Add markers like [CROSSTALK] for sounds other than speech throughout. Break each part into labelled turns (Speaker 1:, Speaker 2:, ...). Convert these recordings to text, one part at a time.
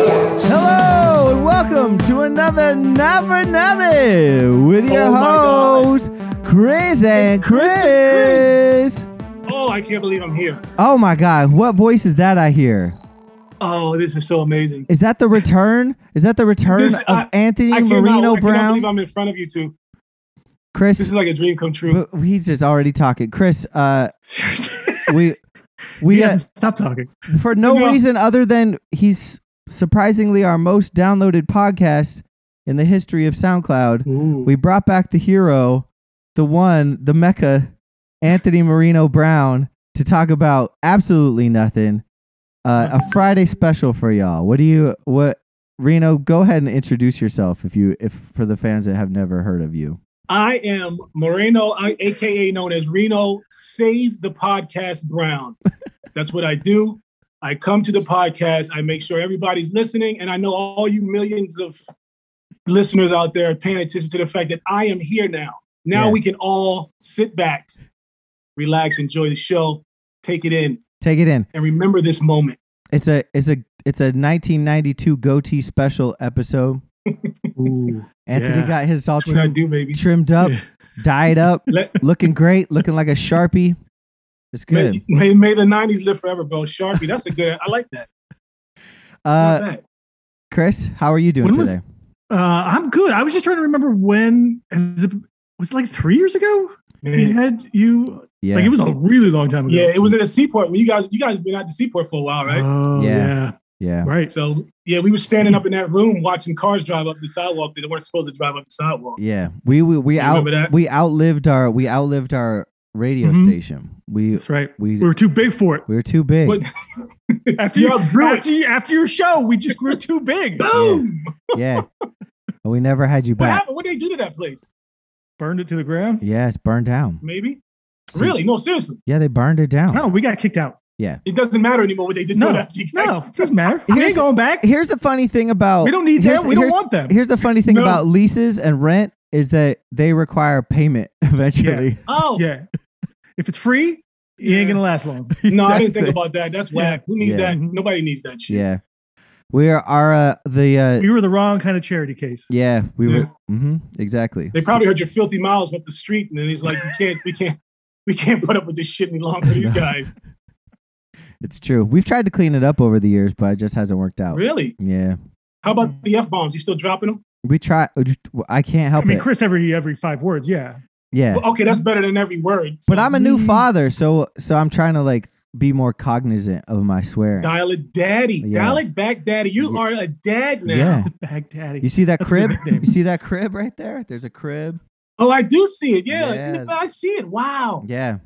Speaker 1: Hello and welcome to another Never Never with your
Speaker 2: Oh my God.
Speaker 1: host Chris and Chris.
Speaker 2: Oh, I can't believe I'm here.
Speaker 1: Oh my God, what voice is that I hear?
Speaker 2: Oh, this is so amazing.
Speaker 1: Is that the return? Is that the return
Speaker 2: This-
Speaker 1: of
Speaker 2: I-
Speaker 1: Anthony
Speaker 2: I cannot,
Speaker 1: Marino
Speaker 2: I cannot
Speaker 1: Brown?
Speaker 2: believe I'm in front of you two. This
Speaker 1: Chris,
Speaker 2: is like a dream come true.
Speaker 1: but he's just already talking. Chris, uh,
Speaker 2: Seriously.
Speaker 1: [LAUGHS] we we uh,
Speaker 3: stop talking.
Speaker 1: for no,
Speaker 2: No.
Speaker 1: reason other than he's surprisingly our most downloaded podcast in the history of SoundCloud. We brought back the hero, the one, the mecca, Anthony Marino Brown, to talk about absolutely nothing. Uh, a Friday special for y'all. What do you what Reno? Go ahead and introduce yourself if you if for the fans that have never heard of you.
Speaker 2: I am Moreno, I, aka known as Reno. Save the podcast, Brown. That's what I do. I come to the podcast. I make sure everybody's listening, and I know all you millions of listeners out there are paying attention to the fact that I am here now. Now
Speaker 1: Yeah.
Speaker 2: we can all sit back, relax, enjoy the show, take it in,
Speaker 1: Take it in.
Speaker 2: and remember this moment.
Speaker 1: It's a it's a it's a 1992 goatee special episode. Anthony
Speaker 3: Yeah.
Speaker 1: got his all
Speaker 2: That's what I
Speaker 1: trimmed, [LAUGHS]
Speaker 2: do, baby.
Speaker 1: trimmed up,
Speaker 3: Yeah.
Speaker 1: dyed up,
Speaker 3: [LAUGHS]
Speaker 2: Let,
Speaker 1: looking great, looking like a sharpie. It's good.
Speaker 2: may, may, may the '90s live forever, bro. Sharpie, that's a good. I like that. It's not
Speaker 1: Uh,
Speaker 2: bad.
Speaker 1: Chris, how are you doing
Speaker 3: When was-
Speaker 1: today?
Speaker 3: [LAUGHS] Uh, I'm good. I was just trying to remember when has it- was it like three years ago we
Speaker 2: Man.
Speaker 3: had you.
Speaker 1: Yeah.
Speaker 3: Like it was a really long time ago.
Speaker 2: Yeah, it was at a seaport. When you guys, you guys been at the seaport for a while, right?
Speaker 3: Oh,
Speaker 1: Yeah.
Speaker 3: yeah.
Speaker 1: yeah.
Speaker 3: Right.
Speaker 2: so yeah, we were standing up in that room watching cars drive up the sidewalk that they weren't supposed to drive up the sidewalk.
Speaker 1: Yeah, we we, we
Speaker 2: You
Speaker 1: out
Speaker 2: remember that?
Speaker 1: we outlived our we outlived our radio
Speaker 3: Mhm.
Speaker 1: station. We
Speaker 3: That's right.
Speaker 1: we
Speaker 3: We were too big for it.
Speaker 1: we were too big.
Speaker 2: But-
Speaker 3: After
Speaker 2: You
Speaker 3: you,
Speaker 2: outgrew it.
Speaker 3: after, you, after your show, we just grew
Speaker 2: [LAUGHS]
Speaker 3: too big.
Speaker 2: Boom!
Speaker 3: [LAUGHS]
Speaker 1: yeah, and we never had you
Speaker 2: What
Speaker 1: back.
Speaker 2: happened? What did they do to that place?
Speaker 3: Burned it to the ground.
Speaker 1: Yeah, it's burned down.
Speaker 2: Maybe.
Speaker 1: See.
Speaker 2: Really? No, seriously.
Speaker 1: Yeah, they burned it down.
Speaker 3: No, we got kicked out.
Speaker 2: It doesn't matter anymore what they did
Speaker 3: No,
Speaker 2: to that. [LAUGHS]
Speaker 3: No, it doesn't matter. We
Speaker 1: Here's-
Speaker 3: ain't going back.
Speaker 1: Here's the funny thing about
Speaker 3: We don't need
Speaker 1: here's-
Speaker 3: them. We don't
Speaker 1: here's-
Speaker 3: want them.
Speaker 1: here's the funny thing
Speaker 3: No.
Speaker 1: about leases and rent is that they require payment [LAUGHS] eventually.
Speaker 2: Oh
Speaker 3: Yeah. If it's free, it
Speaker 2: Yeah.
Speaker 3: ain't gonna last
Speaker 1: [LAUGHS]
Speaker 3: long.
Speaker 2: no, I didn't think
Speaker 1: Exactly.
Speaker 2: about that. That's whack. Who needs
Speaker 1: Yeah.
Speaker 2: that? Nobody needs that shit.
Speaker 1: Yeah, we are our uh, the uh,
Speaker 3: We were the wrong kind of charity case.
Speaker 1: yeah we
Speaker 2: Yeah.
Speaker 1: were hmm exactly.
Speaker 2: They probably heard your filthy miles up the street, and then he's like, "You can't, we can't, we can't put up with this shit any
Speaker 1: [LAUGHS]
Speaker 2: longer." These guys,
Speaker 1: It's true. We've tried to clean it up over the years, but it just hasn't worked out.
Speaker 2: really?
Speaker 1: Yeah,
Speaker 2: How about the f bombs? You still dropping them?
Speaker 1: we try. uh, I can't help
Speaker 3: I mean,
Speaker 1: it.
Speaker 3: Chris, every every five words, yeah.
Speaker 1: Yeah,
Speaker 2: Well, okay, that's better than every word. So
Speaker 1: but I'm a new
Speaker 3: Mm.
Speaker 1: father, so so I'm trying to like be more cognizant of my swearing.
Speaker 2: dial it, daddy.
Speaker 1: Yeah.
Speaker 2: Dial it back, daddy. You
Speaker 1: Yeah.
Speaker 2: are a dad now.
Speaker 1: Yeah,
Speaker 3: Baghdaddy.
Speaker 1: you see that
Speaker 3: That's a good
Speaker 1: crib?
Speaker 3: nickname.
Speaker 1: You see that crib right there? There's a crib.
Speaker 2: Oh, I do see it. Yeah,
Speaker 1: Yeah.
Speaker 2: I see it.
Speaker 3: Oh.
Speaker 2: Wow,
Speaker 1: Yeah,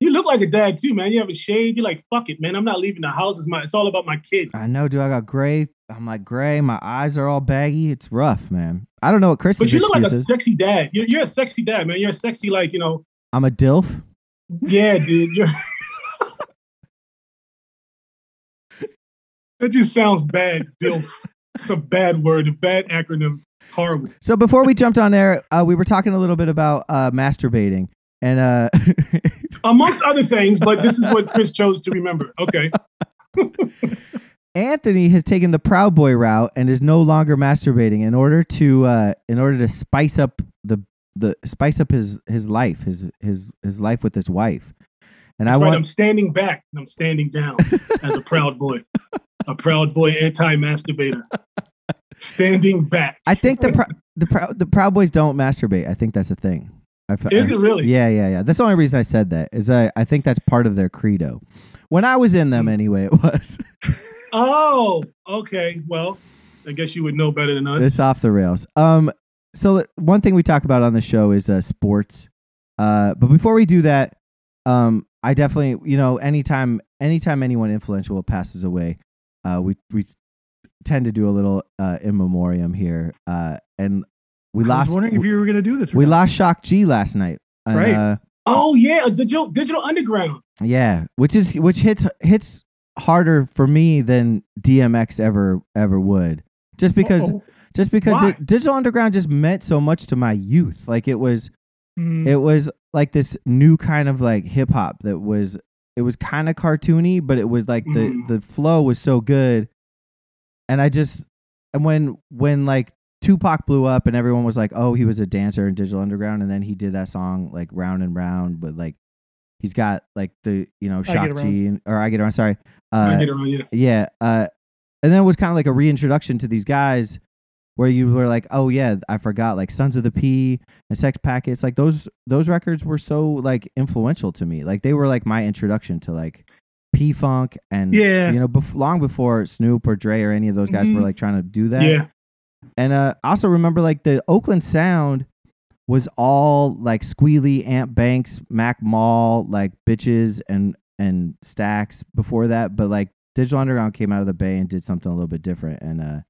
Speaker 2: you look like a dad too, man. You have a shade. You're like, fuck it, man. I'm not leaving the house. It's my. It's all about my kid.
Speaker 1: I know, dude. I got gray. I'm like gray. My eyes are all baggy. It's rough, man. I don't know what Chris's
Speaker 2: But you
Speaker 1: excuse
Speaker 2: look like a
Speaker 1: is.
Speaker 2: sexy dad. You're, you're a sexy dad, man. You're a sexy, like you know.
Speaker 1: I'm a dilf.
Speaker 2: Yeah, dude. You're... that just sounds bad, Dilf. It's a bad word, a bad acronym. Horrible.
Speaker 1: So before we jumped on there, uh, we were talking a little bit about uh, masturbating, and uh, [LAUGHS]
Speaker 2: Amongst other things, but this is what Chris chose to remember. Okay.
Speaker 1: Anthony has taken the Proud Boy route and is no longer masturbating in order to uh, in order to spice up the the spice up his his life his his his life with his wife. And I
Speaker 2: That's right. I'm
Speaker 1: want
Speaker 2: standing back and I'm standing down as a proud boy. A proud boy anti masturbator. Standing back.
Speaker 1: I think the pro- the proud the Proud Boys don't masturbate. I think that's a thing. I, fe-
Speaker 2: Is
Speaker 1: I-
Speaker 2: it really?
Speaker 1: Yeah, yeah, yeah. That's the only reason I said that is I I think that's part of their credo. When I was in
Speaker 2: Hmm.
Speaker 1: them, anyway, [LAUGHS] it was.
Speaker 2: Oh, okay. Well, I guess you would know better than us.
Speaker 1: It's off the rails. Um, so l- one thing we talk about on the show is uh, sports. Uh, but before we do that, um, I definitely, you know, anytime, anytime anyone influential passes away, uh, we we s- tend to do a little uh, in memoriam here, uh, and we
Speaker 3: I
Speaker 1: lost.
Speaker 3: was wondering if you were gonna do this. or
Speaker 1: we
Speaker 3: not.
Speaker 1: lost Shock G last night. And,
Speaker 3: Right.
Speaker 1: Uh,
Speaker 2: oh yeah, digital digital underground.
Speaker 1: yeah, which is which hits hits harder for me than DMX ever ever would, just because
Speaker 3: Uh-oh.
Speaker 1: just because
Speaker 2: Why?
Speaker 1: di- digital underground just meant so much to my youth like it was
Speaker 3: Mm.
Speaker 1: it was like this new kind of like hip hop that was it was kind of cartoony but it was like
Speaker 2: Mhm.
Speaker 1: the the flow was so good and i just and when when like tupac blew up and everyone was like oh he was a dancer in digital underground and then he did that song like round and round with like he's got like the you know
Speaker 3: Get
Speaker 1: shock
Speaker 3: Around.
Speaker 1: g and, or i get around sorry uh,
Speaker 2: I get around, yeah.
Speaker 1: yeah. Uh, and then it was kind of like a reintroduction to these guys where you were like, oh, yeah, I forgot like Sons of the P and Sex Packets. Like those those records were so like influential to me. Like they were like my introduction to like P Funk and,
Speaker 3: Yeah.
Speaker 1: you know, bef- long before Snoop or Dre or any of those guys were
Speaker 3: Mhm.
Speaker 1: like trying to do that.
Speaker 2: Yeah.
Speaker 1: And uh, I also remember like the Oakland sound was all like squealy Ant Banks, Mac Mall, like bitches and and stacks before that. But like Digital Underground came out of the Bay and did something a little bit different. And uh,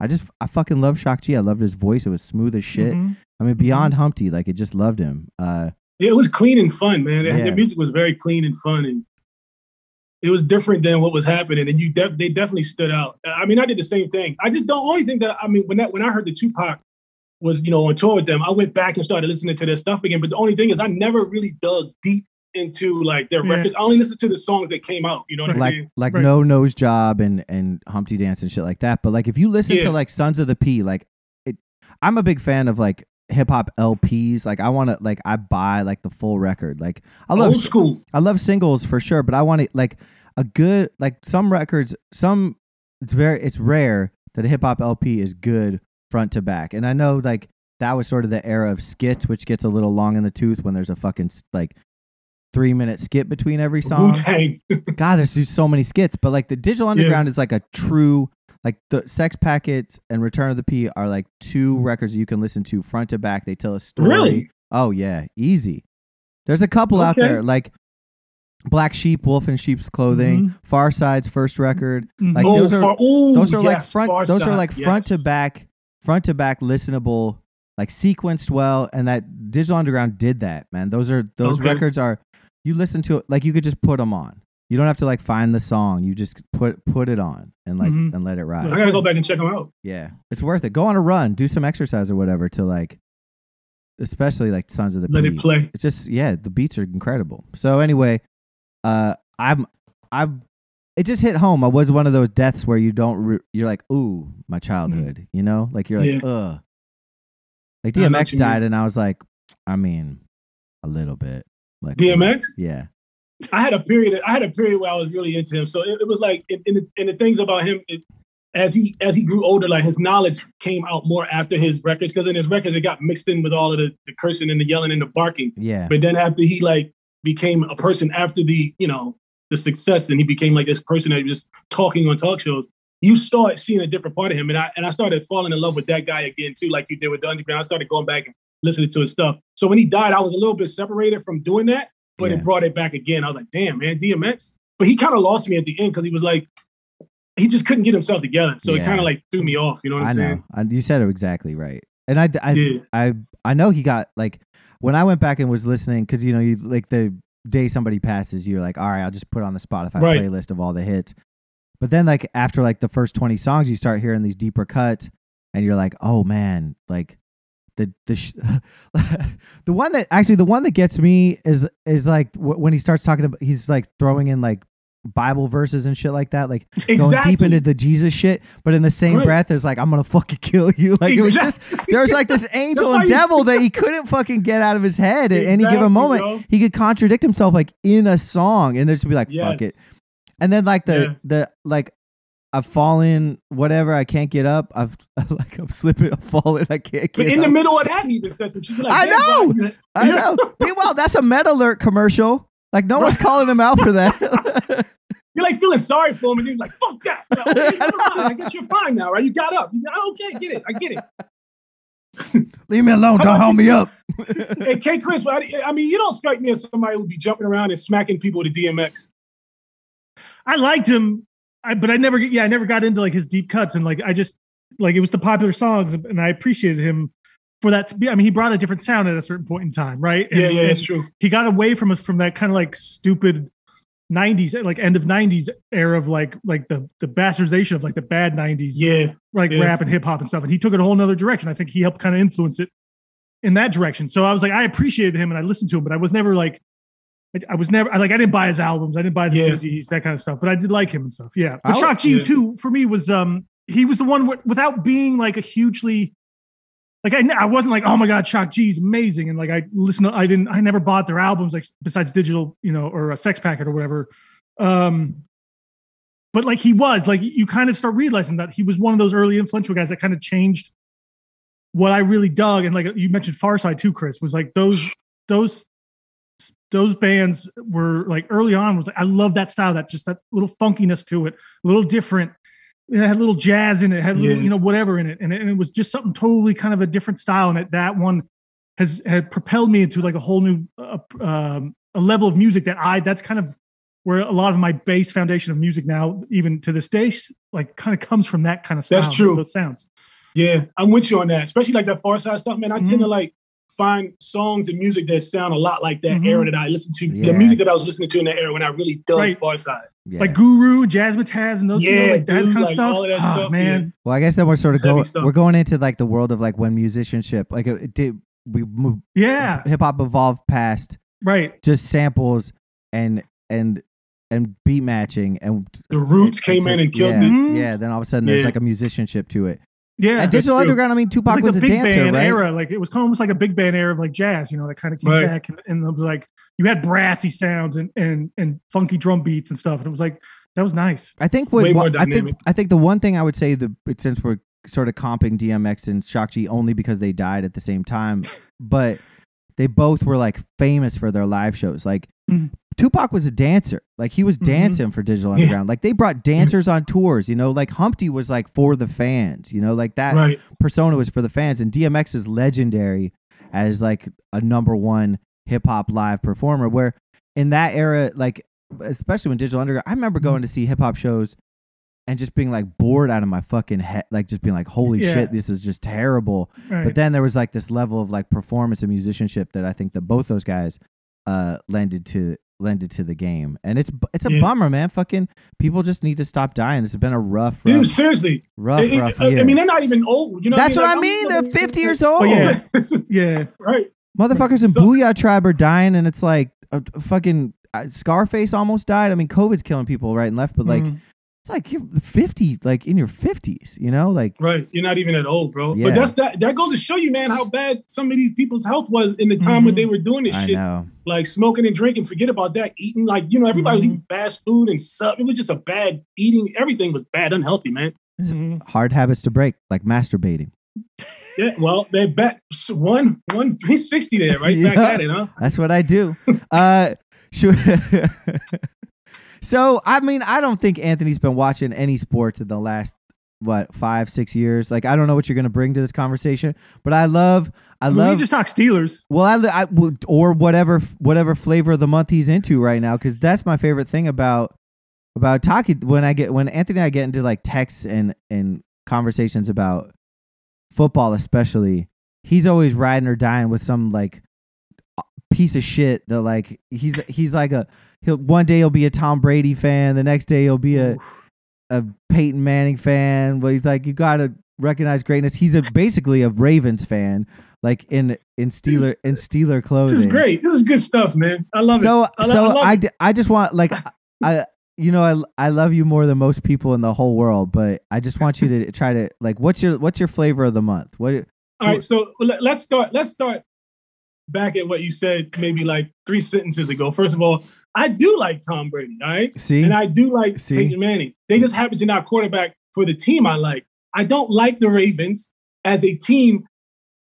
Speaker 1: I just I fucking love Shock G. I loved his voice. It was smooth as shit.
Speaker 3: Mhm.
Speaker 1: I mean, beyond Humpty, like it just loved him. Uh,
Speaker 2: Yeah, It was clean and fun, man. Their-
Speaker 1: Yeah.
Speaker 2: Their music was very clean and fun, and it was different than what was happening. And you, def- they definitely stood out. I mean, I did the same thing. I just the only thing that I mean when that when I heard the Tupac was you know on tour with them, I went back and started listening to their stuff again. But the only thing is, I never really dug deep into like their
Speaker 3: Yeah.
Speaker 2: records. I only listened to the songs that came out. You know [LAUGHS] what I'm
Speaker 1: like
Speaker 2: saying?
Speaker 1: like
Speaker 3: Right.
Speaker 1: no nose job and and Humpty Dance and shit like that. But like if you listen
Speaker 2: Yeah.
Speaker 1: to like Sons of the P, like it, I'm a big fan of like hip hop LPs. Like I want to like I buy like the full record. Like I love
Speaker 2: Old school.
Speaker 1: I love singles for sure, but I want it like a good like some records. Some it's very it's rare that a hip hop LP is good front to back, and I know like that was sort of the era of skits, which gets a little long in the tooth when there's a fucking s- like three minute skit between every
Speaker 2: Wu
Speaker 1: song.
Speaker 2: Tang.
Speaker 1: God, there's just so many skits, but like the Digital Underground is like a true like the Sex Packets and Return of the P are like two records you can listen to front to back. They tell a story.
Speaker 2: Mm-hmm. Really?
Speaker 1: Oh yeah, easy. There's a couple out
Speaker 2: Okay.
Speaker 1: there like Black Sheep, Wolf in Sheep's Clothing,
Speaker 2: Mm-hmm.
Speaker 1: Far Side's first record.
Speaker 3: Mhm.
Speaker 1: Like
Speaker 2: oh,
Speaker 1: those are
Speaker 2: far, ooh,
Speaker 1: those are like
Speaker 2: yes,
Speaker 1: front
Speaker 2: Far
Speaker 1: those are
Speaker 2: Side,
Speaker 1: like front to
Speaker 2: yes.
Speaker 1: back front to back listenable like sequenced well and that digital underground did that man those are those
Speaker 2: Okay.
Speaker 1: records are you listen to it like you could just put them on you don't have to like find the song you just put put it on and like
Speaker 2: Mm-hmm.
Speaker 3: Mhm.
Speaker 1: and let it ride
Speaker 2: I gotta go back and check them out.
Speaker 1: yeah it's worth it go on a run do some exercise or whatever to like especially like sons of the
Speaker 2: Let it
Speaker 1: P.
Speaker 2: play.
Speaker 1: It's just yeah, the beats are incredible. So anyway, uh, I'm I'm it just hit home. I was one of those deaths where you don't re- you're like ooh my
Speaker 2: Hmm.
Speaker 1: childhood, you know, like you're like ugh. Like
Speaker 2: I know what
Speaker 1: DMX
Speaker 2: you
Speaker 1: died, and I was like, I mean, a little bit like
Speaker 2: DMX?
Speaker 1: Yeah,
Speaker 2: I had a period. I had a period where I was really into him. So it, it was like, and, and, the, and the things about him, it, as he as he grew older, like his knowledge came out more after his records, because in his records it got mixed in with all of the, the cursing and the yelling and the barking.
Speaker 1: yeah,
Speaker 2: But then after he like became a person after the you know the success, and he became like this person that was just talking on talk shows. You start seeing a different part of him, and I and I started falling in love with that guy again too, like you did with the underground. I started going back and listening to his stuff. So when he died, I was a little bit separated from doing that but
Speaker 1: yeah.
Speaker 2: it brought it back again. I was like, damn, man, DMX. But he kind of lost me at the end because he was like, he just couldn't get himself together. So
Speaker 1: Yeah.
Speaker 2: it kind of like threw me off. You know what I'm
Speaker 1: I know.
Speaker 2: saying?
Speaker 1: I, you said it exactly right, and I I,
Speaker 2: Yeah.
Speaker 1: I I know he got like when I went back and was listening because you know you like the day somebody passes you're like all right I'll just put on the Spotify
Speaker 2: Right.
Speaker 1: playlist of all the hits, but then like after like the first twenty songs you start hearing these deeper cuts and you're like oh man like the the sh- [LAUGHS] the one that actually the one that gets me is is like w- when he starts talking about he's like throwing in like Bible verses and shit like that like going
Speaker 2: Exactly.
Speaker 1: deep into the Jesus shit, but in the same
Speaker 2: Right.
Speaker 1: breath is like, I'm gonna fucking kill you. [LAUGHS] Like it was just there was like this angel
Speaker 2: [LAUGHS] That's why
Speaker 1: and
Speaker 2: you-
Speaker 1: devil
Speaker 2: [LAUGHS]
Speaker 1: that he couldn't fucking get out of his head at any
Speaker 2: Exactly,
Speaker 1: given moment.
Speaker 2: bro.
Speaker 1: He could contradict himself like in a song and there's be like,
Speaker 2: Yes.
Speaker 1: fuck it. And then like the
Speaker 2: Yes.
Speaker 1: the like I've fallen, whatever, I can't get up. I've [LAUGHS] like I'm slipping, I'm falling, I can't
Speaker 2: But
Speaker 1: get
Speaker 2: in
Speaker 1: up.
Speaker 2: the middle of that, he even said some shit. Like,
Speaker 1: I
Speaker 2: "Damn,
Speaker 1: know!
Speaker 2: bro, you-
Speaker 1: I
Speaker 2: [LAUGHS]
Speaker 1: know. Meanwhile, that's a Med Alert commercial. Like no one's calling him out for
Speaker 2: [LAUGHS]
Speaker 1: that. [LAUGHS]
Speaker 2: You're like feeling sorry for him, and he's like, "Fuck that! Like, okay, never mind. I guess you're fine now, right? You got up. You, oh, okay, get it. I get it."
Speaker 1: Leave me alone,
Speaker 2: How
Speaker 1: don't
Speaker 2: about
Speaker 1: hold me up.
Speaker 2: Hey, K. Chris, I, I mean, you don't strike me as somebody who would be jumping around and smacking people to DMX.
Speaker 3: I liked him, I, but I never, get- yeah, I never got into like his deep cuts and like I just like it was the popular songs, and I appreciated him for that. to be- I mean, he brought a different sound at a certain point in time, right?
Speaker 2: Yeah,
Speaker 3: And-
Speaker 2: yeah,
Speaker 3: and
Speaker 2: that's true.
Speaker 3: he got away from us from that kind of like stupid 90s like end of 90s era of like like the the bastardization of like the bad 90s
Speaker 2: Yeah,
Speaker 3: like
Speaker 2: Yeah.
Speaker 3: rap and hip hop and stuff. And he took it a whole nother direction. I think he helped kind of influence it in that direction. So I was like, I appreciated him and I listened to him, but I was never like, I, I was never I, like I didn't buy his albums, I didn't buy the
Speaker 2: Yeah.
Speaker 3: CDs, that kind of stuff. But I did like him and stuff. Yeah, but
Speaker 1: I-
Speaker 3: Shock G
Speaker 2: yeah.
Speaker 3: too for me was um he was the one w- without being like a hugely like I, n- I wasn't like oh my god Shock G is amazing and like I listened to, I didn't I never bought their albums like besides digital you know or a sex packet or whatever um but like he was like you kind of start realizing that he was one of those early influential guys that kind of changed what i really dug and like you mentioned farside too chris was like those those those bands were like early on was like i love that style that just that little funkiness to it a little different it had a little jazz in it, it had a little
Speaker 2: Yeah.
Speaker 3: you know whatever in it and, it and it was just something totally kind of a different style and it, that one has had propelled me into like a whole new uh, um, a level of music that i that's kind of where a lot of my base foundation of music now, even to this day, s- like kind of comes from that kind of
Speaker 2: That's
Speaker 3: sound,
Speaker 2: true.
Speaker 3: Those sounds.
Speaker 2: yeah, I'm with you on that. Especially like that Far Side stuff, man. I tend to like find songs and music that sound a lot like that
Speaker 3: Mhm.
Speaker 2: era that I listened to.
Speaker 1: Yeah.
Speaker 2: The music that I was listening to in that era when I really dug
Speaker 3: Right.
Speaker 2: Far Side.
Speaker 1: Yeah.
Speaker 3: Like Guru, Jazz Mataz, and those, you know,
Speaker 2: Yeah,
Speaker 3: like that
Speaker 2: dude,
Speaker 3: kind of
Speaker 2: like
Speaker 3: stuff.
Speaker 2: all of that
Speaker 3: Ah,
Speaker 2: stuff,
Speaker 3: man.
Speaker 1: well, I guess then we're sort of
Speaker 2: Savvy
Speaker 1: going.
Speaker 2: stuff.
Speaker 1: We're going into like the world of like when musicianship, like uh, it, it did. We move
Speaker 3: Yeah.
Speaker 1: hip hop evolved past
Speaker 3: right.
Speaker 1: just samples and and and beat matching and
Speaker 2: The Roots
Speaker 1: and-
Speaker 2: came in and killed
Speaker 1: yeah,
Speaker 2: it. Mm-hmm.
Speaker 3: Mhm.
Speaker 1: Yeah, then all of a sudden there's
Speaker 2: Yeah.
Speaker 1: like a musicianship to it.
Speaker 3: Yeah.
Speaker 1: and
Speaker 3: It
Speaker 2: that's
Speaker 1: digital
Speaker 2: true.
Speaker 1: underground. I mean, Tupac
Speaker 3: was
Speaker 1: was,
Speaker 3: like the
Speaker 1: a
Speaker 3: big
Speaker 1: dancer,
Speaker 3: band
Speaker 1: right?
Speaker 3: era. Like it was kind of almost like a big band era of like jazz, you know, that kind of came
Speaker 2: Right.
Speaker 3: back and, and it was like you had brassy sounds and, and and funky drum beats and stuff. And it was like that was nice.
Speaker 1: I think what
Speaker 2: Way more
Speaker 1: what- I think
Speaker 2: dynamic.
Speaker 1: I think the one thing I would say the since we're sort of comping DMX and Shock G only because they died at the same
Speaker 2: [LAUGHS]
Speaker 1: time, but they both were like famous for their live shows. Like
Speaker 3: Mhm.
Speaker 1: Tupac was a dancer. Like he was
Speaker 3: Mhm.
Speaker 1: dancing for Digital
Speaker 2: Mm-hmm. Yeah.
Speaker 1: Underground. Like they brought dancers on tours, you know, like Humpty was like for the fans, you know, like that
Speaker 2: Right.
Speaker 1: persona was for the fans and DMX is legendary as like a number 1 hip hop live performer where in that era like especially when digital underground I remember
Speaker 2: Mm-hmm.
Speaker 1: going to see hip hop shows and just being like bored out of my fucking head like just being like holy
Speaker 3: Yeah.
Speaker 1: shit this is just terrible
Speaker 3: Right.
Speaker 1: but then there was like this level of like performance and musicianship that I think that both those guys uh lended to lended to the game and it's bu- it's a
Speaker 2: Yeah.
Speaker 1: bummer man fucking people just need to stop dying this has been a rough rough
Speaker 2: Dude, seriously.
Speaker 1: rough,
Speaker 2: It- it-
Speaker 1: rough
Speaker 2: I-
Speaker 1: year
Speaker 2: I mean, they're not even old. You know
Speaker 1: that's what I
Speaker 2: Like,
Speaker 1: mean.
Speaker 2: I'm-
Speaker 1: They're 50 years
Speaker 2: [LAUGHS]
Speaker 1: old.
Speaker 3: yeah. yeah.
Speaker 2: Oh, Right.
Speaker 1: Motherfuckers in
Speaker 2: So-
Speaker 1: Booyah Tribe are dying, and it's like a, a fucking uh, Scarface almost died. I mean, COVID's killing people right and left, but like,
Speaker 2: Mm.
Speaker 3: Mhm.
Speaker 1: it's like you're 50, like in your 50s, you know? Like,
Speaker 2: Right. You're not even that old, bro.
Speaker 1: Yeah.
Speaker 2: But that's that that goes to show you, man, how bad some of these people's health was in the time when
Speaker 3: Mhm.
Speaker 2: they were doing this
Speaker 1: Mm-hmm. I
Speaker 2: shit.
Speaker 1: know.
Speaker 2: Like smoking and drinking, forget about that. Eating like, you know, everybody was
Speaker 1: Mm-hmm.
Speaker 3: Mhm.
Speaker 2: eating fast food and stuff. It was just a bad eating. Everything was bad, unhealthy, man.
Speaker 3: Mhm.
Speaker 1: Hard habits to break, like masturbating.
Speaker 2: Yeah, well, they're back one one three sixty there, right?
Speaker 1: [LAUGHS]
Speaker 2: Back
Speaker 1: Yeah.
Speaker 2: at it, huh?
Speaker 1: That's what I
Speaker 2: [LAUGHS]
Speaker 1: do. uh, sure. [LAUGHS] so, I mean, I don't think Anthony's been watching any sports in the last what five, six years. Like, I don't know what you're gonna bring to this conversation, but I love, I
Speaker 3: Well,
Speaker 1: love.
Speaker 3: we just talk Steelers.
Speaker 1: Well, I, li- I would- or whatever whatever flavor of the month he's into right now, because that's my favorite thing about about Taki. When I get when Anthony and I get into like texts and and conversations about football, especially, he's always riding or dying with some like piece of shit that like he's he's like a he'll one day he'll be a Tom Brady fan, the next day he'll be a a Peyton Manning fan, but he's like, you gotta recognize greatness. He's a basically a Ravens fan, like in in Steeler in Steeler
Speaker 2: This
Speaker 1: clothing.
Speaker 2: is great. This is good stuff, man. I love it.
Speaker 1: So
Speaker 2: I lo-
Speaker 1: so
Speaker 2: I love
Speaker 1: I,
Speaker 2: it.
Speaker 1: d- I just want
Speaker 2: [LAUGHS]
Speaker 1: like I you know I I love you more than most people in the whole world, but I just want you to
Speaker 2: [LAUGHS]
Speaker 1: try to like what's your what's your flavor of the month? What
Speaker 2: All right, so let- let's start. Let's start back at what you said, maybe like three sentences ago. First of all, I do like Tom Brady. All right,
Speaker 1: see?
Speaker 2: and I do like
Speaker 1: See?
Speaker 2: Peyton Manning. They just happen to not quarterback for the team I like. I don't like the Ravens as a team.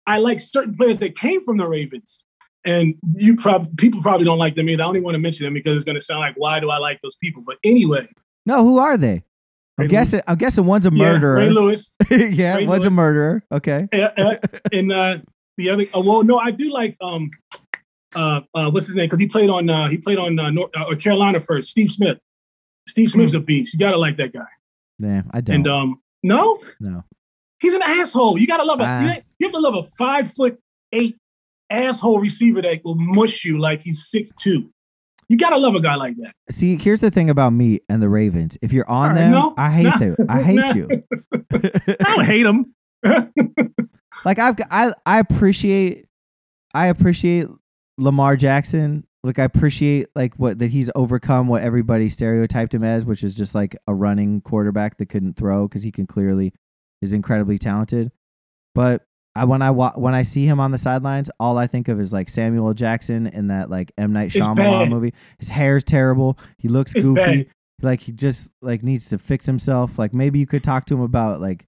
Speaker 2: I like certain players that came from the Ravens, and you probably people probably don't like them either. I don't even want to mention them because it's going to sound like why do I like those people? But anyway,
Speaker 1: no, who are they? I'm
Speaker 2: Ray
Speaker 1: guessing I'm guessing one's a
Speaker 2: yeah, Ray
Speaker 1: murderer.
Speaker 2: Lewis,
Speaker 1: [LAUGHS] Yeah,
Speaker 2: Ray
Speaker 1: one's a
Speaker 2: Lewis.
Speaker 1: murderer. Okay.
Speaker 2: Uh, uh, and uh, the other, oh, well, no, I do like um, uh, uh, what's his name? Because he played on uh, he played on uh, North, uh, Carolina first. Steve Smith. Steve Smith's a beast. You gotta like that guy.
Speaker 1: Nah, I don't.
Speaker 2: And um, no,
Speaker 1: no.
Speaker 2: he's an asshole. You gotta love a
Speaker 1: Ah.
Speaker 2: you- you have to love a five foot eight asshole receiver that will mush you like he's six two. You gotta love a guy like that.
Speaker 1: See, here's the thing about me and the Ravens. If you're on
Speaker 2: All right,
Speaker 1: them,
Speaker 2: no,
Speaker 1: I hate
Speaker 2: no,
Speaker 1: you.
Speaker 2: [LAUGHS]
Speaker 1: I hate
Speaker 2: no.
Speaker 1: you. [LAUGHS]
Speaker 2: [LAUGHS]
Speaker 3: I don't hate him.
Speaker 1: like I've g- I I appreciate I appreciate Lamar Jackson. Like I appreciate like what that he's overcome what everybody stereotyped him as, which is just like a running quarterback that couldn't throw because he can clearly is incredibly talented. But I when I wa- when I see him on the sidelines, all I think of is like Samuel L. Jackson in that like M Night
Speaker 2: It's
Speaker 1: Shyamalan
Speaker 2: bad.
Speaker 1: movie. His hair's terrible. He looks
Speaker 2: It's
Speaker 1: goofy
Speaker 2: bad.
Speaker 1: like he just like needs to fix himself. Like maybe you could talk to him about like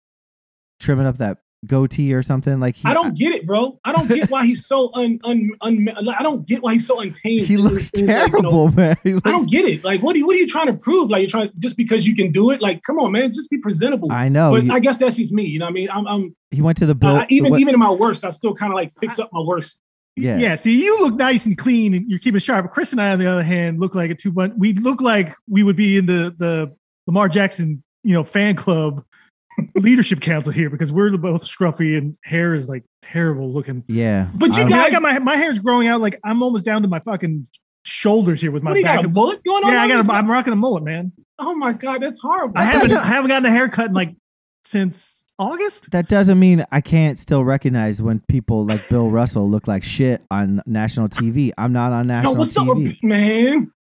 Speaker 1: trimming up that goatee or something. Like he,
Speaker 2: I don't get it, bro. I don't get why he's so un un, un like, I don't get why he's so
Speaker 1: [LAUGHS]
Speaker 2: untamed.
Speaker 1: He
Speaker 2: It-
Speaker 1: looks
Speaker 2: it's like, you know,
Speaker 1: terrible, man. [LAUGHS] He
Speaker 2: I
Speaker 1: looks-
Speaker 2: don't get it. Like, what are you, what are you trying to prove? Like, you're trying just because you can do it. Like, come on, man, just be presentable.
Speaker 1: I know.
Speaker 2: but
Speaker 1: You-
Speaker 2: I guess that's just me. You know what I mean? I'm, I'm
Speaker 1: he went to the
Speaker 2: I-
Speaker 1: Bill.
Speaker 2: I- even
Speaker 1: what-
Speaker 2: even in my worst, I still kind of like fix up my worst.
Speaker 1: yeah.
Speaker 3: Yeah. See, you look nice and clean, and you're keeping sharp. Chris and I, on the other hand, look like a two bunch. We look like we would be in the the Lamar Jackson, you know, fan club leadership council here because we're both scruffy and hair is like terrible looking.
Speaker 1: yeah. Um,
Speaker 2: But you
Speaker 1: I-
Speaker 3: I, mean, I
Speaker 2: guys-
Speaker 3: got my my hair's growing out like I'm almost down to my fucking shoulders here with my
Speaker 2: what do you
Speaker 3: back.
Speaker 2: got a bullet going on?
Speaker 3: yeah, I
Speaker 2: over
Speaker 3: got. A,
Speaker 2: there?
Speaker 3: I'm rocking a mullet, man.
Speaker 2: Oh my god, that's horrible.
Speaker 3: I
Speaker 1: That
Speaker 3: haven't
Speaker 1: doesn't-
Speaker 3: I haven't gotten a haircut in like since August.
Speaker 1: that doesn't mean I can't still recognize when people like Bill Russell look like shit on national TV. I'm not on
Speaker 2: Yo,
Speaker 1: national
Speaker 2: what's up,
Speaker 1: TV.
Speaker 2: with- man?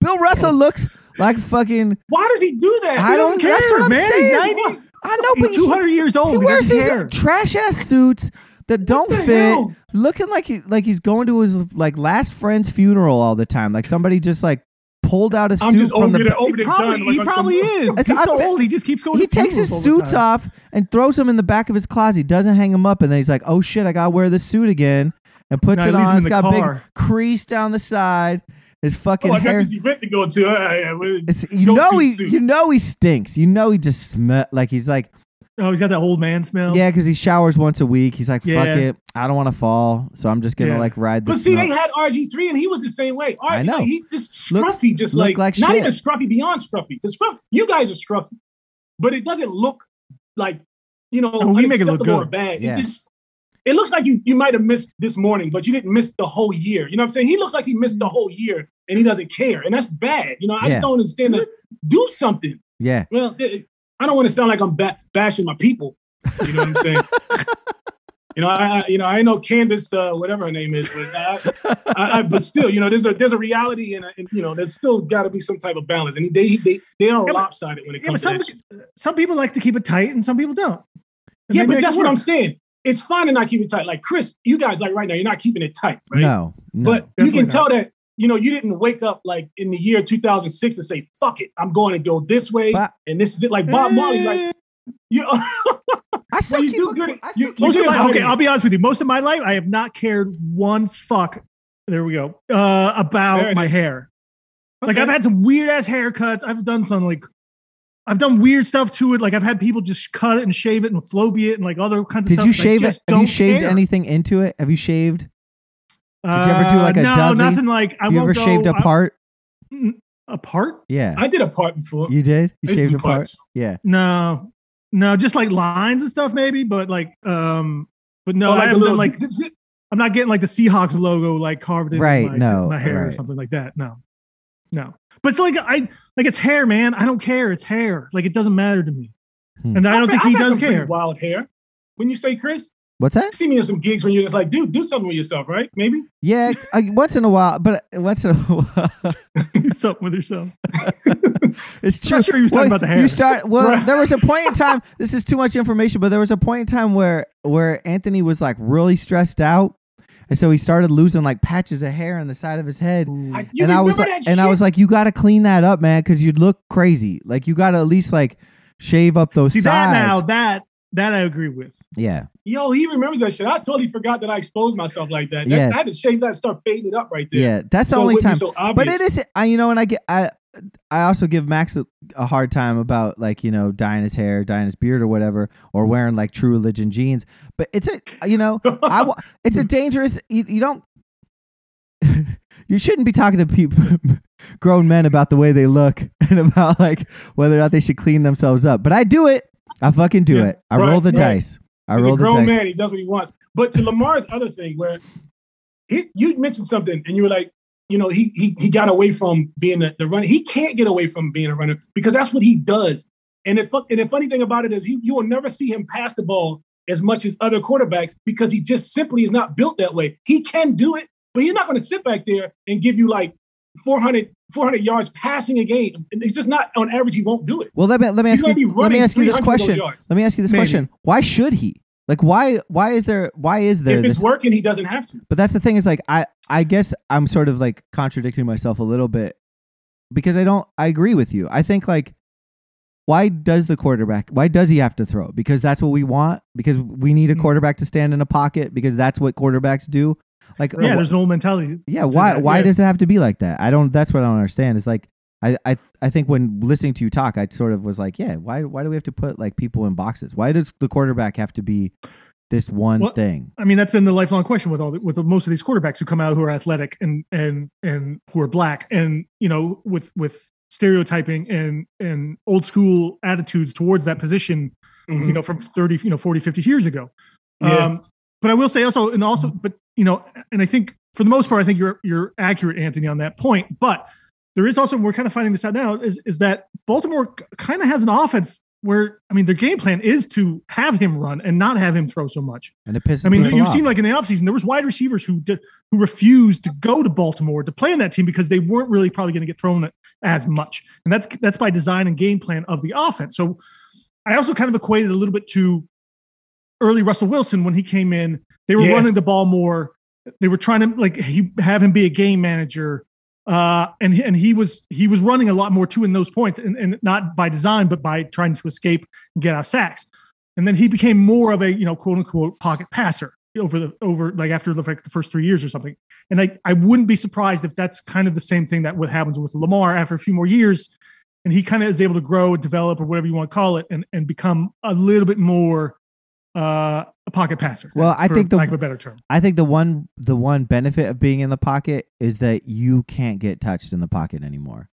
Speaker 1: Bill Russell looks like fucking.
Speaker 2: Why does he do that?
Speaker 1: I
Speaker 2: He
Speaker 1: don't care,
Speaker 2: doesn't
Speaker 1: that's what I'm
Speaker 3: man.
Speaker 1: saying.
Speaker 3: He's 90.
Speaker 1: I know, but
Speaker 3: He's 200 years old.
Speaker 1: He
Speaker 3: He
Speaker 1: wears
Speaker 3: doesn't
Speaker 1: these
Speaker 3: care.
Speaker 1: trash ass suits that don't
Speaker 2: the
Speaker 1: fit,
Speaker 2: hell?
Speaker 1: looking like he like he's going to his like last friend's funeral all the time. Like somebody just like pulled out a
Speaker 2: I'm
Speaker 1: suit
Speaker 2: just
Speaker 1: from
Speaker 2: over
Speaker 1: the.
Speaker 2: it,
Speaker 1: ba-
Speaker 2: over
Speaker 3: He
Speaker 2: the gun.
Speaker 3: probably, he
Speaker 2: like,
Speaker 3: probably
Speaker 2: I'm-
Speaker 3: is.
Speaker 1: It's
Speaker 3: He's so
Speaker 1: unfit.
Speaker 3: old. He just keeps going.
Speaker 1: He
Speaker 3: to
Speaker 1: takes his
Speaker 3: funerals all the
Speaker 1: suits
Speaker 3: time.
Speaker 1: off and throws them in the back of his closet. Doesn't hang them up, and then he's like, "Oh shit, I gotta wear this suit again," and puts
Speaker 3: No, he
Speaker 1: it
Speaker 3: leaves
Speaker 1: on.
Speaker 3: them
Speaker 1: It's
Speaker 3: in
Speaker 1: got
Speaker 3: the car.
Speaker 1: big crease down the side. His fucking
Speaker 2: Oh, I got
Speaker 1: hair.
Speaker 2: this event to go to. [LAUGHS] Ah, yeah, well,
Speaker 1: It's, you
Speaker 2: Goku
Speaker 1: know he,
Speaker 2: suit.
Speaker 1: you know he stinks. You know he just smell like he's like
Speaker 3: Oh, he's got that old man smell.
Speaker 1: Yeah, because he showers once a week. He's like,
Speaker 3: Yeah.
Speaker 1: fuck it. I don't want to fall. So I'm just going to
Speaker 3: Yeah.
Speaker 1: like ride the
Speaker 2: But see,
Speaker 1: smell.
Speaker 2: they had RG3 and he was the same way. RG,
Speaker 1: I know.
Speaker 2: He just
Speaker 1: Looks-
Speaker 2: scruffy, just
Speaker 1: look
Speaker 2: like,
Speaker 1: like
Speaker 2: not
Speaker 1: shit.
Speaker 2: even scruffy, beyond scruffy. Because scruff, you guys are scruffy, but it doesn't look like, you know,
Speaker 3: Oh, we make it look
Speaker 2: unacceptable or
Speaker 3: good.
Speaker 2: bad.
Speaker 1: Yeah.
Speaker 2: It just, it looks like you, you might have missed this morning, but you didn't miss the whole year. You know what I'm saying? He looks like he missed the whole year and he doesn't care. And that's bad. You know, I
Speaker 1: Yeah.
Speaker 2: just don't understand that. Do something.
Speaker 1: yeah.
Speaker 2: Well, it- it- I don't want to sound like I'm ba- bashing my people. You know what I'm saying? you know, I, I- you know, I know Candace, uh, whatever her name is, but I, I, I, but still, you know, there's a there's a reality, and, a- and you know, there's still got to be some type of balance. And they they they are
Speaker 3: but-
Speaker 2: lopsided when it
Speaker 3: Yeah,
Speaker 2: comes
Speaker 3: but some
Speaker 2: to that. shit.
Speaker 3: some people like to keep it tight and some people don't. And
Speaker 2: Yeah,
Speaker 3: they
Speaker 2: but
Speaker 3: make
Speaker 2: that's
Speaker 3: it
Speaker 2: what I'm
Speaker 3: work.
Speaker 2: saying. It's fine to not keep it tight. Like Chris, you guys, like right now, you're not keeping it tight, right?
Speaker 1: No. no.
Speaker 2: but you can
Speaker 3: definitely
Speaker 2: tell that you know you didn't wake up like in the year 2006 and say, "Fuck it, I'm going to go this way,"
Speaker 1: But-
Speaker 2: and this is it. Like Bob Marley,
Speaker 3: Eh,
Speaker 2: like you. [LAUGHS]
Speaker 1: I still
Speaker 2: you
Speaker 1: keep
Speaker 2: do
Speaker 1: a-
Speaker 2: good-
Speaker 1: I
Speaker 2: you-
Speaker 1: still keep
Speaker 2: you
Speaker 3: Most
Speaker 1: a-
Speaker 3: of
Speaker 2: did
Speaker 3: my,
Speaker 2: it.
Speaker 3: okay, I'll be honest with you. Most of my life, I have not cared one fuck. There we go. Uh,
Speaker 2: Fair
Speaker 3: about
Speaker 2: enough.
Speaker 3: my hair. Like
Speaker 2: Okay.
Speaker 3: I've had some weird ass haircuts. I've done some like, I've done weird stuff to it. Like I've had people just cut it and shave it and flobby it and like other kinds of
Speaker 1: Did
Speaker 3: stuff.
Speaker 1: you
Speaker 3: and I
Speaker 1: shave it?
Speaker 3: just
Speaker 1: Have
Speaker 3: don't
Speaker 1: you shaved
Speaker 3: care.
Speaker 1: anything into it? Have you shaved? Did you ever do,
Speaker 3: Uh,
Speaker 1: like, a
Speaker 3: no,
Speaker 1: Dudley?
Speaker 3: nothing like I
Speaker 1: Have you
Speaker 3: won't
Speaker 1: ever
Speaker 3: go,
Speaker 1: shaved a part?
Speaker 3: I, a part?
Speaker 1: yeah.
Speaker 2: I did a part before.
Speaker 1: you did? You
Speaker 2: I used to
Speaker 1: shaved
Speaker 2: do
Speaker 1: a part?
Speaker 2: parts.
Speaker 1: Yeah.
Speaker 3: No, no, just like lines and stuff maybe, but like, um, but
Speaker 1: Oh,
Speaker 3: no,
Speaker 2: Or
Speaker 3: I
Speaker 2: like a
Speaker 3: haven't done
Speaker 2: little
Speaker 3: like
Speaker 2: like zip, zip.
Speaker 3: I'm not getting like the Seahawks logo like carved in
Speaker 1: Right,
Speaker 3: my,
Speaker 1: no,
Speaker 3: my hair or
Speaker 1: right.
Speaker 3: something like that. No, no. But it's like I like it's hair, man. I don't care. It's hair. Like it doesn't matter to me.
Speaker 1: Hmm.
Speaker 3: And I don't
Speaker 2: I've-
Speaker 3: think
Speaker 2: I've
Speaker 3: he
Speaker 2: had
Speaker 3: does
Speaker 2: some pretty
Speaker 3: care. [LAUGHS]
Speaker 2: Wild hair. When you say Chris,
Speaker 1: What's that?
Speaker 2: see me in some gigs when you're just like, dude, do something with yourself, right? Maybe.
Speaker 1: Yeah. I, once in a while, but once in a [LAUGHS] while.
Speaker 3: Do something with yourself.
Speaker 1: It's
Speaker 3: I'm
Speaker 1: true.
Speaker 3: not sure he was talking
Speaker 1: Well,
Speaker 3: about the hair.
Speaker 1: You start well.
Speaker 3: [LAUGHS]
Speaker 2: Right.
Speaker 1: there was a point in time. This is too much information, but there was a point in time where where Anthony was like really stressed out, and so he started losing like patches of hair on the side of his head.
Speaker 2: I,
Speaker 3: I,
Speaker 2: you
Speaker 1: and
Speaker 2: remember
Speaker 1: I was like,
Speaker 2: that
Speaker 1: and
Speaker 2: shit?
Speaker 1: I was like, you got to clean that up, man, because you look crazy. Like you got to at least like shave up those
Speaker 3: See that
Speaker 1: sides.
Speaker 3: now that that I agree with.
Speaker 1: Yeah,
Speaker 2: yo, he remembers that shit. I totally forgot that I exposed myself like that. That-
Speaker 1: Yeah.
Speaker 2: I had to shave that and start fading it up right there.
Speaker 1: yeah. That's the
Speaker 2: So it
Speaker 1: only
Speaker 2: wouldn't
Speaker 1: time.
Speaker 2: be So obvious.
Speaker 1: but it is. I you know, and I get I I also give Max a, a hard time about like you know dyeing his hair, dyeing his beard, or whatever, or wearing like True Religion jeans. But it's a you know.
Speaker 2: [LAUGHS]
Speaker 1: I w- [LAUGHS] it's a dangerous. You, you don't. [LAUGHS] you shouldn't be talking to people, [LAUGHS] grown men, about the way they look [LAUGHS] and about like whether or not they should clean themselves up. But I do it. I fucking do
Speaker 3: Yeah,
Speaker 1: it. I
Speaker 2: right,
Speaker 1: roll the
Speaker 2: right.
Speaker 1: dice. I
Speaker 2: He's
Speaker 1: roll
Speaker 2: a
Speaker 1: the
Speaker 2: grown
Speaker 1: dice.
Speaker 2: man. He does what he wants. But to Lamar's other thing, where he, you mentioned something and you were like, you know, he he he got away from being the, the runner. He can't get away from being a runner because that's what he does. And if and the funny thing about it is, he you will never see him pass the ball as much as other quarterbacks because he just simply is not built that way. He can do it, but he's not going to sit back there and give you like 400, 400 yards passing a game. And he's just not on average. He won't do it.
Speaker 1: Well, let me let me
Speaker 2: He's
Speaker 1: ask
Speaker 2: going to be
Speaker 1: you let me
Speaker 2: running
Speaker 1: ask you this
Speaker 2: 300
Speaker 1: question.
Speaker 2: yards.
Speaker 1: Let me ask you this
Speaker 3: Maybe.
Speaker 1: question. Why should he? Like why why is there why is there
Speaker 2: if
Speaker 1: this
Speaker 2: it's working, he doesn't have to.
Speaker 1: But that's the thing is like I I guess I'm sort of like contradicting myself a little bit because I don't I agree with you. I think like why does the quarterback why does he have to throw? Because that's what we want because we need a
Speaker 3: Mm.
Speaker 1: quarterback to stand in a pocket because that's what quarterbacks do. Like
Speaker 3: Yeah,
Speaker 1: wh-
Speaker 3: there's an old mentality.
Speaker 1: yeah,
Speaker 3: to
Speaker 1: why
Speaker 3: that,
Speaker 1: why
Speaker 3: yeah.
Speaker 1: does it have to be like that? I don't that's what I don't understand. It's like I, I I think when listening to you talk, I sort of was like, yeah, why why do we have to put like people in boxes? Why does the quarterback have to be this one
Speaker 3: Well,
Speaker 1: thing?
Speaker 3: I mean, that's been the lifelong question with all the, with the, most of these quarterbacks who come out who are athletic and and and who are black, and you know, with with stereotyping and and old school attitudes towards that position, you
Speaker 2: Mhm.
Speaker 3: know, from 30, you know, 40, 50 years ago.
Speaker 2: Yeah.
Speaker 3: Um, but I will say also, and also, but you know, and I think for the most part, I think you're you're accurate, Anthony, on that point. But there is also, and we're kind of finding this out now, is is that Baltimore kind of has an offense where I mean, their game plan is to have him run and not have him throw so much.
Speaker 1: And it pisses
Speaker 3: I mean,
Speaker 1: people
Speaker 3: you've
Speaker 1: off.
Speaker 3: seen like in the offseason, there was wide receivers who di- who refused to go to Baltimore to play in that team because they weren't really probably going to get thrown at as much, and that's that's by design and game plan of the offense. So, I also kind of equated a little bit to early Russell Wilson when he came in. They were
Speaker 2: Yeah.
Speaker 3: running the ball more. They were trying to like he, have him be a game manager, uh, and he- and he was he was running a lot more too in those points, and, and not by design, but by trying to escape and get out of sacks and then he became more of a you know quote unquote pocket passer over the over like after the, like, the first three years or something and I, I wouldn't be surprised if that's kind of the same thing that what happens with lamar after a few more years and he kind of is able to grow and develop or whatever you want to call it and, and become a little bit more uh, a pocket passer
Speaker 1: Well, I
Speaker 3: for
Speaker 1: think the-
Speaker 3: lack of a better term
Speaker 1: I think the one the one benefit of being in the pocket is that you can't get touched in the pocket anymore.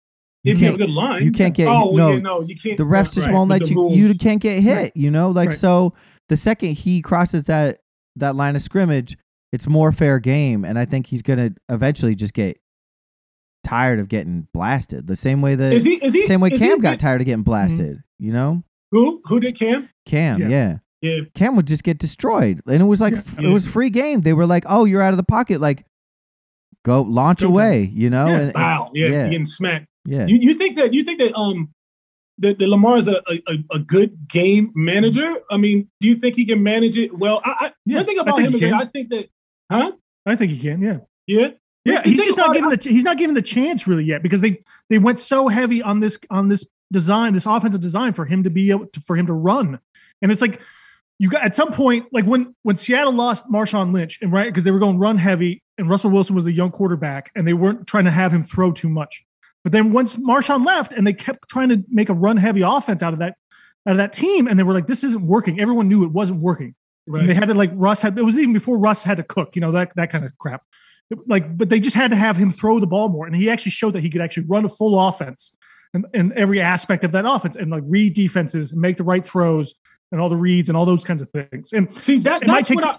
Speaker 1: You
Speaker 2: If you have a
Speaker 1: can't,
Speaker 2: good line,
Speaker 1: you can't get
Speaker 2: oh,
Speaker 1: no.
Speaker 2: yeah, no, you can't.
Speaker 1: the refs
Speaker 2: that's
Speaker 1: just
Speaker 2: right,
Speaker 1: won't
Speaker 2: with
Speaker 1: let you.
Speaker 2: the rules.
Speaker 1: You can't get hit.
Speaker 3: Right.
Speaker 1: You know, like
Speaker 3: Right.
Speaker 1: so. The second he crosses that that line of scrimmage, it's more fair game, and I think he's gonna eventually just get tired of getting blasted. The same way that
Speaker 2: is he? Is he?
Speaker 1: same way
Speaker 2: is
Speaker 1: Cam
Speaker 2: he,
Speaker 1: got tired of getting blasted. You know,
Speaker 2: Who? Who did Cam?
Speaker 1: Cam,
Speaker 3: Yeah.
Speaker 1: yeah.
Speaker 2: Yeah.
Speaker 1: Cam would just get destroyed. And it was like
Speaker 3: Yeah.
Speaker 1: f-
Speaker 2: Yeah.
Speaker 1: it was free game. They were like, "Oh, you're out of the pocket. Like, go launch
Speaker 3: Go, Tom.
Speaker 1: away." You know,
Speaker 3: Yeah.
Speaker 1: and
Speaker 2: Wow. Yeah.
Speaker 1: Yeah.
Speaker 2: Getting smacked.
Speaker 1: yeah,
Speaker 2: You, you think that? You think that? Um, that, that Lamar is a, a a- a good game manager. I mean, do you think he can manage it well? I, I
Speaker 3: Yeah,
Speaker 2: one thing
Speaker 3: I
Speaker 2: about
Speaker 3: think
Speaker 2: him
Speaker 3: he
Speaker 2: is that
Speaker 3: can.
Speaker 2: I think that, huh?
Speaker 3: i think he can yeah
Speaker 2: Yeah.
Speaker 3: Yeah,
Speaker 2: The
Speaker 3: he's
Speaker 2: thing
Speaker 3: just
Speaker 2: about
Speaker 3: not
Speaker 2: it,
Speaker 3: given the he's not given the chance really yet because they they went so heavy on this on this design this offensive design for him to be able to, for him to run, and it's like you got at some point like when when Seattle lost Marshawn Lynch and right because they were going run heavy and Russell Wilson was the young quarterback and they weren't trying to have him throw too much, but then once Marshawn left and they kept trying to make a run heavy offense out of that out of that team and they were like this isn't working everyone knew it wasn't working. And they
Speaker 2: Right.
Speaker 3: had to like Russ had it was even before Russ had to cook, you know, that that kind of crap. It- Like, but they just had to have him throw the ball more. And he actually showed that he could actually run a full offense and in every aspect of that offense and like read defenses and make the right throws and all the reads and all those kinds of things. And
Speaker 2: See that?
Speaker 3: It might
Speaker 2: That's
Speaker 3: take-
Speaker 2: what I.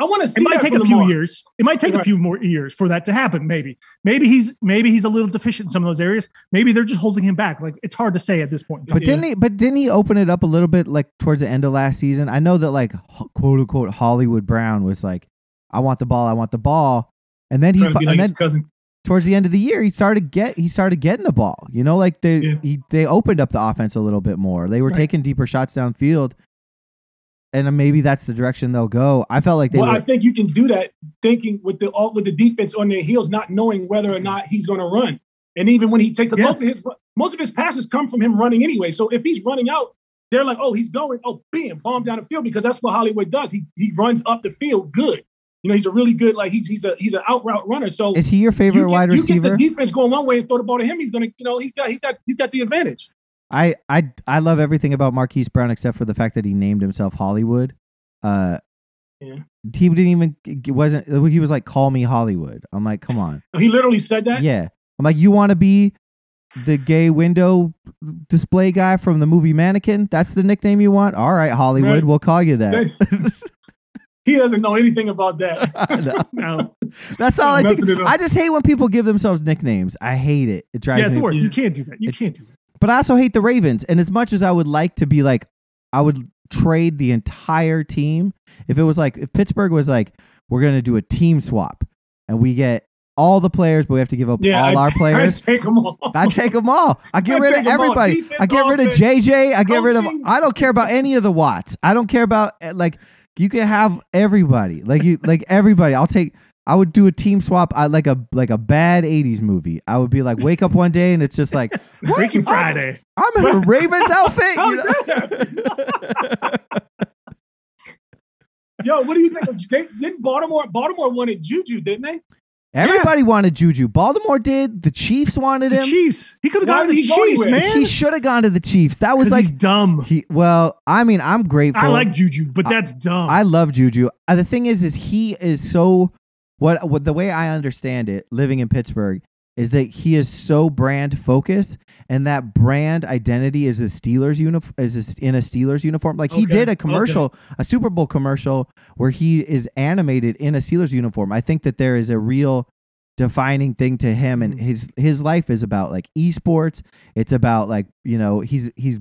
Speaker 2: I want to see
Speaker 3: it
Speaker 2: that
Speaker 3: might take
Speaker 2: from
Speaker 3: a few
Speaker 2: Lamar.
Speaker 3: years. It might take a
Speaker 2: Right.
Speaker 3: few more years for that to happen. Maybe, maybe he's maybe he's a little deficient in some of those areas. Maybe they're just holding him back. Like it's hard to say at this point.
Speaker 1: But didn't he? But didn't he open it up a little bit like towards the end of last season? I know that like ho- quote unquote Hollywood Brown was like, "I want the ball, I want the ball," and then he
Speaker 2: Trying to
Speaker 1: fi-
Speaker 2: be like
Speaker 1: and
Speaker 2: his
Speaker 1: then
Speaker 2: cousin.
Speaker 1: towards the end of the year he started get he started getting the ball. You know, like they
Speaker 2: Yeah.
Speaker 1: he, they opened up the offense a little bit more. They were
Speaker 3: Right.
Speaker 1: taking deeper shots downfield, and then maybe that's the direction they'll go. I felt like they
Speaker 2: Well,
Speaker 1: were.
Speaker 2: I think you can do that thinking with the all with the defense on their heels, not knowing whether or not he's going to run. And even when he takes
Speaker 3: Yeah.
Speaker 2: most of his most of his passes come from him running anyway. So if he's running out, they're like, "Oh, he's going. Oh, bam, bomb down the field," because that's what Hollywood does. He he runs up the field good. You know, he's a really good like he's he's a he's an out route runner. So
Speaker 1: is he your
Speaker 2: you
Speaker 1: favorite
Speaker 2: get-
Speaker 1: wide
Speaker 2: You
Speaker 1: receiver?
Speaker 2: get the defense going one way and throw the ball to him. He's gonna, you know, he's got he's got he's got the advantage.
Speaker 1: I, I I love everything about Marquise Brown except for the fact that he named himself Hollywood. Uh,
Speaker 2: Yeah.
Speaker 1: he didn't even he wasn't he was like call me Hollywood. I'm like, come on,
Speaker 2: He literally said that.
Speaker 1: yeah. I'm like, you want to be the gay window display guy from the movie Mannequin? That's the nickname you want? All right, Hollywood,
Speaker 2: Right.
Speaker 1: we'll call you that. [LAUGHS]
Speaker 2: He doesn't know anything about that.
Speaker 1: I know.
Speaker 3: No,
Speaker 1: That's all I
Speaker 2: Nothing
Speaker 1: think.
Speaker 2: at all.
Speaker 1: I just hate when people give themselves nicknames. I hate it. It drives
Speaker 3: yeah, it's
Speaker 1: me.
Speaker 3: the worst.
Speaker 2: Yeah.
Speaker 3: You can't do that. You
Speaker 1: It-
Speaker 3: can't do that.
Speaker 1: But I also hate the Ravens. And as much as I would like to be like, I would trade the entire team. If it was like, if Pittsburgh was like, we're going to do a team swap and we get all the players, but we have to give up
Speaker 2: [LAUGHS] Yeah,
Speaker 1: all
Speaker 2: I
Speaker 3: [LAUGHS]
Speaker 1: our
Speaker 2: t-
Speaker 1: players.
Speaker 2: I take them all.
Speaker 1: I take them all. I get
Speaker 2: I'd
Speaker 1: rid
Speaker 2: take
Speaker 1: of
Speaker 2: 'em all.
Speaker 1: everybody. I
Speaker 2: Defense,
Speaker 1: get rid of
Speaker 2: offense,
Speaker 1: JJ. I get rid of.
Speaker 2: coaching.
Speaker 1: I don't care about any of the Watts. I don't care about eh, like you can have everybody. Like you like everybody. I'll take. I would do a team swap. I like a like a bad '80s movie. I would be like, wake up one day and it's just
Speaker 3: [LAUGHS]
Speaker 1: like
Speaker 3: Freaky Friday.
Speaker 1: I'm in a
Speaker 3: [LAUGHS]
Speaker 1: Ravens outfit.
Speaker 2: How
Speaker 3: Oh,
Speaker 1: you
Speaker 2: did
Speaker 1: know?
Speaker 2: that happen? Yo, what do you think? Of, they, didn't Baltimore Baltimore wanted Juju, didn't they?
Speaker 1: Everybody wanted Juju. Baltimore did. The Chiefs wanted
Speaker 3: The
Speaker 1: him.
Speaker 3: Chiefs. He could have
Speaker 2: Why
Speaker 3: gone to
Speaker 2: did
Speaker 3: the
Speaker 2: he go
Speaker 3: Chiefs,
Speaker 2: anywhere?
Speaker 3: man.
Speaker 1: He should have gone to the Chiefs. That was
Speaker 3: 'Cause
Speaker 1: like
Speaker 3: he's dumb.
Speaker 1: he. Well, I mean, I'm grateful.
Speaker 3: I like Juju, but that's
Speaker 2: Oh.
Speaker 3: dumb.
Speaker 1: I love Juju. Uh, the thing is, is he is so what, what the way I understand it, living in Pittsburgh, is that he is so brand focused, and that brand identity is the Steelers uniform is this- in a Steelers uniform. Like he
Speaker 2: Okay,
Speaker 1: did a
Speaker 2: okay.
Speaker 1: commercial, a Super Bowl commercial, where he is animated in a Steelers uniform. I think that there is a real defining thing to him and
Speaker 2: Mm.
Speaker 3: Mhm.
Speaker 1: his his life is about like esports it's about like you know he's he's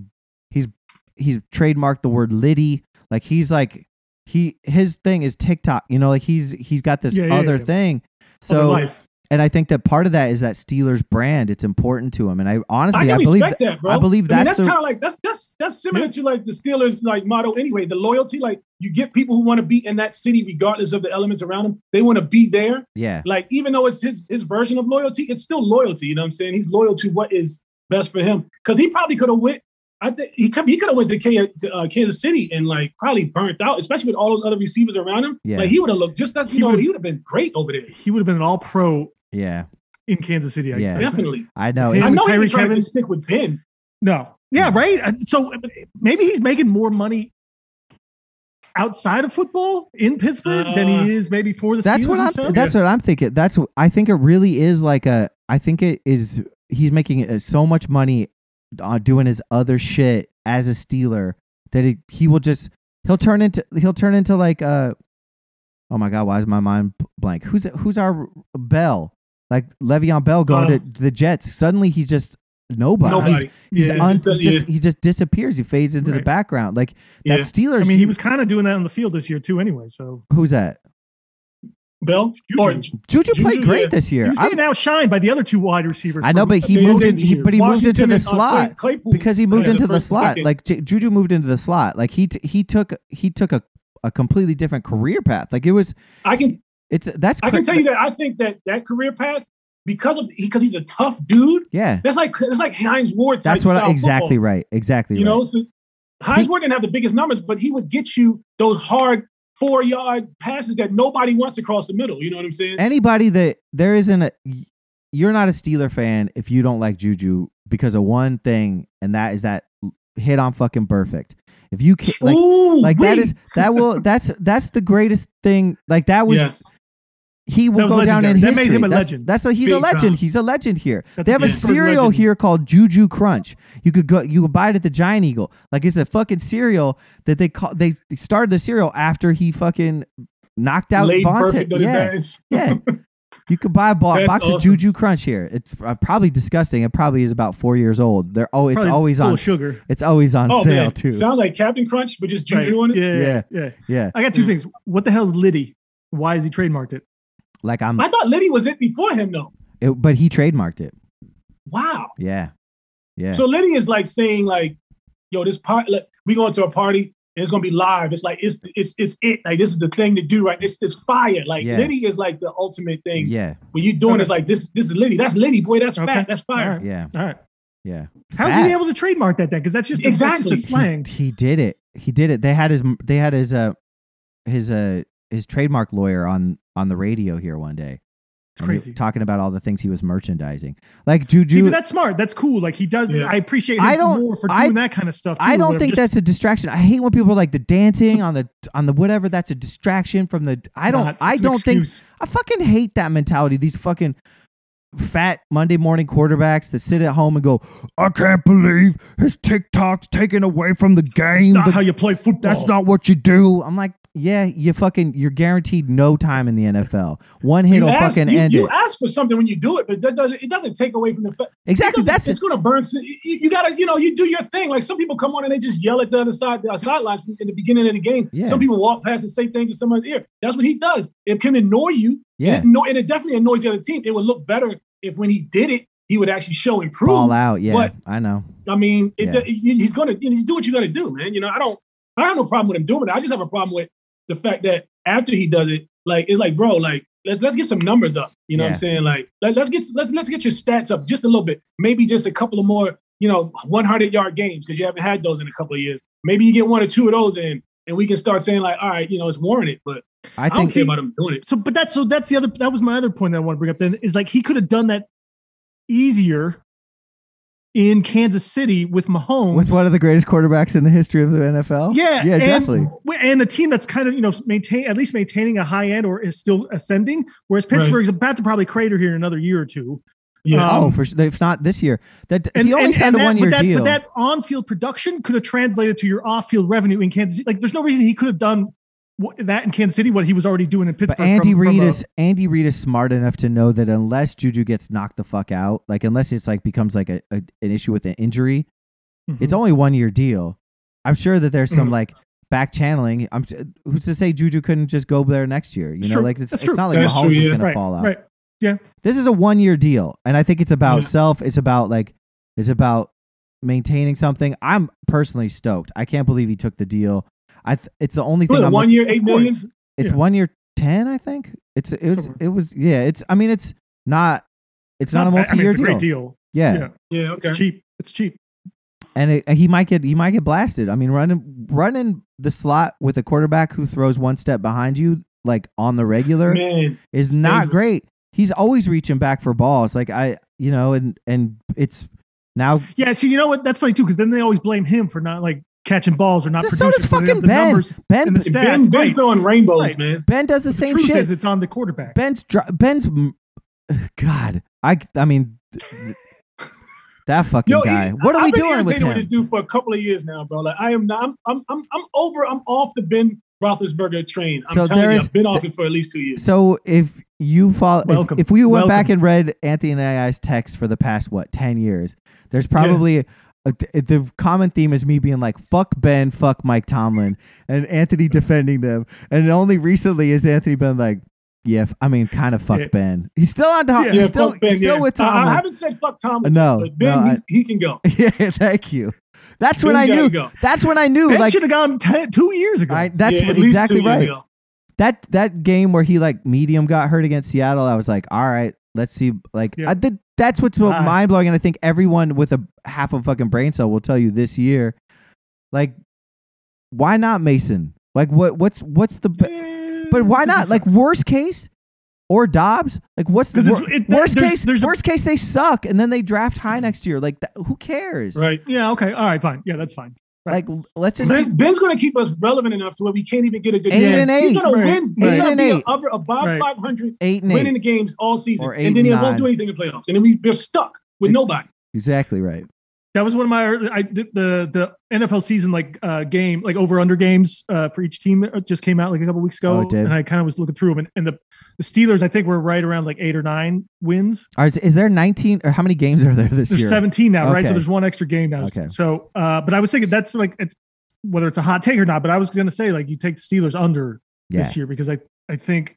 Speaker 1: he's he's trademarked the word liddy like he's like he his thing is TikTok. You know, like he's he's got this
Speaker 3: Yeah, yeah,
Speaker 1: other
Speaker 3: yeah.
Speaker 1: thing.
Speaker 2: Other
Speaker 1: So,
Speaker 2: life.
Speaker 1: and I think that part of that is that Steelers brand. It's important to him, and I
Speaker 2: I
Speaker 1: honestly,
Speaker 2: can
Speaker 1: I, believe
Speaker 2: respect that, bro.
Speaker 1: I believe
Speaker 2: mean,
Speaker 1: that's
Speaker 2: that's
Speaker 1: the-
Speaker 2: kind of like that's that's that's similar to like the Steelers like motto anyway. The loyalty, like you get people who want to be in that city regardless of the elements around them. They want to be there.
Speaker 1: yeah,
Speaker 2: Like even though it's his his version of loyalty, it's still loyalty. You know what I'm saying? He's loyal to what is best for him because he probably could have went. I think he could he could have went to, K, to uh, Kansas City and like probably burnt out, especially with all those other receivers around him.
Speaker 1: Yeah.
Speaker 2: Like he would have looked just that. You
Speaker 3: He
Speaker 2: know,
Speaker 3: would've-
Speaker 2: he would have been great over there.
Speaker 3: he would have been an all pro
Speaker 1: yeah.
Speaker 3: in Kansas City. I
Speaker 1: Yeah.
Speaker 3: guess.
Speaker 2: Definitely.
Speaker 1: I know.
Speaker 3: His-
Speaker 2: I
Speaker 1: It's,
Speaker 2: know he
Speaker 3: Tyreek
Speaker 2: was trying
Speaker 3: Evans-
Speaker 2: to stick with Ben.
Speaker 3: No. Yeah, right. Uh, So uh, maybe he's making more money outside of football in Pittsburgh than
Speaker 2: Uh,
Speaker 3: he is maybe for the
Speaker 1: that's
Speaker 3: Steelers
Speaker 1: what I'm.
Speaker 3: himself.
Speaker 1: That's what I'm thinking. That's what- I think it really is like a. I think it is. He's making uh, so much money uh, doing his other shit as a Steeler that he, he will just he'll turn into he'll turn into like uh oh my god why is my mind blank who's who's our Bell like Le'Veon Bell going
Speaker 2: Uh,
Speaker 1: to the Jets suddenly he's just nobody, He's-
Speaker 2: Nobody.
Speaker 1: he's,
Speaker 3: Yeah.
Speaker 2: it
Speaker 1: un-
Speaker 2: just doesn't-
Speaker 1: he just he just disappears he fades into the
Speaker 3: Right.
Speaker 1: background like
Speaker 2: Yeah.
Speaker 1: that Steelers
Speaker 3: I mean, he was kind of doing that on the field this year too, anyway. So
Speaker 1: who's that
Speaker 2: Bell?
Speaker 3: Juju.
Speaker 2: Or
Speaker 1: Juju,
Speaker 2: Juju,
Speaker 1: played great
Speaker 2: yeah.
Speaker 1: this
Speaker 3: he
Speaker 1: year
Speaker 3: was
Speaker 1: I,
Speaker 3: getting outshined by the other two wide receivers.
Speaker 1: I know
Speaker 3: from-
Speaker 1: but he
Speaker 2: They-
Speaker 1: moved
Speaker 2: they-
Speaker 1: in, he, but he moved into
Speaker 2: Washington
Speaker 1: the
Speaker 2: and, uh,
Speaker 1: slot
Speaker 2: Clay- Claypool.
Speaker 1: because he moved
Speaker 2: Yeah,
Speaker 1: into
Speaker 2: the
Speaker 1: the,
Speaker 2: first and
Speaker 1: slot.
Speaker 2: second.
Speaker 1: Like J- Juju moved into the slot. Like he t- he took he took a, a completely different career path. Like it was
Speaker 2: I can
Speaker 1: it's that's
Speaker 2: I can
Speaker 1: cra-
Speaker 2: tell you that I think that that career path because of because he's a tough dude.
Speaker 1: yeah.
Speaker 2: That's like that's like Heinz Ward. Type
Speaker 1: That's what I,
Speaker 2: style
Speaker 1: exactly
Speaker 2: football,
Speaker 1: right. Exactly
Speaker 2: You
Speaker 1: right.
Speaker 2: know, so Heinz Ward didn't have the biggest numbers, but he would get you those hard four yard passes that nobody wants across the middle. You know what I'm saying?
Speaker 1: Anybody that there isn't a you're not a Steeler fan if you don't like Juju because of one thing and that is that hit on fucking perfect. If you ca- like
Speaker 2: Ooh,
Speaker 1: like that
Speaker 2: wee.
Speaker 1: is that
Speaker 2: [LAUGHS]
Speaker 1: will that's that's the greatest thing like that was
Speaker 2: yes.
Speaker 1: he will
Speaker 3: That was
Speaker 1: go down in
Speaker 3: legendary. That made
Speaker 1: history.
Speaker 3: him a
Speaker 1: that's,
Speaker 3: legend.
Speaker 1: That's a, he's a
Speaker 2: Big
Speaker 1: legend.
Speaker 2: time.
Speaker 1: He's a legend here.
Speaker 3: That's
Speaker 1: they
Speaker 3: a
Speaker 1: have a
Speaker 3: Pittsburgh
Speaker 1: cereal
Speaker 3: legend.
Speaker 1: here called Juju Crunch. You could go, you could buy it at the Giant Eagle. Like it's a fucking cereal that they call. They they started the cereal after he fucking knocked out
Speaker 2: Laid
Speaker 1: Vontae.
Speaker 2: perfect on
Speaker 1: Yeah,
Speaker 2: his ass.
Speaker 1: yeah.
Speaker 2: [LAUGHS]
Speaker 1: You could buy a bo-
Speaker 2: That's
Speaker 1: box of
Speaker 2: awesome.
Speaker 1: Juju Crunch here. It's uh, probably disgusting. It probably is about four years old. They're oh, it's
Speaker 3: probably
Speaker 1: always
Speaker 3: full
Speaker 1: on.
Speaker 3: of sugar.
Speaker 1: It's always on
Speaker 2: Oh
Speaker 1: sale
Speaker 2: man,
Speaker 1: too.
Speaker 2: sound like Captain Crunch, but just
Speaker 3: Right.
Speaker 2: Juju on it.
Speaker 3: Yeah, yeah, yeah.
Speaker 1: yeah,
Speaker 3: I got two
Speaker 2: Mm.
Speaker 3: things. What the hell's Liddy? Why is he trademarked it?
Speaker 1: like I'm.
Speaker 2: I thought Liddy was it before him though.
Speaker 1: It, but he trademarked it.
Speaker 2: Wow.
Speaker 1: Yeah, yeah.
Speaker 2: So Liddy is like saying like, "Yo, this part, like, we going to a party and it's gonna be live. It's like it's it's it's it. Like this is the thing to do, right? It's it's fire. Like
Speaker 1: Yeah.
Speaker 2: Liddy is like the ultimate thing.
Speaker 1: yeah,
Speaker 2: When you doing
Speaker 3: Okay.
Speaker 2: it's like this this is Liddy. That's Liddy, boy. That's
Speaker 3: Okay.
Speaker 2: fat. That's fire.
Speaker 3: All right.
Speaker 1: yeah,
Speaker 3: All right.
Speaker 1: yeah.
Speaker 3: How's
Speaker 1: Fat.
Speaker 3: he able to trademark that then? Because that's just a,
Speaker 2: Exactly.
Speaker 3: that's just a [LAUGHS] slang.
Speaker 1: He, he did it. He did it. They had his they had his uh his uh his trademark lawyer on on the radio here one day.
Speaker 3: It's
Speaker 1: And he-
Speaker 3: crazy.
Speaker 1: talking about all the things he was merchandising. Like
Speaker 3: See,
Speaker 1: Juju
Speaker 3: but that's smart. That's cool. Like he does.
Speaker 2: Yeah.
Speaker 3: I appreciate. Him
Speaker 1: I don't-
Speaker 3: more for doing
Speaker 1: I-
Speaker 3: that kind of stuff. Too,
Speaker 1: I don't
Speaker 3: where
Speaker 1: think
Speaker 3: just-
Speaker 1: that's a distraction. I hate when people are like the dancing on the on the whatever that's a distraction from the I don't
Speaker 3: not-
Speaker 1: I
Speaker 3: it's an
Speaker 1: don't think
Speaker 3: excuse.
Speaker 1: I fucking hate that mentality. These fucking fat Monday morning quarterbacks that sit at home and go, "I can't believe his TikTok's taken away from the game.
Speaker 3: It's not
Speaker 1: The
Speaker 3: how you play football.
Speaker 1: That's not what you do. I'm like, yeah, you fucking you're guaranteed no time in the NFL. One hit will
Speaker 2: ask,
Speaker 1: fucking
Speaker 2: you,
Speaker 1: end
Speaker 2: you
Speaker 1: it.
Speaker 2: ask for something when you do it, but that doesn't it doesn't take away from the fact
Speaker 1: Exactly.
Speaker 2: it doesn't-
Speaker 1: That's
Speaker 2: it's going to burn. You, you got to you know you do your thing. Like some people come on and they just yell at the other side the sidelines in the beginning of the game.
Speaker 1: Yeah.
Speaker 2: Some people walk past and say things in someone's ear. That's what he does. It can annoy you.
Speaker 1: yeah.
Speaker 2: And it, anno- and it definitely annoys the other team. It would look better if when he did it, he would actually show
Speaker 1: Ball
Speaker 2: improve.
Speaker 1: out. Yeah,
Speaker 2: but-
Speaker 1: I know.
Speaker 2: I mean, it,
Speaker 1: Yeah.
Speaker 2: you- he's going to you, know, you do what you got to do, man. You know, I don't I have no problem with him doing it. I just have a problem with the fact that after he does it, like it's like, bro, like let's let's get some numbers up. You know what
Speaker 1: Yeah.
Speaker 2: I'm saying? Like let, us get let's let's get your stats up just a little bit. Maybe just a couple of more, you know, 100 yard games because you haven't had those in a couple of years. Maybe you get one or two of those in, and we can start saying like, all right, you know, it's warranted. But
Speaker 1: I
Speaker 2: I, don't
Speaker 1: think
Speaker 2: care about him doing it.
Speaker 3: So, but that's so that's the other that was my other point that I want to bring up. Then is like he could have done that easier in Kansas City with
Speaker 1: [LAUGHS]
Speaker 3: Mahomes.
Speaker 1: with one of the greatest quarterbacks in the history of the NFL.
Speaker 3: yeah,
Speaker 1: Oh, yeah,
Speaker 3: and,
Speaker 1: definitely.
Speaker 3: And a team that's kind of you know maintain at least maintaining a high end or is still ascending, whereas Pittsburgh's about to probably crater here in another year or two.
Speaker 2: Yeah.
Speaker 3: Um,
Speaker 1: oh, for sure. If not this year, that he only signed a
Speaker 3: that-
Speaker 1: one year
Speaker 3: but that,
Speaker 1: deal.
Speaker 3: But that on field production could have translated to your off field revenue in Kansas City. Like, there's no reason he could have done wh- that in Kansas City, what he was already doing in Pittsburgh.
Speaker 1: But Andy
Speaker 3: from- from
Speaker 1: Reid
Speaker 3: a-
Speaker 1: is Andy Reid is smart enough to know that unless Juju gets knocked the fuck out, like unless it's like becomes like a, a an issue with an injury, it's
Speaker 3: Mhm.
Speaker 1: only one year deal. I'm sure that there's
Speaker 3: Mm-hmm.
Speaker 1: some
Speaker 2: Mhm.
Speaker 1: like back channeling. I'm s- who's to say Juju couldn't just go there next year? You know,
Speaker 3: Sure.
Speaker 1: like it's,
Speaker 3: That's
Speaker 1: it's
Speaker 3: true.
Speaker 1: not like
Speaker 2: That's
Speaker 1: Mahomes
Speaker 2: true,
Speaker 1: is
Speaker 2: yeah.
Speaker 1: gonna
Speaker 3: right,
Speaker 1: fall out.
Speaker 3: right.
Speaker 1: This is a one year deal, and I think it's about
Speaker 2: Yeah.
Speaker 1: self. It's about like it's about maintaining something. I'm personally stoked. I can't believe he took the deal. I th- it's the only thing
Speaker 2: What,
Speaker 1: I'm
Speaker 2: one year, eight
Speaker 3: Of course.
Speaker 2: million.
Speaker 1: it's
Speaker 3: Yeah.
Speaker 1: one year ten, I think. It's it was
Speaker 3: Somewhere.
Speaker 1: it was yeah. It's I mean it's not it's not, a
Speaker 3: bad. I mean,
Speaker 1: multi-year
Speaker 3: it's a
Speaker 1: deal.
Speaker 3: great deal.
Speaker 1: Yeah,
Speaker 3: Yeah.
Speaker 2: Yeah, okay.
Speaker 3: It's cheap. It's cheap.
Speaker 1: and it, he might get he might get blasted. I mean running running the slot with a quarterback who throws one step behind you like on the regular
Speaker 2: Man,
Speaker 1: is not
Speaker 2: dangerous.
Speaker 1: great. He's always reaching back for balls. Like I you know and and it's now
Speaker 3: Yeah. So, you know what? That's funny, too, because then they always blame him for not like catching balls or not
Speaker 1: So does
Speaker 3: producing. so they
Speaker 1: fucking
Speaker 3: have the
Speaker 1: Ben.
Speaker 3: numbers.
Speaker 1: Ben
Speaker 3: And the stats,
Speaker 2: Ben, Ben's
Speaker 3: right.
Speaker 2: throwing rainbows,
Speaker 3: Right.
Speaker 2: man.
Speaker 1: Ben does the,
Speaker 3: The
Speaker 1: same
Speaker 3: truth
Speaker 1: shit.
Speaker 3: is, it's on the quarterback.
Speaker 1: Ben's dr- Ben's m- [SIGHS] God. I I mean th- th- that fucking
Speaker 2: Yo,
Speaker 1: guy.
Speaker 2: he-
Speaker 1: What are
Speaker 2: I've
Speaker 1: we
Speaker 2: been
Speaker 1: doing with
Speaker 2: irritated
Speaker 1: him?
Speaker 2: this dude for a couple of years now, bro. Like I am not. I'm. I'm. I'm, I'm over. I'm off the Ben Roethlisberger train. I'm
Speaker 1: So there
Speaker 2: telling you,
Speaker 1: is-
Speaker 2: I've been off it for at least two years.
Speaker 1: So if you follow, if,
Speaker 3: Welcome.
Speaker 1: if we went
Speaker 3: Welcome.
Speaker 1: back and read Anthony and I's text for the past what ten years, there's probably a, th- the common theme is me being like "fuck Ben, fuck Mike Tomlin," and
Speaker 2: [LAUGHS]
Speaker 1: Anthony defending them, and only recently has Anthony been like, "Yeah, f- I mean, kind of fuck
Speaker 3: Yeah.
Speaker 1: Ben." He's still on, Tom-
Speaker 3: Yeah,
Speaker 1: he's still,
Speaker 2: fuck Ben,
Speaker 1: he's still
Speaker 2: yeah.
Speaker 1: with
Speaker 2: I- I,
Speaker 1: Tomlin. Uh,
Speaker 2: haven't said fuck Tomlin,
Speaker 1: no,
Speaker 2: but Ben,
Speaker 1: no, I-
Speaker 2: he's, he can go.
Speaker 1: [LAUGHS] yeah, thank you. That's when
Speaker 2: Ben
Speaker 1: I
Speaker 2: gotta
Speaker 1: knew.
Speaker 2: Go.
Speaker 1: That's when I knew.
Speaker 3: Ben
Speaker 1: like,
Speaker 3: should have gone ten, two years ago.
Speaker 1: I, that's
Speaker 2: Yeah,
Speaker 1: what-
Speaker 2: at least
Speaker 1: exactly
Speaker 2: two years
Speaker 1: right.
Speaker 2: ago.
Speaker 1: that that game where he like medium got hurt against Seattle, I was like, all right, let's see. Like,
Speaker 3: Yeah. Ah.
Speaker 1: I did. That's what's
Speaker 3: Bye.
Speaker 1: mind blowing, and I think everyone with a half a fucking brain cell will tell you this year, like, why not Mason? Like, what what's what's the be- but why not? Like, worst case or Dobbs? Like, what's the
Speaker 3: 'Cause it's-
Speaker 1: wor-
Speaker 3: it-
Speaker 1: worst
Speaker 3: there's-
Speaker 1: case?
Speaker 3: there's a- Mm.
Speaker 1: worst case, they suck, and then they draft high next year. Like, that, who cares?
Speaker 2: Right.
Speaker 3: Yeah. Okay. All right. Fine. Yeah. That's fine. right.
Speaker 1: Like, l- let's just.
Speaker 2: Ben's, Ben's going to keep us relevant enough to where we can't even get a good
Speaker 1: Eight
Speaker 2: game.
Speaker 1: and eight.
Speaker 2: He's going
Speaker 3: Right.
Speaker 2: to win. He's
Speaker 1: Right.
Speaker 2: going to
Speaker 1: Eight
Speaker 2: be
Speaker 1: and eight.
Speaker 2: above, above
Speaker 3: Right.
Speaker 2: 500
Speaker 1: Eight and
Speaker 2: winning
Speaker 1: eight.
Speaker 2: the games all season.
Speaker 1: Or eight
Speaker 2: and then he
Speaker 1: and
Speaker 2: won't do
Speaker 1: nine.
Speaker 2: anything in the playoffs. And then we- we're stuck with
Speaker 1: It-
Speaker 2: nobody.
Speaker 1: Exactly right.
Speaker 3: That was one of my early- I did the the NFL season like uh game like over under games uh for each team that just came out like a couple weeks ago
Speaker 1: Oh, it did.
Speaker 3: and I kind of was looking through them and, and the the Steelers I think were right around like 8 or 9 wins.
Speaker 1: All right, is, is there 19 or how many games are there this
Speaker 3: There's
Speaker 1: year?
Speaker 3: 17 now, right? So
Speaker 1: Okay.
Speaker 3: there's one extra game now.
Speaker 1: Okay.
Speaker 3: So uh but I was thinking that's like it's, whether it's a hot take or not, but I was going to say like you take the Steelers under
Speaker 1: Yeah,
Speaker 3: this year because I I think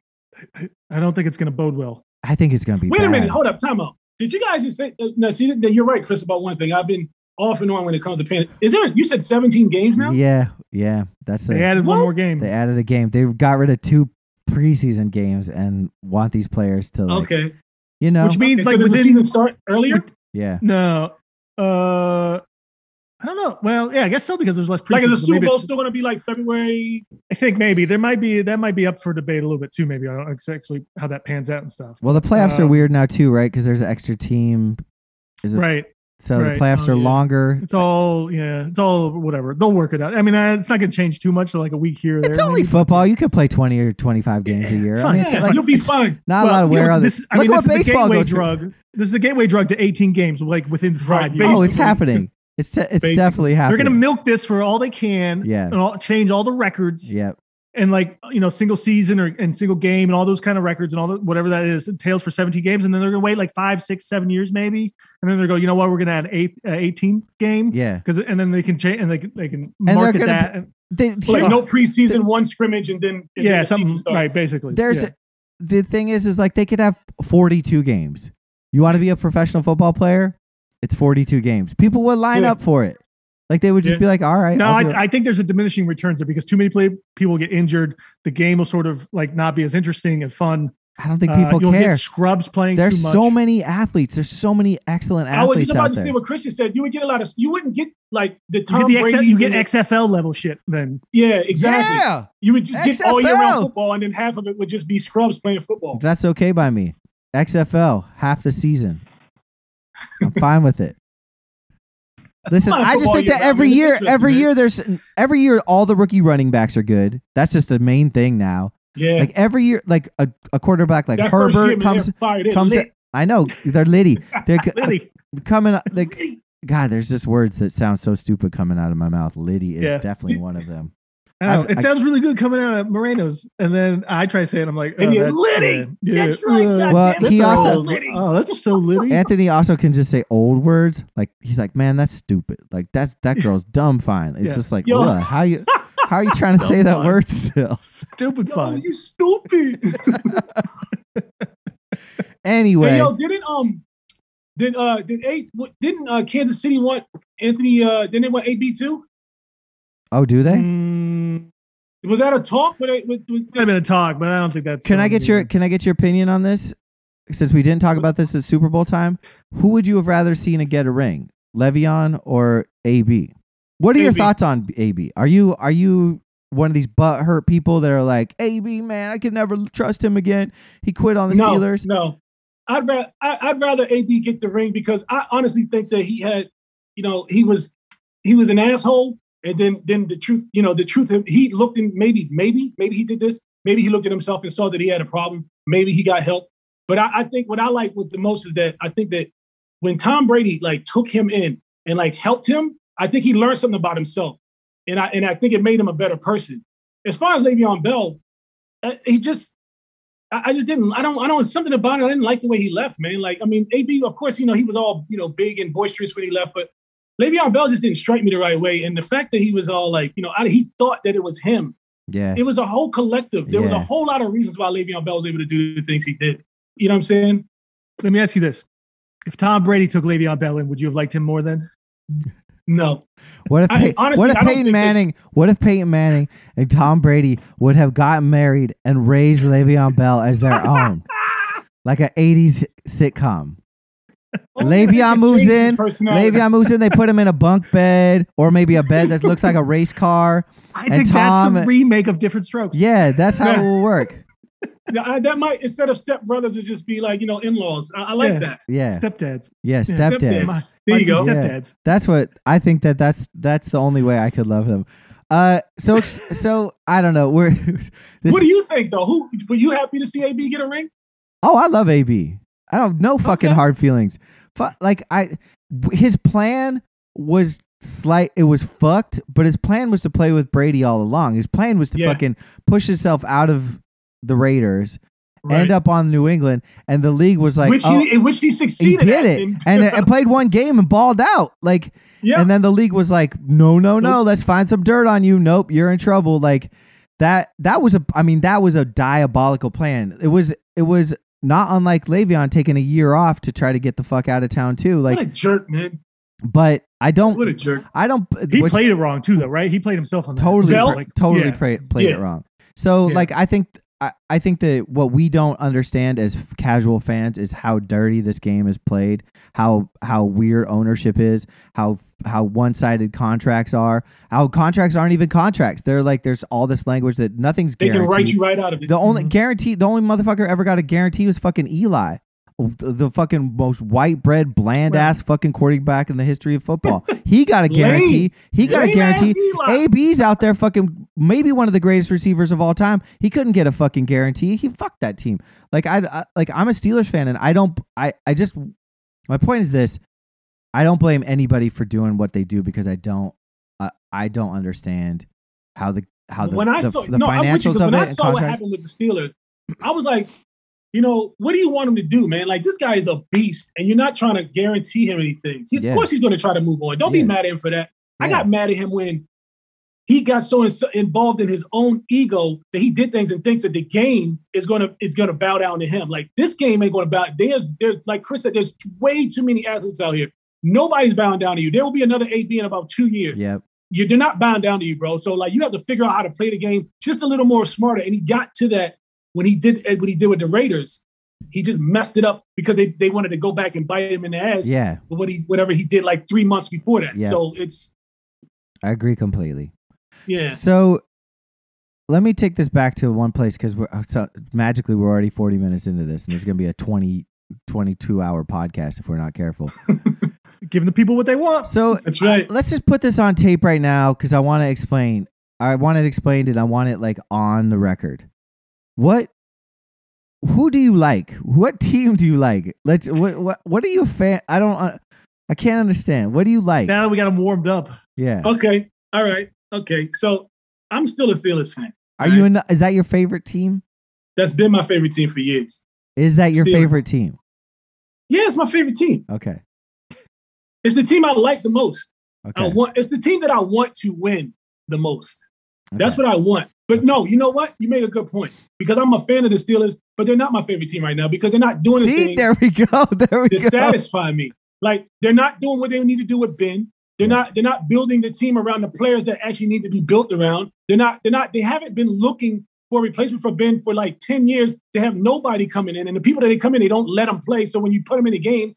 Speaker 3: I, I don't think it's going to bode well.
Speaker 1: I think it's gonna be.
Speaker 2: Wait a
Speaker 1: bad.
Speaker 2: minute, hold up, time out. Did you guys just say? Uh, no, see, th- you're right, Chris. About one thing, I've been off and on when it comes to panic. Is there? You said 17 games now.
Speaker 1: Yeah, yeah, that's
Speaker 3: They
Speaker 1: it.
Speaker 3: added one more
Speaker 2: What?
Speaker 3: game.
Speaker 1: They added a game. They got rid of two preseason games and want these players to, like,
Speaker 2: okay,
Speaker 1: you know,
Speaker 3: Which means
Speaker 2: Okay,
Speaker 3: like
Speaker 2: so does the
Speaker 3: within
Speaker 2: season start earlier.
Speaker 1: yeah,
Speaker 3: No. Uh I don't know. Well, yeah, I guess so because there's less preseason.
Speaker 2: Like, is the
Speaker 3: so
Speaker 2: Super
Speaker 3: maybe
Speaker 2: Bowl
Speaker 3: it's-
Speaker 2: still going to be like February?
Speaker 3: I think maybe there might be that might be up for debate a little bit too. Maybe I don't know exactly how that pans out and stuff.
Speaker 1: Well, the playoffs are
Speaker 3: Um,
Speaker 1: weird now too, right? Because there's an extra team, Is it-
Speaker 3: Right.
Speaker 1: so
Speaker 3: right.
Speaker 1: the playoffs
Speaker 2: Oh,
Speaker 1: are
Speaker 2: yeah.
Speaker 3: [LAUGHS]
Speaker 1: longer.
Speaker 3: It's all yeah. It's all whatever. They'll work it out. I mean, uh, it's not going to change too much. Like a week here. Or
Speaker 1: It's
Speaker 3: there,
Speaker 1: only
Speaker 3: maybe.
Speaker 1: football. You could play 20 or 25 games a year. I
Speaker 3: fine.
Speaker 1: mean,
Speaker 3: Yeah,
Speaker 1: it's
Speaker 3: it's
Speaker 1: like,
Speaker 2: you'll be fine.
Speaker 1: not a
Speaker 3: Well,
Speaker 1: lot of
Speaker 3: you know,
Speaker 1: wear on
Speaker 3: this.
Speaker 1: this.
Speaker 3: I
Speaker 1: Look
Speaker 3: mean,
Speaker 1: what
Speaker 3: this is a
Speaker 1: baseball
Speaker 3: gateway
Speaker 1: goes through.
Speaker 3: drug. This is a gateway drug to 18 games. Like within five
Speaker 2: Right,
Speaker 3: years.
Speaker 1: [LAUGHS] Oh, it's
Speaker 2: basically.
Speaker 1: happening. It's de- it's
Speaker 2: Basically.
Speaker 1: definitely
Speaker 3: They're going
Speaker 1: happening.
Speaker 3: [LAUGHS] to milk this for all they can.
Speaker 1: Yeah.
Speaker 3: And all, change all the records.
Speaker 1: Yeah,
Speaker 3: and like you know single season or and single game and all those kind of records and all the, whatever that is tails for 17 games and then they're gonna wait like five six seven years maybe and then they're go you know what we're gonna add eight uh, 18 game
Speaker 1: Yeah.
Speaker 3: because and then they can change and they can, they can
Speaker 1: they're
Speaker 3: market
Speaker 1: gonna
Speaker 3: that and,
Speaker 1: They-
Speaker 2: Like no preseason, one scrimmage, and then and then
Speaker 3: yeah
Speaker 2: the season
Speaker 3: something
Speaker 2: starts.
Speaker 3: right basically
Speaker 1: There's
Speaker 3: yeah.
Speaker 1: the thing is is like they could have 42 games. You want to be a professional football player? It's 42 games. People would line
Speaker 2: Yeah.
Speaker 1: up for it. Like they would just
Speaker 2: Yeah.
Speaker 1: be like, "All right,
Speaker 3: no
Speaker 1: I'll do it."
Speaker 3: I, I think there's a diminishing returns there because too many play, people get injured the game will sort of like not be as interesting and fun
Speaker 1: I don't think
Speaker 3: Uh,
Speaker 1: people
Speaker 3: you'll
Speaker 1: care.
Speaker 3: get scrubs playing
Speaker 1: There's
Speaker 3: too much.
Speaker 1: so many athletes. There's so many excellent
Speaker 2: I
Speaker 1: athletes
Speaker 2: was just
Speaker 1: out
Speaker 2: about to
Speaker 1: there.
Speaker 2: say what Christian said. You would get a lot of. You wouldn't get like the
Speaker 3: you
Speaker 2: Tom
Speaker 3: get, the
Speaker 2: Brady.
Speaker 3: XF, you get XFL level shit then
Speaker 2: Yeah, exactly.
Speaker 1: Yeah,
Speaker 2: You would just get all year
Speaker 1: XFL.
Speaker 2: round football, and then half of it would just be scrubs playing football.
Speaker 1: that's okay by me. XFL half the season. I'm fine with
Speaker 2: [LAUGHS]
Speaker 1: it. Listen,
Speaker 2: Not a
Speaker 1: I just
Speaker 2: football
Speaker 1: think
Speaker 2: year,
Speaker 1: that
Speaker 2: but I
Speaker 1: every
Speaker 2: mean, it's
Speaker 1: year,
Speaker 2: interesting,
Speaker 1: every
Speaker 2: man.
Speaker 1: year there's every year all the rookie running backs are good. That's just the main thing now.
Speaker 2: Yeah,
Speaker 1: [LAUGHS] Like every year, like a, a quarterback like
Speaker 2: that first year,
Speaker 1: Herbert
Speaker 2: man,
Speaker 1: comes
Speaker 2: they're fired. They're
Speaker 1: comes.
Speaker 2: lit.
Speaker 1: I know they're
Speaker 2: [LAUGHS]
Speaker 1: litty. They're c-
Speaker 3: Lily
Speaker 1: coming up- like God. There's just words that sound so stupid coming out of my mouth. Liddy is
Speaker 3: Yeah.
Speaker 1: definitely one of
Speaker 2: [LAUGHS]
Speaker 1: them.
Speaker 3: I don't know.
Speaker 1: I-
Speaker 3: Oh, it
Speaker 1: I-
Speaker 3: sounds really good coming out of Moreno's, and then I try to say it. I'm like, oh,
Speaker 2: And you're
Speaker 3: that's-
Speaker 2: litty.
Speaker 3: yeah,
Speaker 2: That's right,
Speaker 3: uh,
Speaker 2: God
Speaker 1: Well,
Speaker 2: damn it,
Speaker 1: he
Speaker 2: they're
Speaker 1: also-
Speaker 2: all litty.
Speaker 3: Oh, that's so litty.
Speaker 1: Anthony also can just say old words. Like he's like, man, that's stupid. Like that's that girl's dumb fine. It's
Speaker 3: Yeah.
Speaker 1: just like,
Speaker 2: Yo.
Speaker 1: "Ugh, how you how
Speaker 2: [LAUGHS]
Speaker 1: are you trying to
Speaker 3: Dumb
Speaker 1: say that
Speaker 3: fine.
Speaker 1: word still?
Speaker 3: Stupid
Speaker 2: Yo,
Speaker 3: fun.
Speaker 2: you stupid. [LAUGHS]
Speaker 1: Anyway,
Speaker 2: Hey, yo, didn't um, did uh, did eight? Didn't uh, Kansas City want Anthony? Uh, didn't they want AB too?
Speaker 1: oh, do they?
Speaker 3: Mm,
Speaker 2: Was that a talk? With, a- with, with,
Speaker 3: might have been a talk, but I don't think that's.
Speaker 1: Can I
Speaker 3: going to
Speaker 1: get
Speaker 3: be
Speaker 1: your
Speaker 3: one.
Speaker 1: can I get your opinion on this? Since we didn't talk about this at Super Bowl time, who would you have rather seen to get a ring, Le'Veon or AB? What are your
Speaker 2: AB.
Speaker 1: thoughts on AB? Are you are you one of these butt hurt people that are like AB man, I can never trust him again. He quit on the
Speaker 2: no,
Speaker 1: Steelers.
Speaker 2: No, I'd rather I'd rather AB get the ring because I honestly think that he had, you know, he was he was an asshole, and then then the truth, you know, the truth. He looked in maybe maybe maybe he did this. Maybe he looked at himself and saw that he had a problem. Maybe he got help. But I, I think what I like with the most is that I think that when Tom Brady like took him in and like helped him, I think he learned something about himself, and I and I think it made him a better person. As far as Le'Veon Bell, uh, he just I, I just didn't. I don't. I don't. Something about it. I didn't like the way he left, man. Like, I mean, AB. Of course, you know he was all you know big and boisterous when he left, but Le'Veon Bell just didn't strike me the right way. And the fact that he was all like, you know, I, he thought that it was him.
Speaker 1: Yeah.
Speaker 2: It was a whole collective. There was a
Speaker 1: Yeah.
Speaker 2: whole lot of reasons why Le'Veon Bell was able to do the things he did. You know what I'm saying?
Speaker 3: Let me ask you this: If Tom Brady took Le'Veon Bell in, would you have liked him more then?
Speaker 2: No.
Speaker 1: What if
Speaker 2: I-
Speaker 1: Pey-
Speaker 2: honestly,
Speaker 1: what if
Speaker 2: I don't think
Speaker 1: Peyton
Speaker 2: they-
Speaker 1: Manning what if Peyton Manning and Tom Brady would have gotten married and raised Le'Veon Bell as their
Speaker 2: [LAUGHS]
Speaker 1: own, like an '80s sitcom? Le'Veon
Speaker 2: Only that could
Speaker 1: moves
Speaker 2: change his
Speaker 1: in.
Speaker 2: [LAUGHS] personality.
Speaker 1: Le'Veon moves in, they put him in a bunk bed or maybe a bed that looks like a race car.
Speaker 3: I
Speaker 1: And
Speaker 3: think
Speaker 1: Tom-
Speaker 3: that's the remake of Different Strokes.
Speaker 1: Yeah, that's how it will work.
Speaker 2: Yeah, I- that might instead of stepbrothers, it just be like you know in-laws. I, I like
Speaker 3: Yeah.
Speaker 2: that.
Speaker 1: Yeah,
Speaker 3: Stepdads.
Speaker 1: yeah,
Speaker 3: Yeah.
Speaker 1: stepdad.
Speaker 3: My,
Speaker 2: There
Speaker 3: my
Speaker 2: you
Speaker 3: two
Speaker 2: go.
Speaker 1: Yeah.
Speaker 3: Stepdads.
Speaker 1: That's what I think that that's that's the only way I could love them. Uh, so it's- [LAUGHS] so I don't know. We're [LAUGHS] this,
Speaker 2: what do you think though? Who were you happy to see AB get a ring?
Speaker 1: Oh, I love AB. I don't no fucking
Speaker 2: Okay.
Speaker 1: hard feelings. Fu like I, w- his plan was slight. It was fucked, but his plan was to play with Brady all along. His plan was to
Speaker 2: Yeah.
Speaker 1: fucking push himself out of the Raiders,
Speaker 2: Right.
Speaker 1: end up on New England, and the league was like,
Speaker 2: which
Speaker 1: oh,
Speaker 2: he in which he
Speaker 1: he
Speaker 2: succeeded.
Speaker 1: did
Speaker 2: at.
Speaker 1: it,
Speaker 2: [LAUGHS]
Speaker 1: and, and played one game and balled out. Like,
Speaker 2: yeah,
Speaker 1: and then the league was like, no, no, no, let's find some dirt on you. Nope, you're in trouble. Like that that was a I mean, that was a diabolical plan. It was it was not unlike Le'Veon taking a year off to try to get the fuck out of town too.
Speaker 2: what
Speaker 1: Like
Speaker 2: a jerk, man.
Speaker 1: but I
Speaker 2: What
Speaker 1: don't
Speaker 2: a jerk.
Speaker 1: I don't
Speaker 3: He
Speaker 1: which-
Speaker 3: played it wrong too, though, right? He played himself on that.
Speaker 1: totally
Speaker 2: Bell?
Speaker 1: pra- totally
Speaker 3: yeah.
Speaker 1: pra- played
Speaker 2: Yeah.
Speaker 1: it wrong. So
Speaker 3: Yeah.
Speaker 1: like I think I, I think that what we don't understand as f- casual fans is how dirty this game is played, how how weird ownership is, how how one-sided contracts are, how contracts aren't even contracts. They're like there's all this language that nothing's
Speaker 2: They
Speaker 1: guaranteed.
Speaker 2: can write you Mm-hmm. right out of it.
Speaker 1: The only
Speaker 3: Mhm.
Speaker 1: guarantee, the only motherfucker ever got a guarantee was fucking Eli, the the fucking most white bread, bland ass fucking quarterback in the history of
Speaker 2: [LAUGHS]
Speaker 1: football. he got a
Speaker 2: Lame.
Speaker 1: guarantee. He got a
Speaker 2: Lame
Speaker 1: guarantee.
Speaker 2: ass Eli.
Speaker 1: AB's out there fucking maybe one of the greatest receivers of all time. He couldn't get a fucking guarantee. He fucked that team. Like I, I like I'm a Steelers fan and I don't I I just my point is this. I don't blame anybody for doing what they do because I don't I, I don't understand how the how the,
Speaker 2: when I
Speaker 1: the-
Speaker 2: saw
Speaker 1: the
Speaker 2: no, I'm with you,
Speaker 1: financials
Speaker 2: 'cause
Speaker 1: of
Speaker 2: when
Speaker 1: it
Speaker 2: I
Speaker 1: and
Speaker 2: saw what
Speaker 1: contracts.
Speaker 2: happened with the Steelers, I was like, you know, what do you want him to do, man? Like this guy is a beast, and you're not trying to guarantee him anything. He,
Speaker 1: Yeah.
Speaker 2: Of course, he's going to try to move on. Don't
Speaker 1: Yeah.
Speaker 2: be mad at him for that. I
Speaker 1: Yeah.
Speaker 2: got mad at him when he got so ins- involved in his own ego that he did things and thinks that the game is going to is going to bow down to him. Like this game ain't going to bow. There's there's like Chris said, there's way too many athletes out here. Nobody's bowing down to you. There will be another AB in about two years
Speaker 1: Yep.
Speaker 2: you're they're not bound down to you, bro. So like you have to figure out how to play the game just a little more smarter. And he got to that when he did when he did with the Raiders. He just messed it up because they, they wanted to go back and bite him in the ass
Speaker 1: Yeah.
Speaker 2: for what he whatever he did like three months before that.
Speaker 1: Yeah.
Speaker 2: So it's
Speaker 1: I agree completely.
Speaker 2: yeah.
Speaker 1: So let me take this back to one place because we're uh, so, magically we're already 40 minutes into this and it's going to be a 20 22 hour podcast if we're not careful.
Speaker 3: giving the people what they want.
Speaker 1: So uh,
Speaker 2: That's [LAUGHS] right.
Speaker 1: let's just put this on tape right now because I want to explain. I want it explained and I want it like on the record. What? Who do you like? What team do you like? Let's. What? What? What are you a fan? I don't. Uh, I can't understand. What do you like?
Speaker 3: Now that we got them warmed up,
Speaker 1: yeah.
Speaker 2: Okay. All right. Okay. So I'm still a Steelers fan.
Speaker 1: Are you in? Is that your favorite team?
Speaker 2: That's been my favorite team for years.
Speaker 1: Is that your
Speaker 2: Steelers.
Speaker 1: favorite team?
Speaker 2: Yeah, it's my favorite team.
Speaker 1: Okay.
Speaker 2: It's the team I like the most.
Speaker 1: Okay.
Speaker 2: I want it's the team that I want to win the most. That's
Speaker 1: okay.
Speaker 2: what I want. But no, you know what? You make a good point because I'm a fan of the Steelers, but they're not my favorite team right now because they're not doing the
Speaker 1: See,
Speaker 2: thing
Speaker 1: there we go. [LAUGHS] There we
Speaker 2: to
Speaker 1: go.
Speaker 2: satisfy me. Like they're not doing what they need to do with Ben. They're not. They're not building the team around the players that actually need to be built around. They're not. They're not. They haven't been looking for a replacement for Ben for like ten years. They have nobody coming in, and the people that they come in, they don't let them play. So when you put them in the game,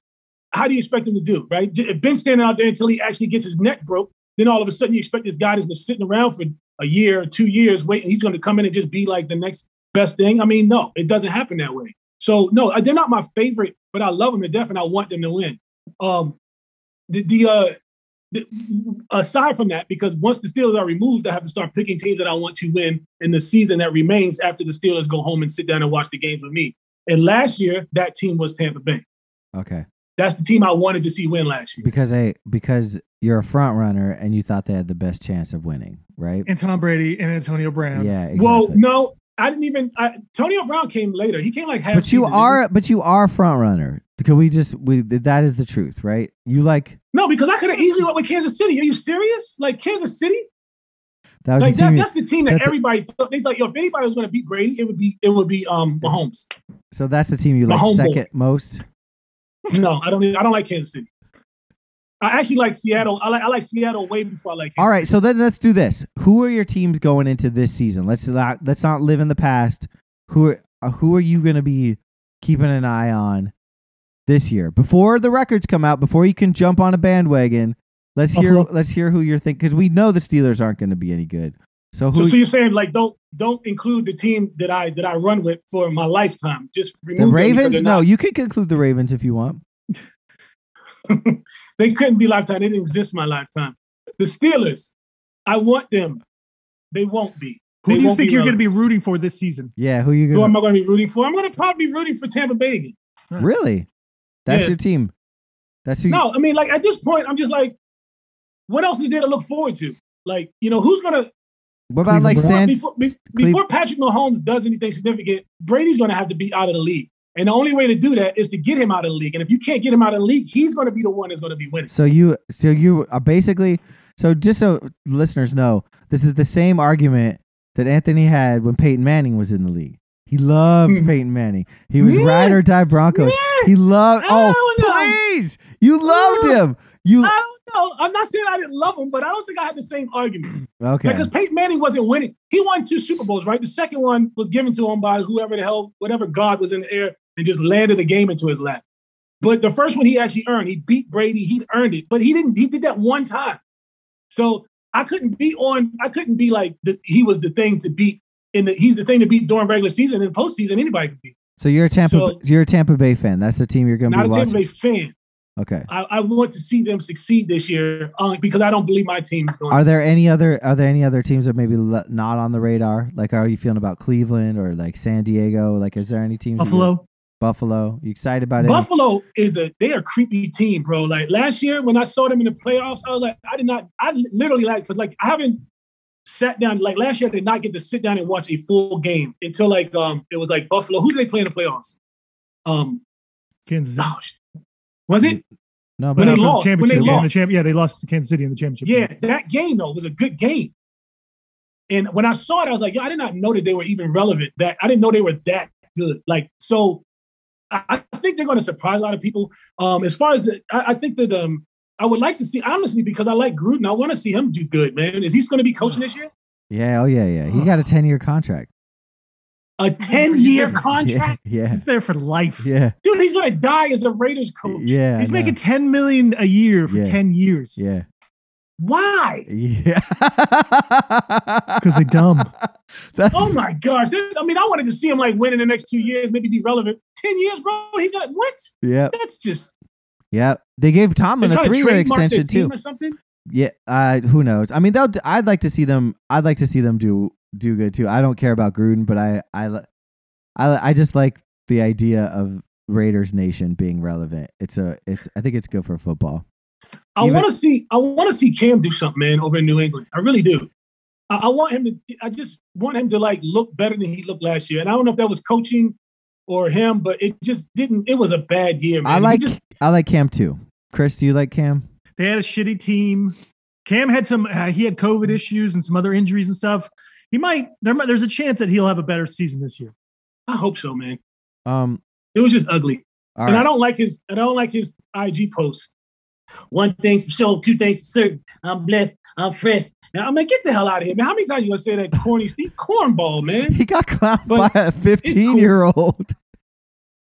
Speaker 2: how do you expect them to do? Right? J- If Ben's standing out there until he actually gets his neck broke, then all of a sudden you expect this guy that's been sitting around for a year, or two years, waiting. He's going to come in and just be like the next best thing. I mean, no, it doesn't happen that way. So no, uh, they're not my favorite, but I love them to death, and I want them to win. Um, the the, uh, the aside from that, because once the Steelers are removed, I have to start picking teams that I want to win in the season that remains after the Steelers go home and sit down and watch the games with me. And last year, that team was Tampa Bay.
Speaker 1: Okay.
Speaker 2: That's the team I wanted to see win last year.
Speaker 1: Because I because you're a front runner and you thought they had the best chance of winning, right?
Speaker 3: and Tom Brady and Antonio Brown.
Speaker 1: Yeah. Exactly.
Speaker 2: Well, no, I didn't even. I, Tony Brown came later. He came like half.
Speaker 1: but you
Speaker 2: season, didn't
Speaker 1: are but you are front runner can we just we that is the truth right you like
Speaker 2: he? no, because I could have easily went with Kansas City. Are you serious? Like Kansas City?
Speaker 1: that was
Speaker 2: Like
Speaker 1: the team
Speaker 2: that,
Speaker 1: you-
Speaker 2: that's the team
Speaker 1: is
Speaker 2: that,
Speaker 1: that the-
Speaker 2: everybody thought. They like, yo, if anybody was going to beat Brady, it would be it would be um Mahomes.
Speaker 1: so that's the team you
Speaker 2: the
Speaker 1: like
Speaker 2: homeboy.
Speaker 1: second most
Speaker 2: no, I don't. I don't like Kansas City. I actually like Seattle. I like I like Seattle way before I like. Kansas
Speaker 1: all right so then let's do this who are your teams going into this season let's not let's not live in the past who are uh, who are you going to be keeping an eye on this year before the records come out before you can jump on a bandwagon let's hear
Speaker 2: Uh-huh.
Speaker 3: Buffalo.
Speaker 1: let's hear who you're thinking because we know the steelers aren't going to be any good so
Speaker 2: City.
Speaker 1: who
Speaker 2: So, so you're saying like don't don't include the team that I that I run with for my lifetime. Just remove
Speaker 1: the
Speaker 2: them because
Speaker 1: ravens
Speaker 2: they're
Speaker 1: no
Speaker 2: not-
Speaker 1: you can conclude the ravens if you want
Speaker 2: they couldn't be lifetime. They didn't exist my lifetime. The Steelers, I want them. They won't be.
Speaker 3: Who
Speaker 2: They
Speaker 3: do you
Speaker 2: won't
Speaker 3: think
Speaker 2: be
Speaker 3: you're going to
Speaker 2: relevant.
Speaker 3: be rooting for this season?
Speaker 1: yeah who you going
Speaker 2: Who
Speaker 1: to
Speaker 2: am I going to be rooting for? I'm going to probably be rooting for Tampa Bay. again.
Speaker 1: Really? That's
Speaker 2: Yeah.
Speaker 1: your team. That's who.
Speaker 2: No, I mean, like at this point, I'm just like, what else is there to look forward to? Like, you know, who's gonna
Speaker 1: what about like
Speaker 2: before,
Speaker 1: San?
Speaker 2: before, be-
Speaker 1: Cle-
Speaker 2: before Patrick Mahomes does anything significant? Brady's gonna have to be out of the league, and the only way to do that is to get him out of the league. And if you can't get him out of the league, he's gonna be the one that's gonna be winning.
Speaker 1: So you, so you are basically. So just so listeners know, this is the same argument that Anthony had when Peyton Manning was in the league. He
Speaker 2: [LAUGHS]
Speaker 1: loved
Speaker 2: Hmm.
Speaker 1: Peyton Manning. He was
Speaker 2: Yeah.
Speaker 1: ride or die Broncos.
Speaker 2: Yeah,
Speaker 1: He loved.
Speaker 2: I
Speaker 1: Oh,
Speaker 2: don't know.
Speaker 1: please! You loved
Speaker 2: Oh.
Speaker 1: him. You
Speaker 2: I don't know. I'm not saying I didn't love him, but I don't think I had the same argument
Speaker 1: okay?
Speaker 2: because Peyton Manning wasn't winning. He won two Super Bowls, right? The second one was given to him by whoever the hell, whatever God was in the air, and just landed a game into his lap. But the first one he actually earned. He beat Brady. He earned it, but he didn't. He did that one time. So I couldn't be on. I couldn't be like the, he was the thing to beat. In the, he's the thing to beat during regular season and postseason. Anybody can beat.
Speaker 1: So you're a Tampa.
Speaker 2: so-
Speaker 1: you're a Tampa Bay fan. That's the team you're going to
Speaker 2: Not
Speaker 1: be
Speaker 2: a Tampa
Speaker 1: watching.
Speaker 2: Bay fan.
Speaker 1: Okay.
Speaker 2: I, I want to see them succeed this year uh, because I don't believe my team is going.
Speaker 1: Are
Speaker 2: to.
Speaker 1: there any other? Are there any other teams that maybe le- not on the radar? Like, how are you feeling about Cleveland or like San Diego? Like, is there any teams? that you're-
Speaker 3: Buffalo.
Speaker 1: Buffalo. You excited about it?
Speaker 2: Buffalo is a they are a creepy team, bro. Like last year when I saw them in the playoffs, I was like, I did not, I literally like because like I haven't sat down like last year I did not get to sit down and watch a full game until like um it was like Buffalo. Who did they play in the playoffs? Um
Speaker 3: Kansas.
Speaker 2: Oh, was it?
Speaker 1: No,
Speaker 2: When
Speaker 1: but
Speaker 2: they
Speaker 3: For the
Speaker 2: lost, when
Speaker 3: championship,
Speaker 2: they
Speaker 3: yeah, in the
Speaker 2: lost.
Speaker 3: champ- yeah, they lost to Kansas City in the championship.
Speaker 2: Yeah, that game though was a good game. And when I saw it, I was like, yo, I did not know that they were even relevant. That I didn't know they were that good. Like, so I, I think they're going to surprise a lot of people. Um, as far as the, I, I think that um, I would like to see honestly because I like Gruden. I want to see him do good, man. Is he going to be coaching this year?
Speaker 1: yeah, oh yeah, yeah. He got a ten year contract. [LAUGHS]
Speaker 2: A ten-year contract,
Speaker 1: Yeah,
Speaker 3: He's there for life.
Speaker 1: yeah,
Speaker 2: dude. He's going to die as a Raiders coach.
Speaker 1: yeah.
Speaker 3: He's
Speaker 1: I know.
Speaker 3: making 10 million a year for
Speaker 1: Yeah.
Speaker 3: 10 years.
Speaker 1: Yeah,
Speaker 2: Why? [LAUGHS]
Speaker 1: yeah. [LAUGHS]
Speaker 3: Because they're dumb.
Speaker 1: That's
Speaker 2: Oh my gosh! That- I mean, I wanted to see him like win in the next two years, maybe be relevant. Ten years, bro. He's got what?
Speaker 1: yep,
Speaker 2: That's just
Speaker 1: yep. They gave
Speaker 2: They're
Speaker 1: Tomlin a
Speaker 2: trying to
Speaker 1: three year
Speaker 2: trademark their
Speaker 1: extension too.
Speaker 2: team Or something?
Speaker 1: Yeah, uh, who knows? I mean, they'll. d- I'd like to see them. I'd like to see them do do good too. I don't care about Gruden, but I I li- I, li- I just like the idea of Raiders Nation being relevant. It's a it's. I think it's good for football.
Speaker 2: I
Speaker 1: Even-
Speaker 2: want to see. I want to see Cam do something, man, over in New England. I really do. I, I want him to. I just want him to like look better than he looked last year. And I don't know if that was coaching or him, but it just didn't. It was a bad year, man.
Speaker 1: I
Speaker 2: He
Speaker 1: like
Speaker 2: just-
Speaker 1: I like Cam too. Chris, do you like Cam?
Speaker 3: [LAUGHS] They had a shitty team. Cam had some, uh, he had COVID issues and some other injuries and stuff. He might, there, might- there's a chance that he'll have a better season this year.
Speaker 2: I hope so, man.
Speaker 1: Um,
Speaker 2: It was just ugly,
Speaker 1: all
Speaker 2: and I
Speaker 1: right.
Speaker 2: don't like his. I don't like his IG post. One thing for sure, two things for certain. I'm blessed. I'm fresh. And I'm like, get the hell out of here, man. How many times you gonna say that corny [LAUGHS] Steve cornball, man?
Speaker 1: He got clowned
Speaker 2: But
Speaker 1: by a fifteen year old.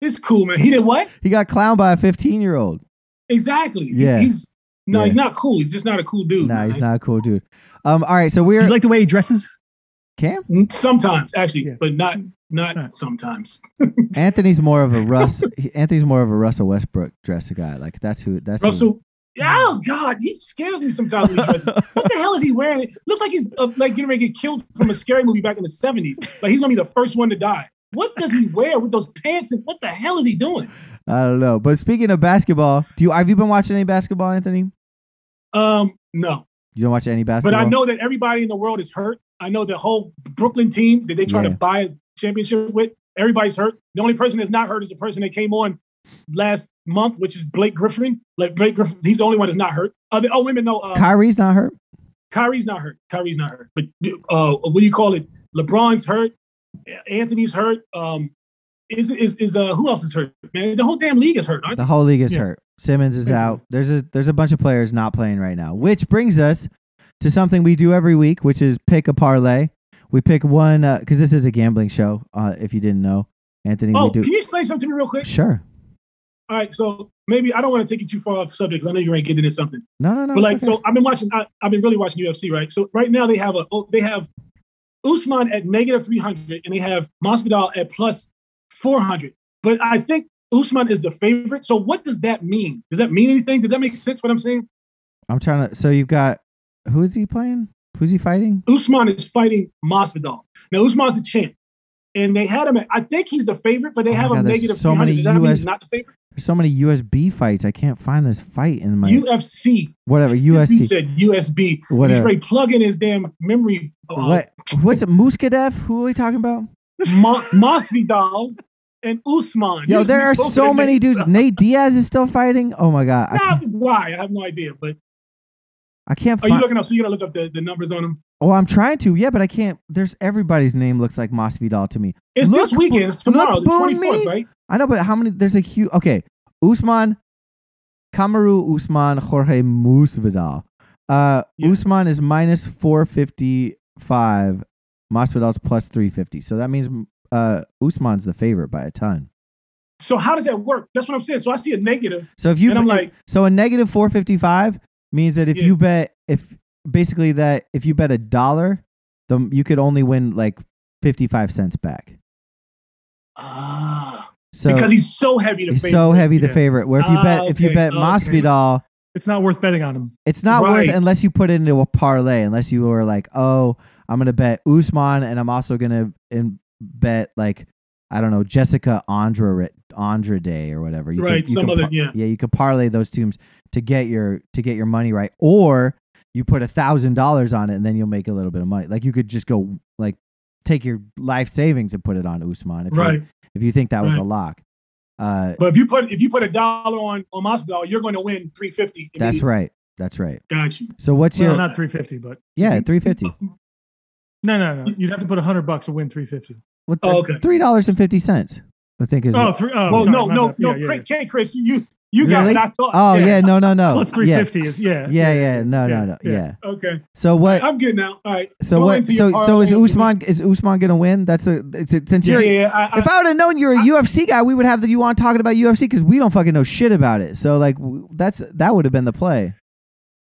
Speaker 2: It's cool, man. He did what?
Speaker 1: He got clowned by a fifteen year old.
Speaker 2: Exactly. He-
Speaker 1: Yeah.
Speaker 2: He's no,
Speaker 1: Yeah.
Speaker 2: he's not cool. He's just not a cool dude.
Speaker 1: No, nah, he's
Speaker 2: man.
Speaker 1: not a cool dude. Um, all right, so
Speaker 3: Do
Speaker 1: we're
Speaker 3: you like the way he dresses?
Speaker 1: Cam.
Speaker 2: Sometimes, actually,
Speaker 3: Yeah.
Speaker 2: but not not
Speaker 3: Huh.
Speaker 2: sometimes.
Speaker 1: Anthony's more of a Russ. he- Anthony's more of a Russell Westbrook dresser guy. Like that's who. That's who-
Speaker 2: Russell. Oh God, he scares me sometimes when he
Speaker 1: [LAUGHS]
Speaker 2: dresses. what the hell is he wearing? It looks like he's uh, like getting ready to get killed from a scary movie back in the seventies. Like he's gonna be the first one to die. What does he wear with those pants? And what the hell is he doing?
Speaker 1: I don't know. But speaking of basketball, do you have you been watching any basketball, Anthony?
Speaker 2: Um, no.
Speaker 1: You don't watch any
Speaker 2: But
Speaker 1: basketball.
Speaker 2: I know that everybody in the world is hurt. I know the whole Brooklyn team that they try
Speaker 1: Yeah.
Speaker 2: to buy a championship with, everybody's hurt. The only person that's not hurt is the person that came on last month, which is Blake Griffin. Like Blake Griffin, he's the only one that's not hurt. Other, oh, women, no. Uh,
Speaker 1: Kyrie's not hurt.
Speaker 2: Kyrie's not hurt. Kyrie's not hurt. But uh, what do you call it? LeBron's hurt. Anthony's hurt. Um, is is is uh who else is hurt? Man, the whole damn league is hurt. Aren't
Speaker 1: The whole league is
Speaker 3: Yeah.
Speaker 1: hurt. Simmons is
Speaker 3: Basically.
Speaker 1: out. There's a there's a bunch of players not playing right now, which brings us to something we do every week, which is pick a parlay. We pick one because this is a gambling show. Uh, if you didn't know, Anthony,
Speaker 2: they? Oh,
Speaker 1: we do
Speaker 2: can you explain something to me real
Speaker 1: [LAUGHS]
Speaker 2: quick?
Speaker 1: sure.
Speaker 2: All right, so maybe I don't want to take you too far off subject because I know you're gonna get into something.
Speaker 1: No, no, no.
Speaker 2: But like,
Speaker 1: it's okay.
Speaker 2: so I've been watching. I, I've been really watching UFC, right? So right now they have a oh, they have Usman at negative three hundred, and they have Masvidal at plus four hundred. But I think Usman is the favorite. So what does that mean? Does that mean anything? Does that make sense? What I'm saying?
Speaker 1: I'm trying to. So you've got who is he playing? Who's he fighting?
Speaker 2: Usman is fighting Masvidal. Now Usman's the champ, and they had him. At, I think he's the favorite, but they
Speaker 1: Oh
Speaker 2: have
Speaker 1: my
Speaker 2: him
Speaker 1: God, there's
Speaker 2: negative
Speaker 1: so
Speaker 2: three
Speaker 1: many
Speaker 2: hundred. Does that mean
Speaker 1: US
Speaker 2: he's not the favorite?
Speaker 1: There's so many USB fights. I can't find this fight in my
Speaker 2: UFC. [LAUGHS]
Speaker 1: whatever
Speaker 2: This dude
Speaker 1: USC.
Speaker 2: said USB. He's
Speaker 1: Whatever.
Speaker 2: ready plugging his damn memory. uh,
Speaker 1: What? What's it? Muskadev? Who are we talking about?
Speaker 2: Ma- Masvidal and Usman.
Speaker 1: Yo,
Speaker 2: You-
Speaker 1: there
Speaker 2: you
Speaker 1: are
Speaker 2: both
Speaker 1: so
Speaker 2: admit-
Speaker 1: many
Speaker 2: [LAUGHS]
Speaker 1: dudes. Nate Diaz is still fighting. Oh my god, I
Speaker 2: Nah,
Speaker 1: can't,
Speaker 2: why? I have no idea. But
Speaker 1: I can't
Speaker 2: are Oh, you
Speaker 1: find.
Speaker 2: looking up? So you're gonna look up the, the numbers on them?
Speaker 1: Oh, I'm trying to. Yeah, but I can't. There's everybody's name looks like Masvidal to me.
Speaker 2: It's
Speaker 1: Look,
Speaker 2: this weekend. It's
Speaker 1: look,
Speaker 2: tomorrow, the
Speaker 1: boom,
Speaker 2: 24th,
Speaker 1: me.
Speaker 2: right?
Speaker 1: I know, but how many? There's a huge. Okay, Usman, Kamaru Usman, Jorge Masvidal. Uh,
Speaker 2: Yeah.
Speaker 1: Usman is minus four fifty five. Masvidal's plus three fifty. So that means uh, Usman's the favorite by a ton.
Speaker 2: So how does that work? That's what I'm saying. So I see a negative,
Speaker 1: So if you
Speaker 2: and I'm
Speaker 1: if-
Speaker 2: like,
Speaker 1: So a negative 455 means that if
Speaker 2: Yeah.
Speaker 1: you bet if basically that if you bet a dollar, then you could only win like 55 cents back.
Speaker 2: ah,
Speaker 1: So
Speaker 2: because he's so heavy to
Speaker 1: he's
Speaker 2: favorite.
Speaker 1: so heavy the
Speaker 3: yeah.
Speaker 1: favorite. Where if you bet
Speaker 2: Ah,
Speaker 1: if you
Speaker 2: okay,
Speaker 1: bet
Speaker 2: okay.
Speaker 1: Masvidal,
Speaker 3: It's not worth betting on him.
Speaker 1: it's not
Speaker 2: Right.
Speaker 1: worth unless you put it into a parlay, unless you were like, "Oh, I'm going to bet Usman and I'm also going to in bet like I don't know, Jessica Andra Andra Day or whatever. You
Speaker 2: Right, some
Speaker 1: could
Speaker 2: other-
Speaker 1: par-
Speaker 2: yeah.
Speaker 1: Yeah, you could parlay those teams to get your to get your money right. Or you put a thousand dollars on it and then you'll make a little bit of money. Like you could just go like take your life savings and put it on Usman if
Speaker 2: right.
Speaker 1: you, if you think that was a
Speaker 2: Right.
Speaker 1: lock. Uh,
Speaker 2: But if you put if you put a dollar on on Masvidal, you're going to win three fifty.
Speaker 1: that's right. That's right.
Speaker 2: Got you.
Speaker 1: So what's
Speaker 3: Well,
Speaker 1: your
Speaker 3: not 350, but
Speaker 1: yeah three fifty?
Speaker 3: no, no, no. You'd have to put 100 bucks to win 350.
Speaker 1: What
Speaker 2: Oh, okay.
Speaker 1: three dollars and fifty cents? I think is.
Speaker 3: Oh, three, oh
Speaker 2: well,
Speaker 3: sorry,
Speaker 2: no,
Speaker 3: my
Speaker 2: no,
Speaker 3: bad.
Speaker 2: no,
Speaker 3: Yeah, yeah,
Speaker 2: Chris,
Speaker 3: yeah.
Speaker 2: Kate, Chris, you you got
Speaker 1: Really?
Speaker 2: what I thought.
Speaker 1: Oh, yeah. no no no
Speaker 3: Plus
Speaker 1: yeah
Speaker 3: 350 is yeah,
Speaker 1: yeah yeah no no no yeah.
Speaker 3: yeah.
Speaker 2: Okay,
Speaker 1: So what?
Speaker 2: I'm good now. All right.
Speaker 1: So
Speaker 2: Go
Speaker 1: what?
Speaker 2: into
Speaker 1: So
Speaker 2: your
Speaker 1: so is
Speaker 2: parlay.
Speaker 1: Usman is Usman gonna win? That's a it's a, since
Speaker 2: Yeah,
Speaker 1: you're
Speaker 2: yeah. I, I,
Speaker 1: if I would have known you're a UFC guy, we would have the you on talking about UFC because we don't fucking know shit about it. So like w- that's that would have been the play.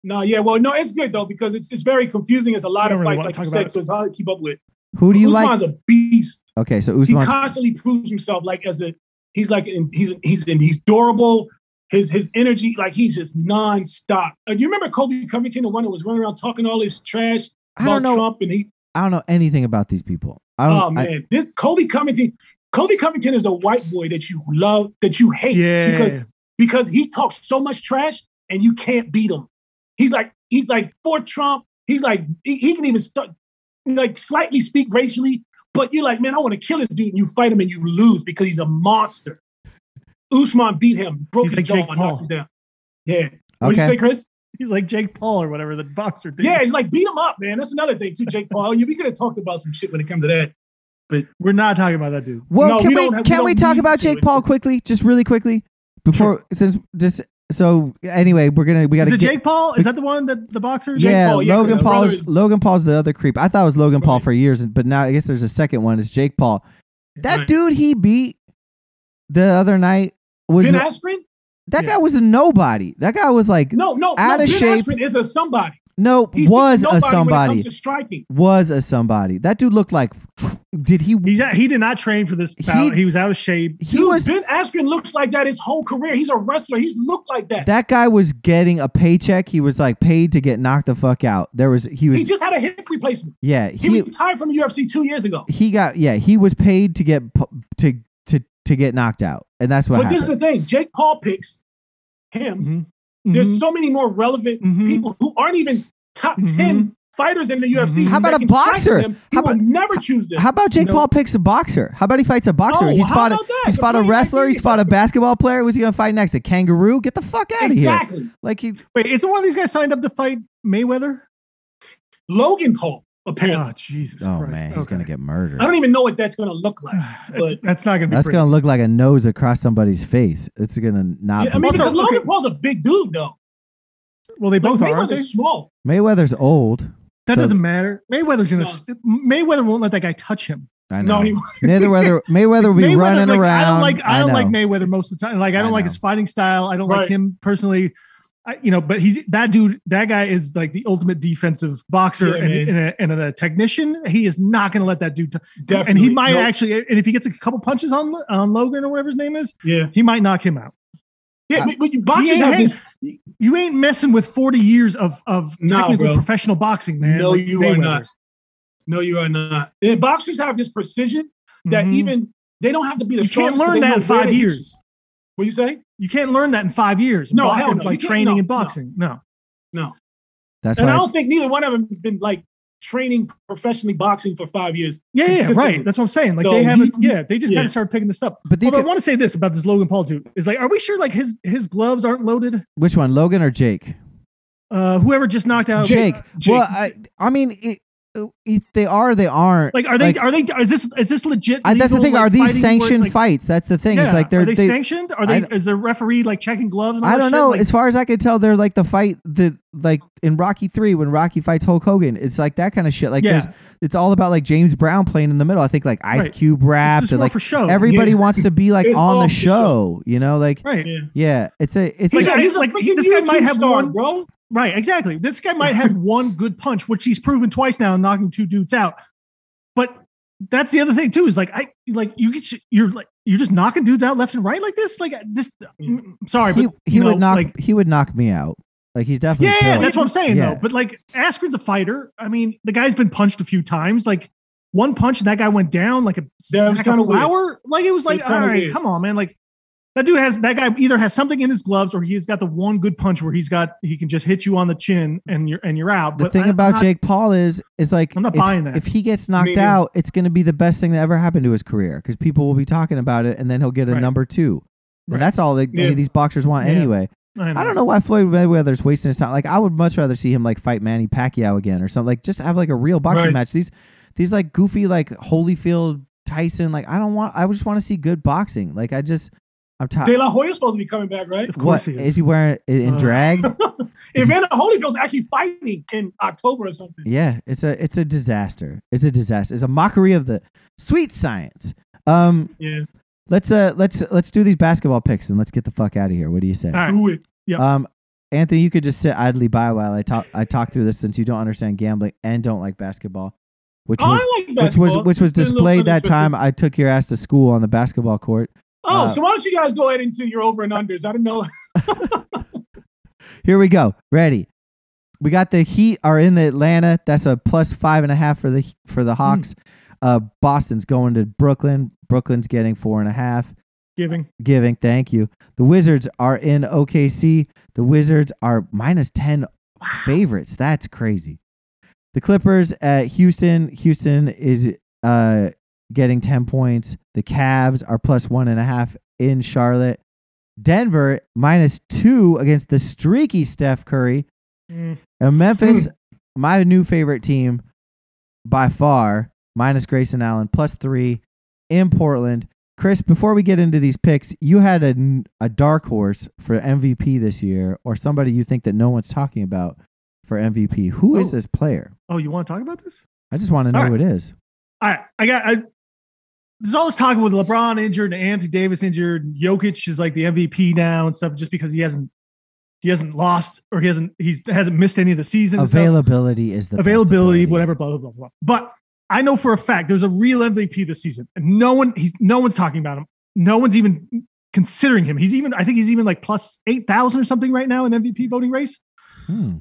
Speaker 2: no, yeah. Well, no, it's good though because it's it's very confusing. It's a lot
Speaker 3: We
Speaker 2: of
Speaker 3: don't
Speaker 2: fights,
Speaker 3: really wanna
Speaker 2: like you
Speaker 3: talk
Speaker 2: said,
Speaker 3: about it.
Speaker 2: so it's hard to keep up with.
Speaker 1: Who do you
Speaker 2: Usman's a beast.
Speaker 1: like? Okay, so
Speaker 2: he
Speaker 1: Usman.
Speaker 2: constantly proves himself like as a he's like in, he's he's in, he's durable. His his energy like he's just nonstop. Uh, do you remember Kobe Covington, the one that was running around talking all this trash
Speaker 1: I don't
Speaker 2: about
Speaker 1: know.
Speaker 2: Trump? And he
Speaker 1: I don't know anything about these people. I don't.
Speaker 2: oh
Speaker 1: I-
Speaker 2: man, this Kobe Covington. Kobe Covington is the white boy that you love, that you hate
Speaker 3: yeah.
Speaker 2: because because he talks so much trash and you can't beat him. He's like he's like for Trump. He's like he, he can even start like slightly speak racially, but you're like, man, I want to kill this dude, and you fight him and you lose because he's a monster. Usman beat him, broke
Speaker 3: He's
Speaker 2: his
Speaker 3: like
Speaker 2: jaw,
Speaker 3: Jake
Speaker 2: knocked
Speaker 3: Paul.
Speaker 2: him down. Yeah. What'd
Speaker 1: Okay.
Speaker 2: you say, Chris?
Speaker 3: he's like Jake Paul or whatever the boxer did.
Speaker 2: Yeah, he's like beat him up, man. That's another thing too, Jake Paul. You we could have talked about some shit when it comes to that.
Speaker 3: we're not talking about that dude.
Speaker 1: well,
Speaker 2: No,
Speaker 1: can
Speaker 2: we
Speaker 1: we,
Speaker 2: don't have- we
Speaker 1: can we
Speaker 2: don't
Speaker 1: talk
Speaker 2: need
Speaker 1: about
Speaker 2: to.
Speaker 1: Jake
Speaker 2: It's-
Speaker 1: Paul quickly, just really quickly, before since just so anyway, we're gonna we
Speaker 3: Is
Speaker 1: gotta
Speaker 3: it
Speaker 1: get.
Speaker 3: Jake Paul? Is that the one that the boxer?
Speaker 2: Jake
Speaker 1: yeah,
Speaker 2: Paul, yeah, 'cause
Speaker 1: Logan
Speaker 2: his
Speaker 1: Paul
Speaker 2: brother
Speaker 1: is,
Speaker 2: is-
Speaker 1: Logan Paul's the other creep. I thought it was Logan Paul
Speaker 2: Right.
Speaker 1: for years, but now I guess there's a second one. Is Jake Paul? That
Speaker 2: Right.
Speaker 1: dude he beat the other night was
Speaker 2: ben Askren?
Speaker 1: that
Speaker 3: Yeah.
Speaker 1: guy was a nobody. That guy was like
Speaker 2: No, no, no.
Speaker 1: Out
Speaker 2: Ben
Speaker 1: of shape.
Speaker 2: Askren is a somebody.
Speaker 1: no
Speaker 2: He's
Speaker 1: was
Speaker 2: just
Speaker 1: a
Speaker 2: nobody When it
Speaker 1: somebody.
Speaker 2: comes to striking.
Speaker 1: Was a somebody. That dude looked like did he
Speaker 3: He's he did not train for this bout.
Speaker 1: He-
Speaker 3: He, was out of shape.
Speaker 1: he
Speaker 2: Dude,
Speaker 1: was
Speaker 2: Ben Askren looks like that his whole career. He's a wrestler. He's looked like that.
Speaker 1: that guy was getting a paycheck. He was like paid to get knocked the fuck out. There was he was
Speaker 2: he just had a hip replacement.
Speaker 1: yeah,
Speaker 2: He,
Speaker 1: he
Speaker 2: retired from the UFC two years ago.
Speaker 1: he got yeah, he was paid to get pu- to to to get knocked out. And that's what
Speaker 2: but
Speaker 1: happened. Mm-hmm.
Speaker 2: this is the thing: Jake Paul picks him.
Speaker 3: Mhm.
Speaker 2: There's
Speaker 3: Mhm.
Speaker 2: so many more relevant
Speaker 3: Mhm.
Speaker 2: people who aren't even top
Speaker 3: Mhm.
Speaker 2: ten fighters in the UFC.
Speaker 1: Mm-hmm. How about
Speaker 2: that
Speaker 1: a
Speaker 2: can fight
Speaker 1: boxer?
Speaker 2: Them. He
Speaker 1: How
Speaker 2: will
Speaker 1: about-
Speaker 2: never choose them.
Speaker 1: How about Jake
Speaker 3: No.
Speaker 1: Paul picks a boxer? How about he fights a boxer?
Speaker 2: No,
Speaker 1: he's
Speaker 2: how
Speaker 1: fought a,
Speaker 2: about that?
Speaker 1: he's
Speaker 2: The
Speaker 1: fought a
Speaker 2: brilliant
Speaker 1: wrestler. He's
Speaker 2: idea.
Speaker 1: fought a basketball player. Who's he gonna fight next? A kangaroo? Get the fuck out of here!
Speaker 2: exactly.
Speaker 1: Like he
Speaker 3: Wait, isn't one of these guys signed up to fight Mayweather?
Speaker 2: Logan Paul. Apparently,
Speaker 3: Oh Jesus
Speaker 1: Oh
Speaker 3: Christ!
Speaker 1: man, he's
Speaker 3: Okay.
Speaker 1: gonna get murdered.
Speaker 2: I don't even know what that's going to look like.
Speaker 3: [SIGHS] that's, that's not gonna be.
Speaker 1: That's
Speaker 3: pretty.
Speaker 1: gonna look like a nose across somebody's face. It's gonna not.
Speaker 2: Yeah, I
Speaker 1: be-
Speaker 2: mean,
Speaker 3: Also,
Speaker 2: because Logan
Speaker 3: okay.
Speaker 2: Paul's a big dude, though.
Speaker 3: Well, they
Speaker 2: Like,
Speaker 3: both are, aren't they?
Speaker 2: Mayweather's small.
Speaker 1: Mayweather's old.
Speaker 3: That
Speaker 1: So-
Speaker 3: doesn't matter. Mayweather's gonna.
Speaker 2: No.
Speaker 3: st- Mayweather won't let that guy touch him.
Speaker 1: I know.
Speaker 2: No, he
Speaker 1: Mayweather Mayweather will be
Speaker 3: Mayweather,
Speaker 1: running
Speaker 3: like,
Speaker 1: around.
Speaker 3: I don't like. I, don't
Speaker 1: know.
Speaker 3: like Mayweather most of the time. Like I
Speaker 1: I
Speaker 3: don't like
Speaker 1: know.
Speaker 3: his fighting style. I don't
Speaker 2: Right.
Speaker 3: like him personally. I, you know, but he's that dude. That guy is like the ultimate defensive boxer
Speaker 2: Yeah,
Speaker 3: and,
Speaker 2: man.
Speaker 3: and, a, and a technician. He is not going to let that dude. T-
Speaker 2: definitely.
Speaker 3: and he might
Speaker 2: Nope.
Speaker 3: actually. And if he gets a couple punches on Lo- on Logan or whatever his name is,
Speaker 2: Yeah,
Speaker 3: he might knock him out.
Speaker 2: yeah.
Speaker 1: I-
Speaker 2: but- but you
Speaker 3: He
Speaker 2: boxers
Speaker 3: ain't-
Speaker 2: have
Speaker 3: hey,
Speaker 2: this
Speaker 3: You ain't messing with forty years of of
Speaker 2: Nah,
Speaker 3: technical
Speaker 2: bro.
Speaker 3: professional boxing, man.
Speaker 2: No,
Speaker 3: like
Speaker 2: you are
Speaker 3: Mayweather.
Speaker 2: not. No, you are not. And boxers have this precision that
Speaker 1: Mm-hmm.
Speaker 3: Mhm.
Speaker 2: even they don't have to be the
Speaker 3: you can't
Speaker 2: strongest. but
Speaker 3: learn
Speaker 2: they
Speaker 3: that
Speaker 2: know
Speaker 3: in
Speaker 2: where to
Speaker 3: five
Speaker 2: hit you.
Speaker 3: years.
Speaker 2: What you say?
Speaker 3: You can't learn that in five years.
Speaker 2: No,
Speaker 3: Boxing,
Speaker 2: hell no. You
Speaker 3: Like
Speaker 2: can't-
Speaker 3: training
Speaker 2: no,
Speaker 3: and
Speaker 2: no.
Speaker 3: boxing. No.
Speaker 2: No.
Speaker 1: That's
Speaker 2: and I
Speaker 1: why.
Speaker 2: don't think neither one of them has been like training professionally boxing for five years.
Speaker 3: Yeah, yeah,
Speaker 2: consistently.
Speaker 3: right. That's what I'm saying. Like
Speaker 2: So
Speaker 3: they
Speaker 2: he-
Speaker 3: haven't. yeah, they just
Speaker 2: yeah.
Speaker 3: kind of started picking this up.
Speaker 1: But they
Speaker 3: Although I
Speaker 1: could,
Speaker 3: want to say this about this Logan Paul dude is like, are we sure like his his gloves aren't loaded?
Speaker 1: which one, Logan or Jake?
Speaker 3: Uh, whoever just knocked out
Speaker 1: Jake.
Speaker 2: Jake.
Speaker 1: Well, I I mean, it, if they are, they aren't.
Speaker 3: Like, are they?
Speaker 1: Like-
Speaker 3: are they? Is this is this legit?
Speaker 1: I, that's the
Speaker 3: legal,
Speaker 1: thing.
Speaker 3: like,
Speaker 1: are
Speaker 3: fighting where
Speaker 1: these
Speaker 3: it's,
Speaker 1: sanctioned
Speaker 3: like-
Speaker 1: fights? That's the thing. It's
Speaker 3: Yeah,
Speaker 1: like they're
Speaker 3: are they,
Speaker 1: they-
Speaker 3: sanctioned? Are
Speaker 1: I
Speaker 3: they?
Speaker 1: don't-
Speaker 3: Is the referee like checking gloves? And all
Speaker 1: I
Speaker 3: that
Speaker 1: don't
Speaker 3: shit?
Speaker 1: know.
Speaker 3: Like,
Speaker 1: as far as I can tell, they're like the fight the like in Rocky Three when Rocky fights Hulk Hogan. It's like that kind of shit. Like
Speaker 3: yeah,
Speaker 1: there's it's all about like James Brown playing in the middle. I think like Ice
Speaker 3: Right.
Speaker 1: Cube
Speaker 3: it's
Speaker 1: rapped
Speaker 3: just
Speaker 1: and
Speaker 3: more
Speaker 1: like
Speaker 3: for show.
Speaker 1: everybody
Speaker 2: Yeah.
Speaker 1: wants to be like
Speaker 2: It's
Speaker 1: on
Speaker 2: all
Speaker 1: the
Speaker 2: for
Speaker 1: show. You know, like
Speaker 3: right,
Speaker 2: Yeah.
Speaker 1: yeah, it's a it's like
Speaker 2: He's,
Speaker 3: Like,
Speaker 2: a,
Speaker 3: I-
Speaker 2: he's a
Speaker 3: like,
Speaker 2: freaking
Speaker 3: this guy might
Speaker 2: YouTube
Speaker 3: have
Speaker 2: star,
Speaker 3: one-
Speaker 2: bro.
Speaker 3: right, exactly. This guy
Speaker 1: [LAUGHS]
Speaker 3: might have one good punch, which he's proven twice now, knocking two dudes out. But that's the other thing too. Is like I like you get you're like you're just knocking dudes out left and right like this. Like this. I'm Sorry,
Speaker 1: Mm. he,
Speaker 3: but
Speaker 1: he
Speaker 3: you
Speaker 1: would
Speaker 3: know,
Speaker 1: knock
Speaker 3: like-
Speaker 1: he would knock me out. Like he's definitely
Speaker 3: Yeah, yeah,
Speaker 1: killed.
Speaker 3: that's what I'm saying
Speaker 1: Yeah.
Speaker 3: though. But like Askren's a fighter. I mean, the guy's been punched a few times. Like one punch and that guy went down like a
Speaker 2: That was
Speaker 3: sack of
Speaker 2: kinda weird.
Speaker 3: flour. Like it was
Speaker 2: It was
Speaker 3: like, all
Speaker 2: kinda
Speaker 3: right,
Speaker 2: weird.
Speaker 3: come on, man. Like That dude has that guy either has something in his gloves or he's got the one good punch where he's got he can just hit you on the chin and you're and you're out.
Speaker 1: The
Speaker 3: But
Speaker 1: thing
Speaker 3: I- I'm
Speaker 1: about
Speaker 3: not-
Speaker 1: Jake Paul is, is like,
Speaker 3: I'm not
Speaker 1: if,
Speaker 3: buying that.
Speaker 1: if he gets knocked
Speaker 2: neither.
Speaker 1: out, it's going to be the best thing that ever happened to his career because people will be talking about it, and then he'll get a
Speaker 3: Right.
Speaker 1: number two. And
Speaker 3: Right.
Speaker 1: that's all that any
Speaker 2: Yeah.
Speaker 1: of these boxers want
Speaker 3: Yeah.
Speaker 1: anyway. I don't know why Floyd Mayweather's wasting his time. Like, I would much rather see him like fight Manny Pacquiao again or something. Like, just have like a real boxing
Speaker 2: Right.
Speaker 1: match. These, these like goofy like Holyfield Tyson. Like, I don't want. I just want to see good boxing. Like, I just, I'm
Speaker 2: De
Speaker 1: tired.
Speaker 2: La Hoya's supposed to be coming back, right?
Speaker 3: Of
Speaker 1: What
Speaker 3: course
Speaker 1: is
Speaker 3: he is.
Speaker 1: he wearing it in
Speaker 3: Ugh. [LAUGHS]
Speaker 1: drag?
Speaker 2: Evander Holyfield's actually fighting in October or something.
Speaker 1: Yeah, it's a it's a disaster. It's a disaster. It's a mockery of the sweet science. Um,
Speaker 2: Yeah,
Speaker 1: let's uh let's let's do these basketball picks and let's get the fuck out of here. What do you say?
Speaker 3: All right.
Speaker 2: do it.
Speaker 3: Yep.
Speaker 1: Um, Anthony, you could just sit idly by while I talk I talk through this since you don't understand gambling and don't like basketball, which
Speaker 2: Oh,
Speaker 1: was
Speaker 2: I like
Speaker 1: which
Speaker 2: basketball.
Speaker 1: was which was
Speaker 2: Just a little
Speaker 1: displayed that
Speaker 2: uninterested.
Speaker 1: time I took your ass to school on the basketball court.
Speaker 2: Oh,
Speaker 1: uh,
Speaker 2: so why don't you guys go ahead into your over and unders? I don't know.
Speaker 1: Here we go. Ready. We got the Heat are in the Atlanta. That's a plus five and a half for the for the Hawks. Uh, Boston's going to Brooklyn. Brooklyn's getting four and a half.
Speaker 3: giving.
Speaker 1: Giving, thank you. The Wizards are in OKC. The Wizards are minus ten favorites. That's crazy. The Clippers at Houston. Houston is uh getting ten points. The Cavs are plus one and a half in Charlotte. Denver minus two against the streaky Steph Curry.
Speaker 3: Mm.
Speaker 1: And Memphis,
Speaker 3: Hmm.
Speaker 1: my new favorite team by far, minus Grayson Allen, plus three in Portland. Chris, before we get into these picks, you had a, n- a dark horse for MVP this year, or somebody you think that no one's talking about for MVP. Who is
Speaker 3: Oh.
Speaker 1: this player?
Speaker 3: Oh, you want to talk about this?
Speaker 1: I just want to know
Speaker 3: All
Speaker 1: who it is.
Speaker 3: All right, I got. I, there's all this talk with LeBron injured and Anthony Davis injured. and Jokic is like the MVP now and stuff, just because he hasn't he hasn't lost or he hasn't he's hasn't missed any of the season. and stuff.
Speaker 1: Availability is the best
Speaker 3: availability,
Speaker 1: ability.
Speaker 3: whatever, blah blah blah blah. But I know for a fact there's a real MVP this season, and no one he, no one's talking about him. No one's even considering him. He's even I think he's even like plus eight thousand or something right now in MVP voting race.
Speaker 1: Hmm.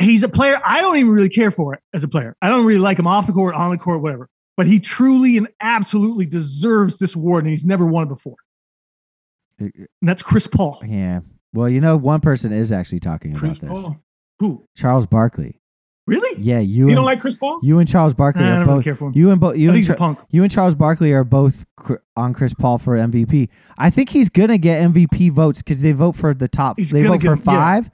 Speaker 3: He's a player I don't even really care for it as a player. I don't really like him off the court, on the court, whatever. But he truly and absolutely deserves this award, and he's never won it before.
Speaker 1: Uh,
Speaker 3: And that's Chris Paul.
Speaker 1: Yeah. Well, you know, one person is actually talking
Speaker 2: Chris
Speaker 1: about
Speaker 2: [LAUGHS]
Speaker 1: this.
Speaker 2: Paul.
Speaker 3: Who
Speaker 1: Charles Barkley.
Speaker 3: really?
Speaker 1: Yeah, you,
Speaker 2: You
Speaker 1: and
Speaker 2: don't like Chris Paul?
Speaker 1: you and Charles Barkley
Speaker 3: Nah, I
Speaker 1: are
Speaker 3: don't really
Speaker 1: both.
Speaker 3: care for him.
Speaker 1: You and both. You and
Speaker 3: I think he's
Speaker 1: Char-
Speaker 3: a punk.
Speaker 1: You and Charles Barkley are both cr- on Chris Paul for MVP. I think he's gonna get MVP votes because they vote for the top.
Speaker 3: He's
Speaker 1: they
Speaker 3: gonna
Speaker 1: vote for
Speaker 3: get- yeah.
Speaker 1: five.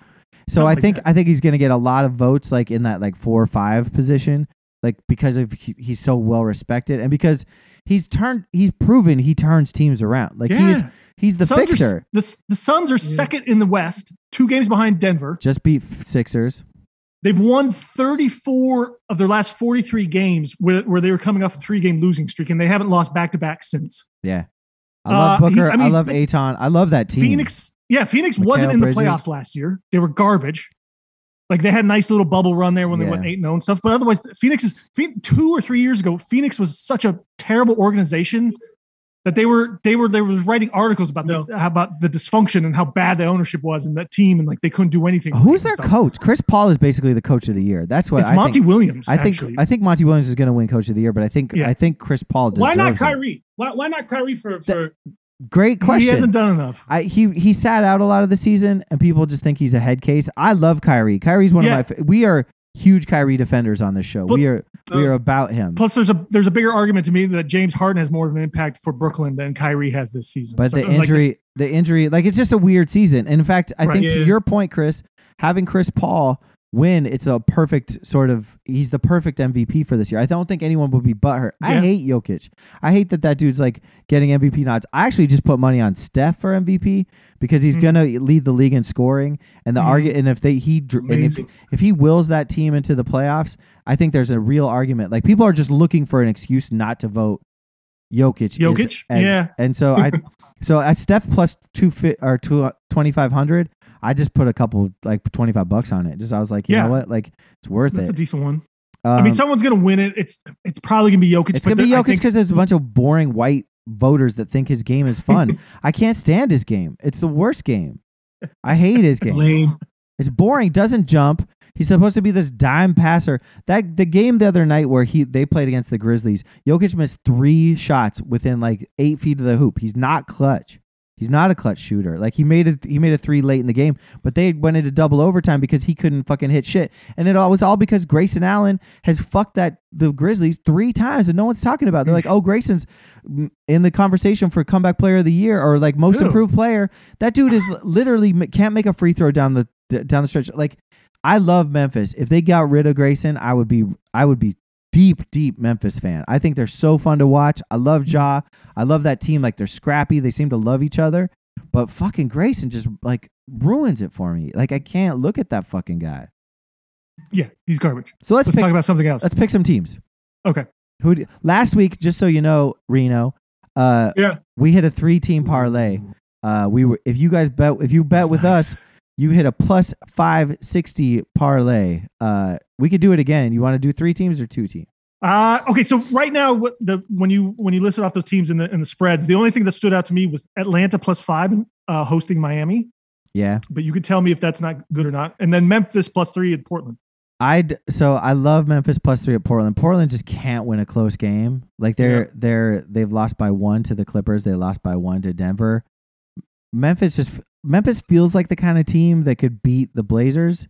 Speaker 1: So
Speaker 3: Something
Speaker 1: I
Speaker 3: like
Speaker 1: think
Speaker 3: that.
Speaker 1: I think he's gonna get a lot of votes, like in that like four or five position, like because of he, he's so well respected and because he's turned he's proven he turns teams around. Like he's
Speaker 3: Yeah.
Speaker 1: he's the
Speaker 3: Suns
Speaker 1: fixer.
Speaker 3: Are, the, the Suns are second in the West, two games behind Denver.
Speaker 1: Just beat f- Sixers.
Speaker 3: They've won 34 of their last 43 games where, where they were coming off a three game losing streak, and they haven't lost back to back since.
Speaker 1: Yeah, I love
Speaker 3: Uh, he-
Speaker 1: Booker.
Speaker 3: I
Speaker 1: I,
Speaker 3: mean,
Speaker 1: love
Speaker 3: but-
Speaker 1: Aton. I love that team.
Speaker 3: Phoenix, yeah, Phoenix
Speaker 1: Mikal
Speaker 3: wasn't in the
Speaker 1: Bridges.
Speaker 3: playoffs last year. They were garbage. Like they had a nice little bubble run there when they went
Speaker 1: Yeah.
Speaker 3: 8 0 and stuff. But otherwise, Phoenix is Phoe- two or three years ago, Phoenix was such a terrible organization that they were they were they was writing articles about the, about the dysfunction and how bad the ownership was and that team and like they couldn't do anything. with
Speaker 1: Who's
Speaker 3: it and
Speaker 1: their
Speaker 3: stuff.
Speaker 1: coach? Chris Paul is basically the coach of the year. That's what
Speaker 3: It's
Speaker 1: I
Speaker 3: Monty
Speaker 1: think.
Speaker 3: Williams.
Speaker 1: I think
Speaker 3: actually.
Speaker 1: I think Monty Williams is going to win Coach of the Year, but I think
Speaker 3: Yeah.
Speaker 1: I think Chris Paul deserves
Speaker 2: Why not
Speaker 1: it.
Speaker 2: Kyrie? Why, why not Kyrie for for?
Speaker 1: Great
Speaker 3: He
Speaker 1: question.
Speaker 3: hasn't done enough.
Speaker 1: I, he he sat out a lot of the season, and people just think he's a head case. I love Kyrie. Kyrie's one
Speaker 3: Yeah.
Speaker 1: of my. fa- We are huge Kyrie defenders on this show.
Speaker 3: Plus-
Speaker 1: we are
Speaker 3: uh,
Speaker 1: we are about him.
Speaker 3: Plus, there's a there's a bigger argument to me that James Harden has more of an impact for Brooklyn than Kyrie has this season.
Speaker 1: but
Speaker 3: So,
Speaker 1: the
Speaker 3: like, this-
Speaker 1: injury, the injury, like it's just a weird season. And in fact, I
Speaker 3: Right.
Speaker 1: think to
Speaker 2: Yeah.
Speaker 1: your point, Chris, having Chris Paul win, it's a perfect sort of. He's the perfect MVP for this year. I don't think anyone would be butthurt. I
Speaker 3: Yeah.
Speaker 1: hate Jokic. I hate that that dude's like getting MVP nods. I actually just put money on Steph for MVP because he's
Speaker 3: Mhm.
Speaker 1: gonna lead the league in scoring and the
Speaker 3: Mhm.
Speaker 1: argu And if they he dr- and if,
Speaker 2: Amazing.
Speaker 1: if he wills that team into the playoffs, I think there's a real argument. Like people are just looking for an excuse not to vote Jokic. is-
Speaker 3: Jokic?
Speaker 1: as-
Speaker 3: Yeah.
Speaker 1: And so
Speaker 3: [LAUGHS]
Speaker 1: I, so at Steph plus two fit or two twenty five hundred, I just put a couple like twenty five bucks on it. Just I was like, you
Speaker 3: Yeah.
Speaker 1: know what, like it's worth
Speaker 3: that's a
Speaker 1: it.
Speaker 3: decent one.
Speaker 1: Um,
Speaker 3: I mean, someone's gonna win it. It's it's probably gonna be Jokic.
Speaker 1: it's
Speaker 3: but
Speaker 1: gonna be
Speaker 3: I
Speaker 1: Jokic
Speaker 3: think-
Speaker 1: because there's a bunch of boring white voters that think his game is
Speaker 3: [LAUGHS]
Speaker 1: fun. I can't stand his game. It's the worst game. I hate his game.
Speaker 3: [LAUGHS]
Speaker 2: Lame.
Speaker 1: It's boring. Doesn't jump. He's supposed to be this dime passer. That the game the other night where he they played against the Grizzlies, Jokic missed three shots within like eight feet of the hoop. He's not clutch. He's not a clutch shooter. Like he made it, he made a three late in the game, but they went into double overtime because he couldn't fucking hit shit, and it all was all because Grayson Allen has fucked that the Grizzlies three times, and no one's talking about. It. They're like, oh, Grayson's in the conversation for comeback player of the year or like most
Speaker 3: Who?
Speaker 1: improved player. That dude is literally m- can't make a free throw down the d- down the stretch. Like, I love Memphis. If they got rid of Grayson, I would be I would be deep deep Memphis fan. I think they're so fun to watch. I love Ja. I love that team. Like they're scrappy. They seem to love each other. But fucking Grayson just like ruins it for me. Like I can't look at that fucking guy.
Speaker 3: Yeah, he's garbage.
Speaker 1: So let's
Speaker 3: Let's,
Speaker 1: pick,
Speaker 3: talk about something else.
Speaker 1: let's pick some teams.
Speaker 3: Okay.
Speaker 1: Who do, last week? Just so you know, Reno. Uh,
Speaker 2: Yeah.
Speaker 1: We hit a three-team parlay. Uh, we were if you guys bet if you bet
Speaker 3: That's
Speaker 1: with
Speaker 3: nice.
Speaker 1: us, you hit a plus five sixty parlay. Uh, we could do it again. You want to do three teams or two teams?
Speaker 3: Uh, okay, so right now, what the when you when you listed off those teams in the in the spreads, the only thing that stood out to me was Atlanta plus five uh, hosting Miami.
Speaker 1: Yeah.
Speaker 3: But you could tell me if that's not good or not. And then Memphis plus three in Portland.
Speaker 1: I so I love Memphis plus three at Portland. Portland just can't win a close game. Like they're they're they've lost by one to the Clippers. They lost by one to Denver. Memphis just Memphis feels like the kind of team that could beat the Blazers.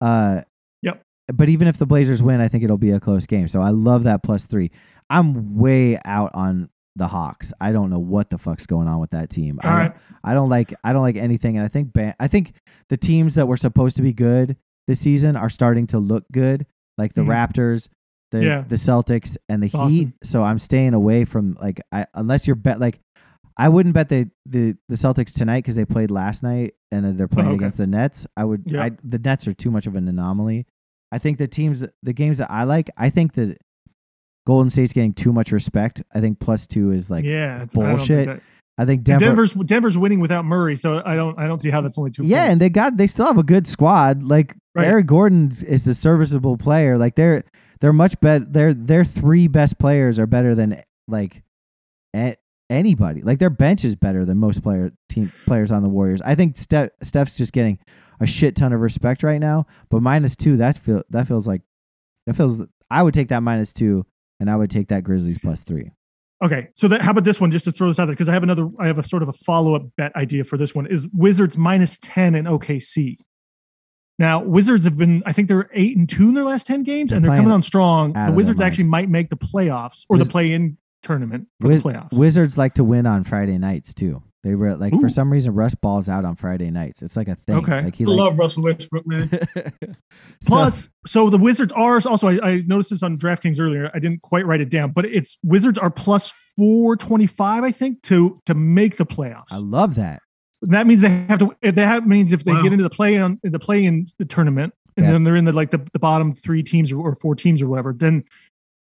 Speaker 1: Uh,
Speaker 3: Yep.
Speaker 1: But even if the Blazers win, I think it'll be a close game. So I love that plus three. I'm way out on the Hawks. I don't know what the fuck's going on with that team. I
Speaker 3: All
Speaker 1: don't-
Speaker 3: right,
Speaker 1: I don't like I don't like anything, and I think ban- I think the teams that were supposed to be good this season are starting to look good, like the
Speaker 3: Mhm.
Speaker 1: Raptors, the
Speaker 3: Yeah.
Speaker 1: the Celtics, and the Heat.
Speaker 3: Boston.
Speaker 1: So I'm staying away from like I unless you're bet like I wouldn't bet the the, the Celtics tonight because they played last night and uh, they're playing
Speaker 3: okay.
Speaker 1: against the Nets. I would
Speaker 3: Yeah.
Speaker 1: I, the Nets are too much of an anomaly. I think the teams that- the games that I like, I think that Golden State's getting too much respect. I think plus two is like
Speaker 3: yeah, it's- I don't think
Speaker 1: bullshit.
Speaker 3: that-
Speaker 1: I think
Speaker 3: And
Speaker 1: Denver.
Speaker 3: Denver's Denver's winning without Murray, so I don't I don't see how that's only two.
Speaker 1: yeah, and
Speaker 3: points.
Speaker 1: they got they still have a good squad. Like
Speaker 3: Right.
Speaker 1: Eric Gordon's is a serviceable player. Like they're they're much better. Their their three best players are better than like a- anybody. Like their bench is better than most player team players on the Warriors. I think Steph Steph's just getting a shit ton of respect right now. But minus two, that feel that feels like that feels. I would take that minus two, and I would take that Grizzlies plus three.
Speaker 3: okay. So that, how about this one? Just to throw this out there, because I have another I have a sort of a follow up bet idea for this one is Wizards minus ten in OKC. Now Wizards have been I think they're eight and two in their last ten games,
Speaker 1: They're
Speaker 3: and they're
Speaker 1: playing
Speaker 3: coming on strong.
Speaker 1: out
Speaker 3: The
Speaker 1: of their
Speaker 3: Wizards
Speaker 1: minds.
Speaker 3: actually might make the playoffs or
Speaker 1: Wiz-
Speaker 3: the play in tournament for
Speaker 1: Wiz-
Speaker 3: the playoffs.
Speaker 1: Wizards like to win on Friday nights too. They were like for
Speaker 3: Ooh.
Speaker 1: some reason Russ balls out on Friday nights. It's like a thing.
Speaker 3: Okay.
Speaker 1: Like he
Speaker 2: I
Speaker 1: like,
Speaker 2: love Russell Westbrook, man.
Speaker 1: So-
Speaker 3: Plus, so, the Wizards are also. I, I noticed this on DraftKings earlier. I didn't quite write it down, but it's Wizards are plus four twenty five, I think, to to make the playoffs.
Speaker 1: I love that.
Speaker 3: that means they have to. if They have means if they
Speaker 2: Wow.
Speaker 3: get into the play on the play in the tournament, and
Speaker 1: Yeah.
Speaker 3: then they're in the like the, the bottom three teams or, or four teams or whatever, then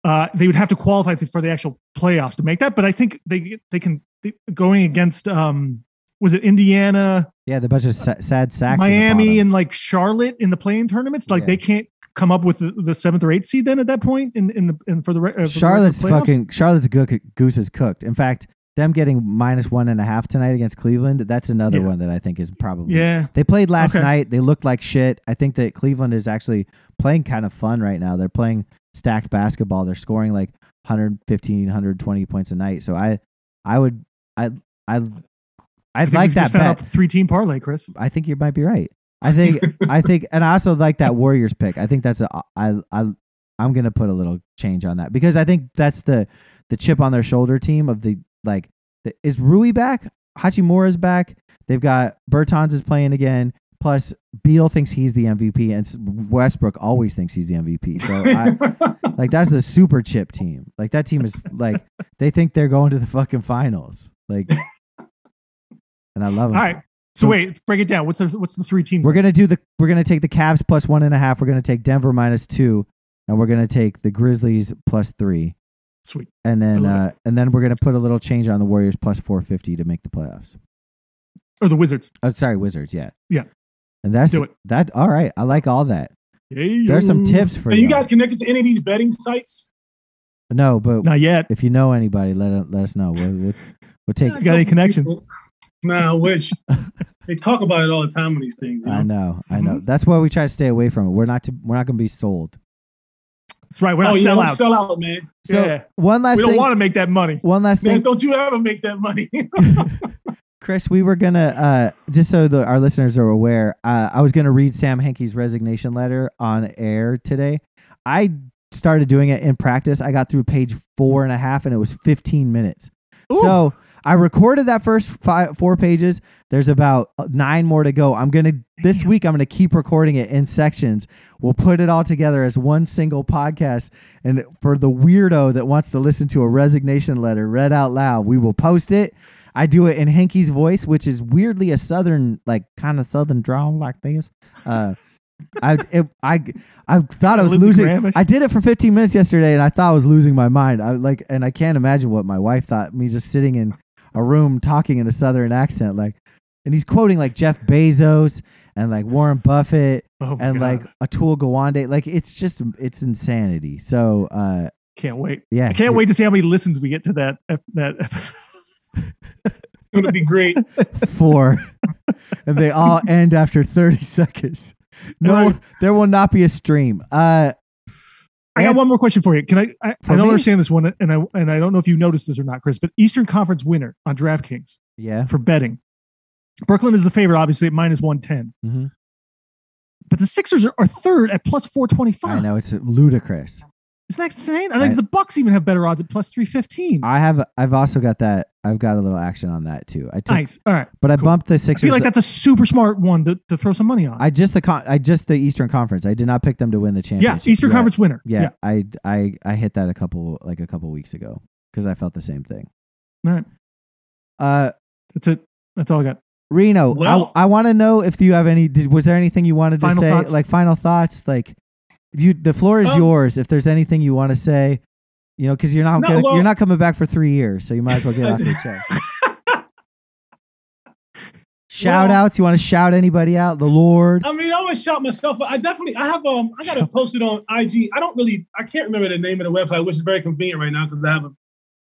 Speaker 3: uh, they would have to qualify for the actual playoffs to make that. But I think they they can they, going against um was it Indiana,
Speaker 1: Yeah, the bunch of sa- sad sacks. at the
Speaker 3: Miami,
Speaker 1: bottom.
Speaker 3: and like Charlotte in the play in tournaments. Like
Speaker 1: Yeah.
Speaker 3: they can't come up with the, the seventh or eighth seed then at that point in in the in for the re- uh, for the regular
Speaker 1: Charlotte's
Speaker 3: playoffs?
Speaker 1: fucking Charlotte's goo- goose is cooked. In fact, them getting minus one and a half tonight against Cleveland. That's another
Speaker 3: Yeah.
Speaker 1: one that I think is probably.
Speaker 3: yeah.
Speaker 1: They played last
Speaker 3: Okay.
Speaker 1: night. They looked like shit. I think that Cleveland is actually playing kind of fun right now. They're playing stacked basketball. They're scoring like 115, 120 points a night. So I, I would, I, I, I
Speaker 3: think
Speaker 1: like
Speaker 3: we've
Speaker 1: that
Speaker 3: just
Speaker 1: bet.
Speaker 3: found out Three team parlay, Chris.
Speaker 1: I think you might be right. I think, I think, and I also like that Warriors pick. I think that's a, I, I, I'm gonna put a little change on that because I think that's the, the chip on their shoulder team of the like, the, is Rui back? Hachimura's back. They've got Bertans is playing again. Plus, Beal thinks he's the MVP, and S- Westbrook always thinks he's the MVP. So, I, like, that's a super chip team. Like that team is like they think they're going to the fucking finals. Like, and I love
Speaker 3: All
Speaker 1: them.
Speaker 3: right. So wait, break it down. What's the what's the three teams?
Speaker 1: We're gonna do the. We're gonna take the Cavs plus one and a half. We're gonna take Denver minus two, and we're gonna take the Grizzlies plus three,
Speaker 3: Sweet.
Speaker 1: and then
Speaker 3: I love
Speaker 1: uh, and then we're gonna put a little change on the Warriors plus four fifty to make the playoffs.
Speaker 3: Or the Wizards.
Speaker 1: Oh, sorry, Wizards. Yeah.
Speaker 3: Yeah.
Speaker 1: And that's
Speaker 3: Do it.
Speaker 1: that. All right, I like all that. There's some tips [LAUGHS] for
Speaker 2: Are you
Speaker 1: you
Speaker 2: guys connected to any of these betting sites?
Speaker 1: No, but
Speaker 3: Not yet.
Speaker 1: if you know anybody, let let us know. We'll we'll,
Speaker 3: [LAUGHS]
Speaker 1: we'll take.
Speaker 3: Got any connections?
Speaker 2: Nah,
Speaker 1: [LAUGHS]
Speaker 2: I wish. they talk about it all the time on these things. you
Speaker 1: I
Speaker 2: know?
Speaker 1: know, I
Speaker 3: Mm-hmm.
Speaker 1: know. That's why we try to stay away from it. We're not to, we're not gonna be sold.
Speaker 3: That's right. We're not
Speaker 2: oh, yeah,
Speaker 3: sellouts.
Speaker 2: don't sell out, man.
Speaker 1: So
Speaker 3: Yeah.
Speaker 1: one last
Speaker 3: We don't
Speaker 1: thing.
Speaker 3: want to make that money.
Speaker 1: one last
Speaker 2: Man,
Speaker 1: thing.
Speaker 2: [LAUGHS] don't you ever make that money.
Speaker 1: Chris, we were gonna uh, just so the, our listeners are aware. Uh, I was gonna read Sam Hankey's resignation letter on air today. I started doing it in practice. I got through page four and a half, and it was 15 minutes.
Speaker 3: Ooh.
Speaker 1: So I recorded that first five, four pages. There's about uh, nine more to go. I'm gonna this week. I'm gonna keep recording it in sections. We'll put it all together as one single podcast. And for the weirdo that wants to listen to a resignation letter read out loud, we will post it. I do it in Henke's voice, which is weirdly a southern, like kind of southern drawl, like this. Uh, I it, I I thought I was
Speaker 3: Lindsey
Speaker 1: losing.
Speaker 3: Grahamish.
Speaker 1: I did it for 15 minutes yesterday, and I thought I was losing my mind. I like, and I can't imagine what my wife thought me just sitting in a room talking in a southern accent, like. And he's quoting like Jeff Bezos and like Warren Buffett
Speaker 3: Oh my
Speaker 1: and
Speaker 3: God.
Speaker 1: like Atul Gawande. Like it's just it's insanity. So uh
Speaker 3: can't wait.
Speaker 1: yeah,
Speaker 3: I can't wait to see how many listens we get to that ep- [LAUGHS] that episode.
Speaker 2: going to be great.
Speaker 1: four, [LAUGHS] and they all end after 30 seconds. No,
Speaker 3: Right.
Speaker 1: there will not be a stream. Uh,
Speaker 3: I
Speaker 1: Yeah.
Speaker 3: got one more question for you. Can I? I,
Speaker 1: For
Speaker 3: I don't
Speaker 1: me?
Speaker 3: understand this one, and I and I don't know if you noticed this or not, Chris. But Eastern Conference winner on DraftKings
Speaker 1: yeah,
Speaker 3: for betting, Brooklyn is the favorite, obviously at minus one ten.
Speaker 1: Mhm.
Speaker 3: But the Sixers are, are third at plus four twenty
Speaker 1: I
Speaker 3: five.
Speaker 1: know it's ludicrous.
Speaker 3: Isn't that insane? I think
Speaker 1: I-
Speaker 3: the Bucks even have better odds at plus three fifteen.
Speaker 1: I have, I've also got that. I've got a little action on that too. I took,
Speaker 3: Nice. All right.
Speaker 1: but I
Speaker 3: cool.
Speaker 1: bumped the
Speaker 3: I feel
Speaker 1: Sixers.
Speaker 3: like that's a super smart one to, to throw some money on.
Speaker 1: I just the con- I just the Eastern Conference. I did not pick them to win the
Speaker 3: yeah,
Speaker 1: championship.
Speaker 3: Eastern
Speaker 1: Yeah.
Speaker 3: Conference winner.
Speaker 1: Yeah, I, I, I hit that a couple like a couple weeks ago because I felt the same thing.
Speaker 3: All right.
Speaker 1: Uh,
Speaker 3: That's it. That's all I got.
Speaker 1: Reno,
Speaker 2: Well-
Speaker 1: I, I want to know if you have any. Did, was there anything you wanted to
Speaker 3: Final
Speaker 1: say?
Speaker 3: thoughts?
Speaker 1: Like final thoughts? Like you, the floor is
Speaker 2: Um,
Speaker 1: yours. If there's anything you want to say, you know, because you're not
Speaker 2: No,
Speaker 1: gonna,
Speaker 2: well-
Speaker 1: you're not coming back for three years, so you might as well get it off your
Speaker 2: [LAUGHS]
Speaker 1: chest. Shout
Speaker 2: Well- Um,
Speaker 1: outs. You want to shout anybody out? The Lord.
Speaker 2: I mean, I always shout myself, but I definitely I have um I got to post it on IG. I don't really I can't remember the name of the website, which is very convenient right now because I have a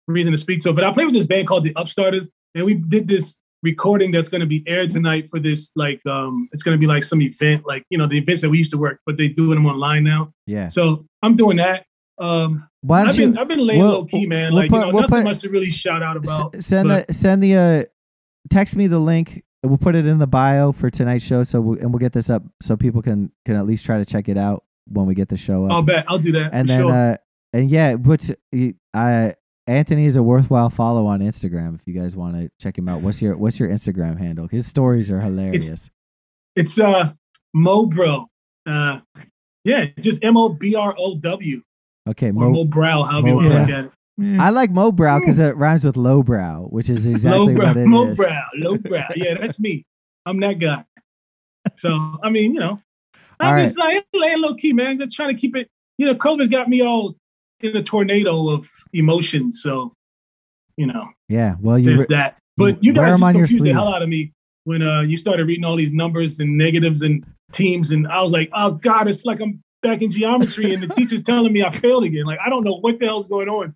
Speaker 2: reason to speak to it. But I play with this band called the Upstarters, and we did this recording that's going to be aired tonight for this like um it's going to be like some event like you know the events that we used to work, but they doing them online now.
Speaker 1: Yeah.
Speaker 2: So I'm doing that. Um,
Speaker 1: Why don't
Speaker 2: I've
Speaker 1: you
Speaker 2: been I've been laying
Speaker 1: we'll-
Speaker 2: low key, man.
Speaker 1: we'll
Speaker 2: like
Speaker 1: put-
Speaker 2: you know,
Speaker 1: we'll
Speaker 2: nothing
Speaker 1: put-
Speaker 2: much to really shout out about.
Speaker 1: S- send
Speaker 2: but-
Speaker 1: the send the uh, text me the link. and We'll put it in the bio for tonight's show. So we, and we'll get this up so people can can at least try to check it out when we get the show up.
Speaker 2: I'll bet I'll do [LAUGHS] that
Speaker 1: and
Speaker 2: for
Speaker 1: then
Speaker 2: sure.
Speaker 1: uh and yeah but uh anthony is a worthwhile follow on instagram if you guys want to check him out what's your what's your instagram handle his stories are hilarious
Speaker 2: It's uh Mobro. Uh yeah, just M O B R O W
Speaker 1: okay
Speaker 2: or
Speaker 1: Mo,
Speaker 2: Mo Brow, however you want to
Speaker 1: Mobrow.
Speaker 2: look at it.
Speaker 3: Eh,
Speaker 1: i like mobrow because it rhymes with lowbrow which is
Speaker 2: [LAUGHS] Low
Speaker 1: exactly
Speaker 2: brow,
Speaker 1: what it is.
Speaker 2: low brow, low brow. Yeah, that's me. I'm that guy. So I mean, you know, I'm
Speaker 1: All
Speaker 2: just like laying low key, man. Just trying to keep it. You know, COVID's got me all in a tornado of emotions. So, you know,
Speaker 1: yeah well you
Speaker 2: there's
Speaker 1: re-
Speaker 2: that. But you
Speaker 1: wear
Speaker 2: guys
Speaker 1: 'em
Speaker 2: just
Speaker 1: on your
Speaker 2: confused the hell
Speaker 1: sleeve.
Speaker 2: out of me when uh, you started reading all these numbers and negatives and teams, and I was like, oh god, it's like I'm back in geometry, and the teacher's telling me I failed again. Like I don't know what the hell's going on.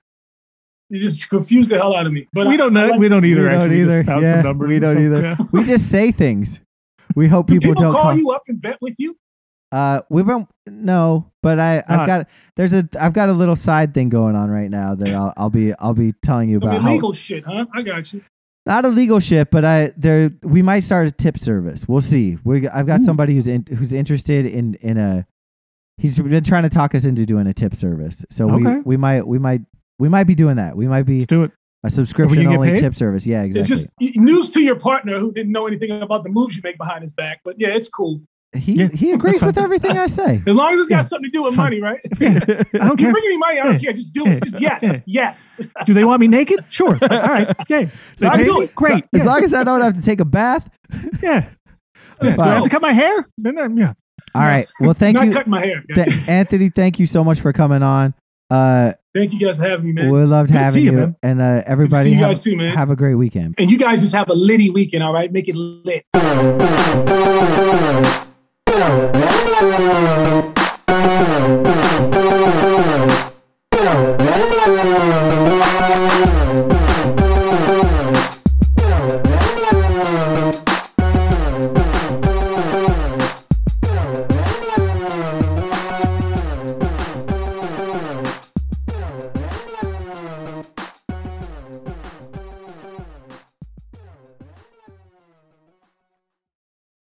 Speaker 2: You just confused the hell out of me. But
Speaker 3: we don't know. we don't either.
Speaker 1: We don't
Speaker 3: actually, We just
Speaker 1: either.
Speaker 3: found
Speaker 1: Yeah,
Speaker 3: some numbers
Speaker 1: we
Speaker 3: and
Speaker 1: don't
Speaker 3: stuff.
Speaker 1: either.
Speaker 3: Yeah.
Speaker 1: we just say things we
Speaker 2: [LAUGHS]
Speaker 1: hope
Speaker 2: do
Speaker 1: people,
Speaker 2: people,
Speaker 1: don't
Speaker 2: call,
Speaker 1: call
Speaker 2: you up and bet with you.
Speaker 1: uh we've been no but i i've
Speaker 3: Not.
Speaker 1: got there's a i've got a little side thing going on right now that i'll i'll be i'll be telling you
Speaker 2: Some
Speaker 1: about how
Speaker 2: illegal shit, huh? I got you.
Speaker 1: not illegal shit, but I there we might start a tip service. We'll see. We I've got
Speaker 3: Ooh.
Speaker 1: somebody who's in, who's interested in in a he's been trying to talk us into doing a tip service. So we
Speaker 3: Okay.
Speaker 1: we might we might we might be doing that. We might be
Speaker 3: Let's do it.
Speaker 1: a subscription
Speaker 3: get
Speaker 1: only
Speaker 3: paid?
Speaker 1: tip service. Yeah,
Speaker 2: It's
Speaker 1: exactly.
Speaker 2: just y- news to your partner who didn't know anything about the moves you make behind his back. But yeah, it's cool
Speaker 1: he
Speaker 3: Yeah,
Speaker 1: he
Speaker 3: that's
Speaker 1: agrees
Speaker 3: fine.
Speaker 1: with everything I
Speaker 2: [LAUGHS]
Speaker 1: say.
Speaker 2: as long as it's got
Speaker 3: Yeah.
Speaker 2: something to do with
Speaker 3: Fine.
Speaker 2: money,
Speaker 1: [LAUGHS]
Speaker 2: right?
Speaker 3: [LAUGHS] Yeah. I don't
Speaker 2: [LAUGHS] You
Speaker 3: care.
Speaker 2: bring me money, I don't care. Just do
Speaker 3: Yeah.
Speaker 2: it. Just yes,
Speaker 3: Yeah.
Speaker 2: yes.
Speaker 3: Do they want me naked? Sure. All right. Yay.
Speaker 1: So
Speaker 3: They
Speaker 1: I
Speaker 3: pay
Speaker 1: do
Speaker 3: me?
Speaker 2: it.
Speaker 3: Great.
Speaker 1: As
Speaker 3: yeah.
Speaker 1: long as I don't have to take a bath.
Speaker 3: yeah.
Speaker 1: Let's
Speaker 3: Yeah. Do I have
Speaker 2: go.
Speaker 3: to cut my hair? Then I'm, yeah.
Speaker 1: All right. Well, thank
Speaker 2: Not
Speaker 1: you,
Speaker 2: cutting my hair. guys.
Speaker 1: Th- Anthony. Thank you so much for coming on. Uh,
Speaker 2: Thank you guys for having me, man.
Speaker 1: we loved
Speaker 3: Good to
Speaker 1: having
Speaker 3: see you,
Speaker 1: you,
Speaker 3: man.
Speaker 1: and uh,
Speaker 2: Good to
Speaker 1: everybody
Speaker 2: see you
Speaker 1: have,
Speaker 2: guys too, man.
Speaker 1: have a great weekend.
Speaker 2: and you guys just have a litty weekend, all right? Make it lit.